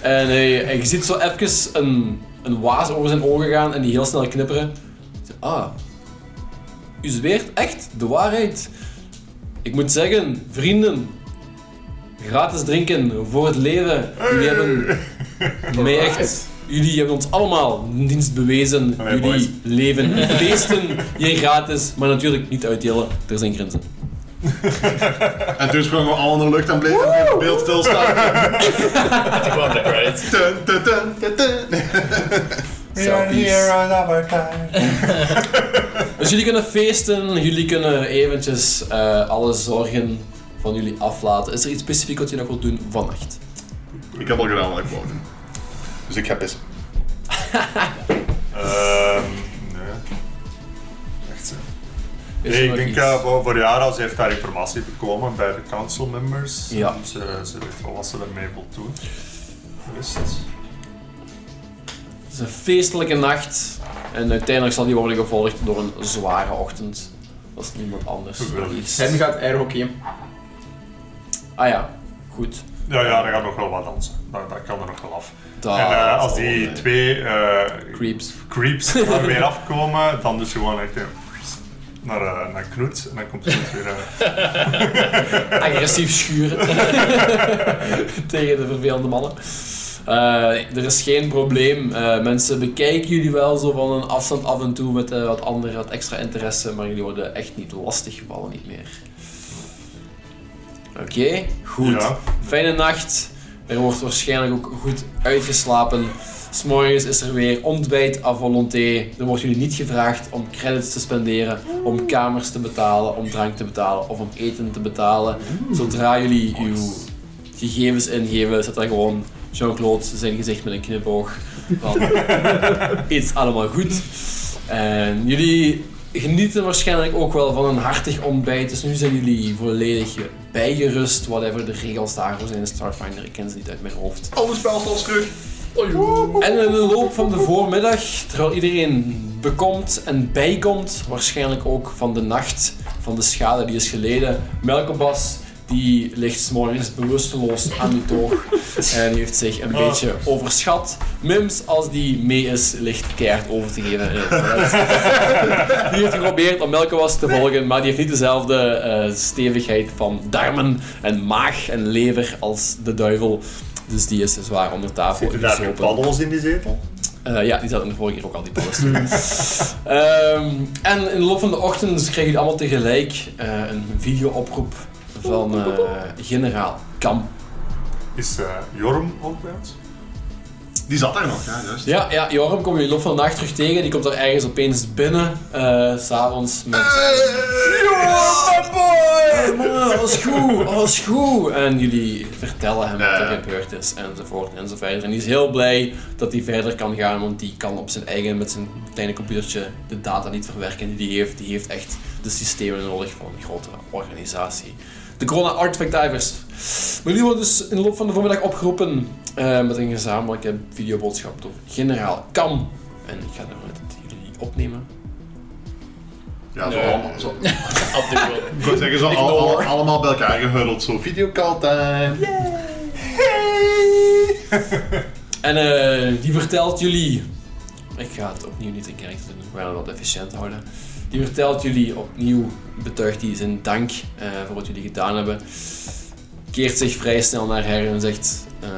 [SPEAKER 1] En hij, hij ziet zo even een, een waas over zijn ogen gaan en die heel snel knipperen. Zo, Ah, u zweert echt de waarheid. Ik moet zeggen, vrienden, gratis drinken voor het leven. Jullie hebben mij echt. Jullie hebben ons allemaal een dienst bewezen.
[SPEAKER 4] Allee,
[SPEAKER 1] Jullie
[SPEAKER 4] boys.
[SPEAKER 1] leven in feesten hier gratis, maar natuurlijk niet uitdelen. Er zijn grenzen.
[SPEAKER 3] En toen sprongen we allemaal in de lucht en bleef het beeld stilstaan.
[SPEAKER 5] Ik kwam de credits.
[SPEAKER 3] Dun, dun, dun, dun, dun.
[SPEAKER 1] Selfies.
[SPEAKER 4] another time.
[SPEAKER 1] Dus jullie kunnen feesten, jullie kunnen eventjes eh, alle zorgen van jullie aflaten. Is er iets specifiek wat je nog wilt doen vannacht?
[SPEAKER 3] Ik heb al gedaan wat ik wou doen. Dus ik ga pissen.
[SPEAKER 4] Ehm, nee. Echt zo.
[SPEAKER 1] Is
[SPEAKER 4] Nee,
[SPEAKER 1] er
[SPEAKER 4] ik
[SPEAKER 1] nog
[SPEAKER 4] denk
[SPEAKER 1] iets?
[SPEAKER 4] eh, voor, voor Yara, ze heeft daar informatie bekomen bij de council members.
[SPEAKER 1] Ja.
[SPEAKER 4] En Ze, ze weet wel wat ze ermee wil doen. Wist.
[SPEAKER 1] Het is een feestelijke nacht en uiteindelijk zal die worden gevolgd door een zware ochtend. Dat is niemand anders.
[SPEAKER 4] Geweldig.
[SPEAKER 1] Iets.
[SPEAKER 2] Herm gaat air hockeyen.
[SPEAKER 1] Ah ja, goed.
[SPEAKER 4] Ja, ja, dat gaat nog wel wat dansen. Dat, dat kan er nog wel af.
[SPEAKER 1] Daar-
[SPEAKER 4] en eh, als die
[SPEAKER 1] Ah, Oh, nee.
[SPEAKER 4] twee eh,
[SPEAKER 1] Creeps.
[SPEAKER 4] creeps er weer afkomen, dan dus gewoon echt eh, naar, eh, naar Knoet. En dan komt het weer... eh,
[SPEAKER 1] agressief schuren tegen de vervelende mannen. Eh, er is geen probleem. Eh, mensen bekijken jullie wel zo van een afstand af en toe met eh, wat andere, wat extra interesse, maar jullie worden echt niet lastiggevallen, niet meer. Oké, goed.
[SPEAKER 4] Ja.
[SPEAKER 1] Fijne nacht. Er wordt waarschijnlijk ook goed uitgeslapen. S'morgens is er weer ontbijt à volonté. Er wordt jullie niet gevraagd om credits te spenderen, om kamers te betalen, om drank te betalen of om eten te betalen. Zodra jullie uw gegevens ingeven, zet daar gewoon Jean-Claude zijn gezicht met een knipoog. Van, is allemaal goed. En jullie genieten waarschijnlijk ook wel van een hartig ontbijt. Dus nu zijn jullie volledig bijgerust. Whatever de regels daarvoor zijn in Starfinder, ik ken ze niet uit mijn hoofd.
[SPEAKER 3] Alle spelstels terug.
[SPEAKER 1] En in de loop van de voormiddag, terwijl iedereen bekomt en bijkomt, waarschijnlijk ook van de nacht, van de schade die is geleden, Melkobas, die ligt 's morgens bewusteloos aan de toog en heeft zich een
[SPEAKER 4] Oh.
[SPEAKER 1] beetje overschat. Mims, als die mee is, ligt keihard over te geven in het toilet. Die heeft geprobeerd om Melkobas te volgen, maar die heeft niet dezelfde eh, stevigheid van darmen en maag en lever als de duivel. Dus die is zwaar onder tafel
[SPEAKER 4] Zitten daar weer
[SPEAKER 1] ingezopen.
[SPEAKER 4] paddels in die zetel?
[SPEAKER 1] Eh, ja, die zaten de vorige keer ook al, die paddenstoelen. Ehm, en in de loop van de ochtend kregen jullie allemaal tegelijk eh, een video-oproep van eh, generaal Kam.
[SPEAKER 4] Is eh, Jorm ook bij ons?
[SPEAKER 3] Die zat daar nog, ja, juist.
[SPEAKER 1] Ja, ja, Joram kom je in de loop van de nacht terug tegen. Die komt er ergens opeens binnen, eh, s s'avonds met... Hey, man, alles goed, alles goed. En jullie vertellen hem wat
[SPEAKER 3] Ja,
[SPEAKER 1] er
[SPEAKER 3] ja.
[SPEAKER 1] gebeurd is, enzovoort, enzovoort. En die is heel blij dat hij verder kan gaan, want die kan op zijn eigen, met zijn kleine computertje, de data niet verwerken die hij heeft. Die heeft echt de systemen nodig van een grotere organisatie. De Corona Artifact Divers. Maar jullie worden dus in de loop van de voormiddag opgeroepen eh, met een gezamenlijke videoboodschap door generaal Kam. En ik ga ervan uit dat jullie die opnemen.
[SPEAKER 3] Ja, zo
[SPEAKER 5] Nee.
[SPEAKER 3] allemaal. Zo,
[SPEAKER 5] Abdul.
[SPEAKER 3] ik wou zeggen, zo al- al- allemaal bij elkaar gehuddeld. Zo, videocall time.
[SPEAKER 1] En eh, die vertelt jullie. Ik ga het opnieuw niet in kerk doen, we gaan het wat efficiënt houden. Die vertelt jullie opnieuw, betuigt hij zijn dank eh, voor wat jullie gedaan hebben. Keert zich vrij snel naar her en zegt eh,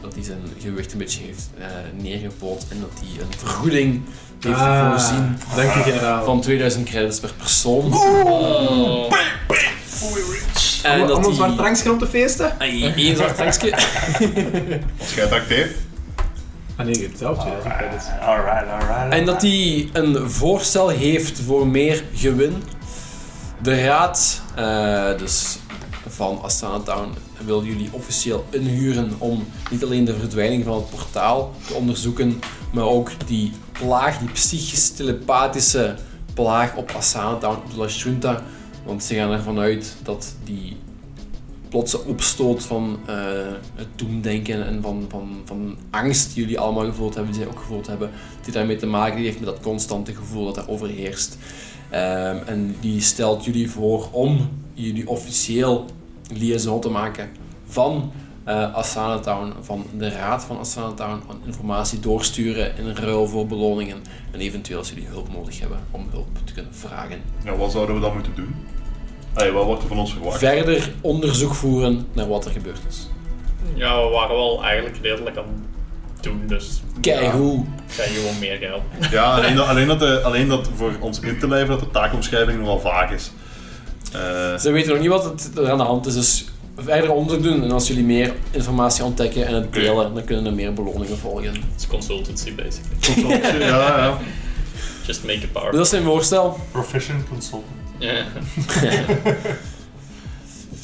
[SPEAKER 1] dat hij zijn gewicht een beetje heeft eh neergepoot en dat hij een vergoeding heeft voorzien
[SPEAKER 2] Ah, Dank je, generaal.
[SPEAKER 1] van 2000 credits per persoon.
[SPEAKER 5] Oh.
[SPEAKER 1] En dat
[SPEAKER 2] om ons
[SPEAKER 1] hij...
[SPEAKER 2] maar drankje om te feesten?
[SPEAKER 1] Ai, één zwart drankje.
[SPEAKER 3] Als jij het acteert.
[SPEAKER 2] Ah nee, je hebt zelf twee. credits.
[SPEAKER 4] Alright, alright.
[SPEAKER 1] En dat hij een voorstel heeft voor meer gewin. De raad eh, dus van Astana Town wil jullie officieel inhuren om niet alleen de verdwijning van het portaal te onderzoeken, maar ook die plaag, die psychisch telepathische plaag op Astana Town, op La Junta. Want ze gaan ervan uit dat die plotse opstoot van eh, het doemdenken en van, van, van angst die jullie allemaal gevoeld hebben, die zij ook gevoeld hebben, die daarmee te maken heeft met dat constante gevoel dat daar overheerst. Ehm, en die stelt jullie voor om jullie officieel liaison te maken van eh Asana Town, van de raad van Asana Town, aan informatie doorsturen in ruil voor beloningen en eventueel als jullie hulp nodig hebben om hulp te kunnen vragen.
[SPEAKER 3] Ja, wat zouden we dan moeten doen? Allee, wat wordt er van ons verwacht?
[SPEAKER 1] Verder onderzoek voeren naar wat er gebeurd is.
[SPEAKER 5] Ja, we waren wel eigenlijk redelijk aan het doen, dus...
[SPEAKER 1] Kijk hoe.
[SPEAKER 5] Ja, krijg je gewoon meer geld.
[SPEAKER 3] Ja, alleen dat, alleen, dat de, alleen dat voor ons in te lijven dat de taakomschrijving nogal vaag is. Eh,
[SPEAKER 1] Ze weten nog niet wat het- er aan de hand is, dus verder onderzoek doen. En als jullie meer informatie ontdekken en het delen, dan kunnen er meer beloningen volgen. Dus
[SPEAKER 5] Het is consultancy, basically.
[SPEAKER 3] ja, ja.
[SPEAKER 5] Just make it
[SPEAKER 1] Dus
[SPEAKER 5] power.
[SPEAKER 1] dat is mijn voorstel.
[SPEAKER 4] Proficient consultant.
[SPEAKER 5] Ja.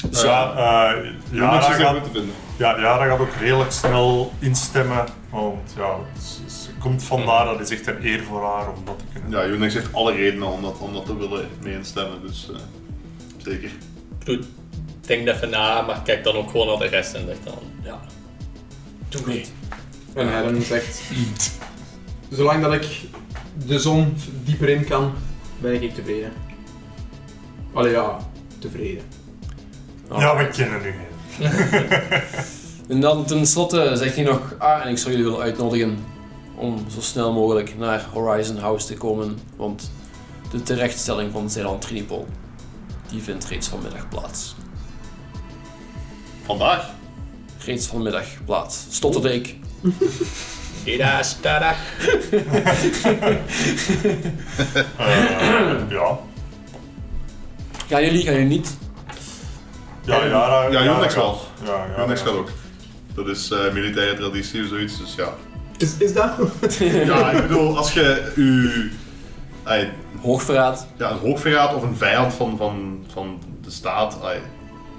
[SPEAKER 1] Dus ja,
[SPEAKER 4] Ja, eh
[SPEAKER 3] Ja,
[SPEAKER 4] Yara,
[SPEAKER 3] dat
[SPEAKER 4] gaat,
[SPEAKER 3] te vinden.
[SPEAKER 4] ja, Yara gaat ook redelijk snel instemmen. Want ja, ze, ze komt vandaar, dat is echt een eer voor haar om dat te kunnen
[SPEAKER 3] Ja, Jonex heeft alle redenen om dat, om dat te willen mee instemmen, dus eh, zeker.
[SPEAKER 5] Ik bedoel, denk even na, maar kijk dan ook gewoon naar de rest en zeg dan... Ja. Doe mee.
[SPEAKER 2] En Adam zegt... Zolang dat ik de zon dieper in kan, ben ik tevreden. Allee ja, tevreden.
[SPEAKER 4] doen. Ja, we kennen nu niet.
[SPEAKER 1] En dan tenslotte zegt hij nog, ah, en ik zou jullie willen uitnodigen om zo snel mogelijk naar Horizon House te komen, want de terechtstelling van Zeland Trinipol, die vindt reeds vanmiddag plaats.
[SPEAKER 3] Vandaag?
[SPEAKER 1] Reeds vanmiddag plaats. Stotterde ik.
[SPEAKER 5] Ida, stada.
[SPEAKER 4] Eh, ja.
[SPEAKER 1] Gaan jullie, gaan jullie niet?
[SPEAKER 4] Ja, Yara...
[SPEAKER 3] Ja,
[SPEAKER 4] Yara
[SPEAKER 3] Jonex
[SPEAKER 4] gaat-
[SPEAKER 3] wel.
[SPEAKER 4] Ja, ja,
[SPEAKER 3] Jonex
[SPEAKER 4] ja.
[SPEAKER 3] gaat ook. Dat is eh, militaire traditie of zoiets, dus ja.
[SPEAKER 2] Is, is dat?
[SPEAKER 3] Ja, ik bedoel, als je u ai,
[SPEAKER 1] Hoogverraad.
[SPEAKER 3] ja, een hoogverraad of een vijand van, van, van de staat, ai,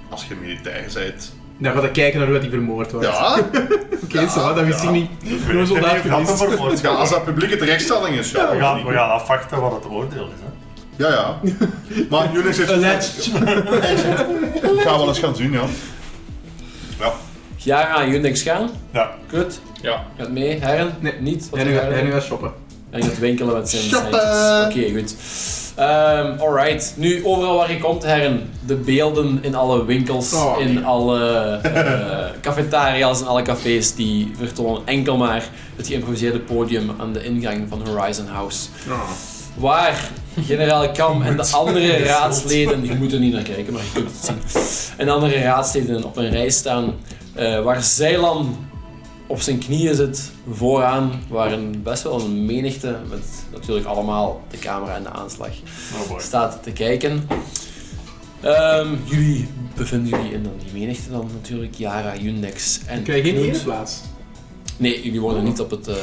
[SPEAKER 3] als je militair bent.
[SPEAKER 2] Dan gaat ik kijken naar hoe die vermoord wordt.
[SPEAKER 3] Ja,
[SPEAKER 2] Oké, zo, dan wist ik niet.
[SPEAKER 4] Ik
[SPEAKER 2] Een soldaat
[SPEAKER 4] weet niet of dat
[SPEAKER 2] geweest.
[SPEAKER 4] een vermoord
[SPEAKER 3] ja, als
[SPEAKER 4] wordt.
[SPEAKER 3] dat publieke terechtstelling is, ja.
[SPEAKER 4] We
[SPEAKER 3] waarom
[SPEAKER 4] gaan,
[SPEAKER 3] niet?
[SPEAKER 4] we gaan afwachten wat het oordeel is. Hè.
[SPEAKER 3] Ja, ja. Maar Unix heeft
[SPEAKER 2] Alleged.
[SPEAKER 3] Ik ga wel eens gaan zien, ja. Ja.
[SPEAKER 1] Jaren aan Unix gaan.
[SPEAKER 4] Ja,
[SPEAKER 1] Kut.
[SPEAKER 5] Ja.
[SPEAKER 1] Gaat mee. Herren?
[SPEAKER 2] Nee.
[SPEAKER 1] Niet. Wat
[SPEAKER 2] En nu
[SPEAKER 1] doet
[SPEAKER 2] gaat-
[SPEAKER 1] Herren?
[SPEAKER 2] en nu gaat shoppen.
[SPEAKER 1] En gaat winkelen met zijn
[SPEAKER 3] Shoppen!
[SPEAKER 1] snijtjes. Oké, goed. Ehm, alright. Nu, overal waar je komt, Herren, de beelden in alle winkels,
[SPEAKER 2] Oh, nee.
[SPEAKER 1] in alle eh cafetaria's, in alle cafés, die vertonen enkel maar het geïmproviseerde podium aan de ingang van Horizon House.
[SPEAKER 2] Oh.
[SPEAKER 1] Waar generaal Kam en de andere raadsleden, je moet er niet naar kijken, maar je kunt het zien, en de andere raadsleden op een rij staan, eh, waar Zeilan op zijn knieën zit, vooraan, waar een best wel een menigte, met natuurlijk allemaal de camera en de aanslag,
[SPEAKER 4] oh boy.
[SPEAKER 1] staat te kijken. Ehm, jullie bevinden jullie in dan die menigte dan natuurlijk, Yara, Yundex en
[SPEAKER 2] Ik krijg geen
[SPEAKER 1] Knut.
[SPEAKER 2] ene plaats.
[SPEAKER 1] Nee, jullie
[SPEAKER 6] Oh.
[SPEAKER 1] worden niet op het, eh,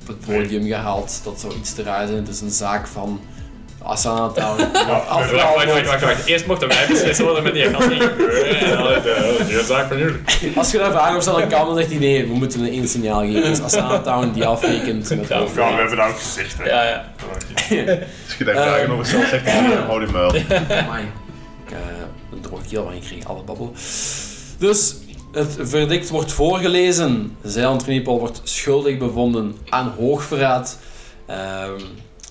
[SPEAKER 1] op het podium gehaald. Dat zou iets te raar zijn. Het is een zaak van Asana Town.
[SPEAKER 4] Ja,
[SPEAKER 1] Afgehaald
[SPEAKER 6] Wacht, wacht, wacht,
[SPEAKER 1] wordt.
[SPEAKER 6] wacht, wacht. Eerst mochten wij beslissen wat er met die gast ging gebeuren. En dan is de deurzaak van jullie.
[SPEAKER 1] Als je daar vragen of stellen kan, dan zegt hij nee, we moeten een één signaal geven. Dus Het is Asana Town die afrekent met
[SPEAKER 6] Ja.
[SPEAKER 4] Ja, we hebben dat ook gezegd. Hè.
[SPEAKER 5] Ja, ja.
[SPEAKER 3] Als Dus je daar vragen over stelt, zeg dan ja, hou die muil.
[SPEAKER 1] Amai. Ik eh, een droge keel, want ik kreeg alle babbel. Dus het verdict wordt voorgelezen. Zeiland Kniepel wordt schuldig bevonden aan hoogverraad. Ehm,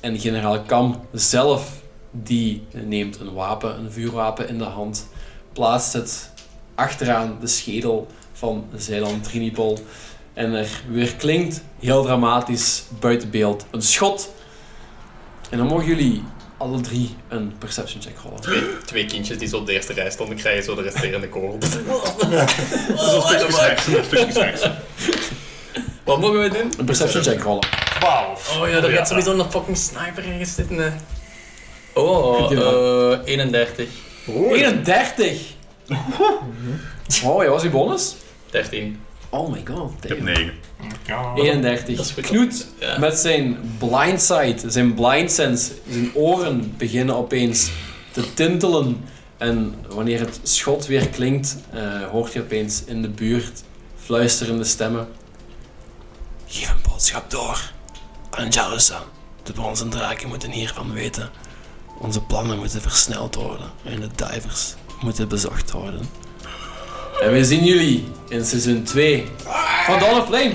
[SPEAKER 1] en generaal Kam zelf, die neemt een wapen, een vuurwapen in de hand, plaatst het achteraan de schedel van Zeiland Trinipol. En er weer klinkt, heel dramatisch, buiten beeld, een schot. En dan mogen jullie alle drie een perception check rollen.
[SPEAKER 6] Twee, twee kindjes die zo op de eerste rij stonden, krijgen zo de resterende korrel.
[SPEAKER 3] Een stukje snacks, een stukje snacks.
[SPEAKER 5] Wat mogen we doen?
[SPEAKER 1] Een perception check rollen.
[SPEAKER 4] 12.
[SPEAKER 5] Oh ja, daar gaat sowieso een fucking sniper ergens zitten. hè. Oh, eh 31.
[SPEAKER 1] 31! Oh, ja, was die bonus?
[SPEAKER 5] 13.
[SPEAKER 1] Oh my god.
[SPEAKER 3] Ik heb
[SPEAKER 1] damn.
[SPEAKER 3] 9.
[SPEAKER 4] Ja,
[SPEAKER 1] 31.
[SPEAKER 5] Dat is goed.
[SPEAKER 1] Knoet
[SPEAKER 5] Ja.
[SPEAKER 1] met zijn blind sight, zijn blind sense, zijn oren beginnen opeens te tintelen. En wanneer het schot weer klinkt, eh, hoort je opeens in de buurt fluisterende stemmen. Geef een boodschap door aan Jarusan. De bronzen draken moeten hiervan weten. Onze plannen moeten versneld worden en de divers moeten bezocht worden. En we zien jullie in seizoen 2 van Dawn of Flame.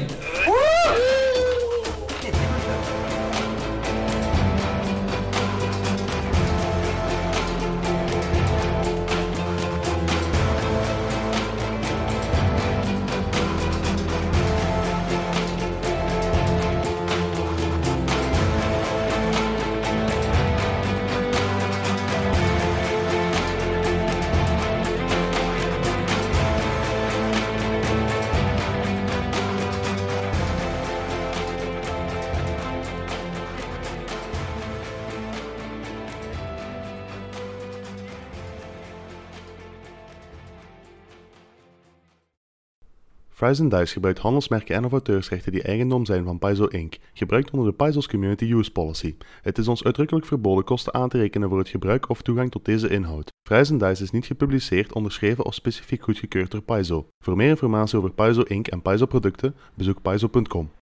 [SPEAKER 7] Fries Dice gebruikt handelsmerken en of auteursrechten die eigendom zijn van Paizo Inc., gebruikt onder de Paizo's Community Use Policy. Het is ons uitdrukkelijk verboden kosten aan te rekenen voor het gebruik of toegang tot deze inhoud. Fries Dice is niet gepubliceerd, onderschreven of specifiek goedgekeurd door Paizo. Voor meer informatie over Paizo Inc. en Paizo producten, bezoek paizo.com.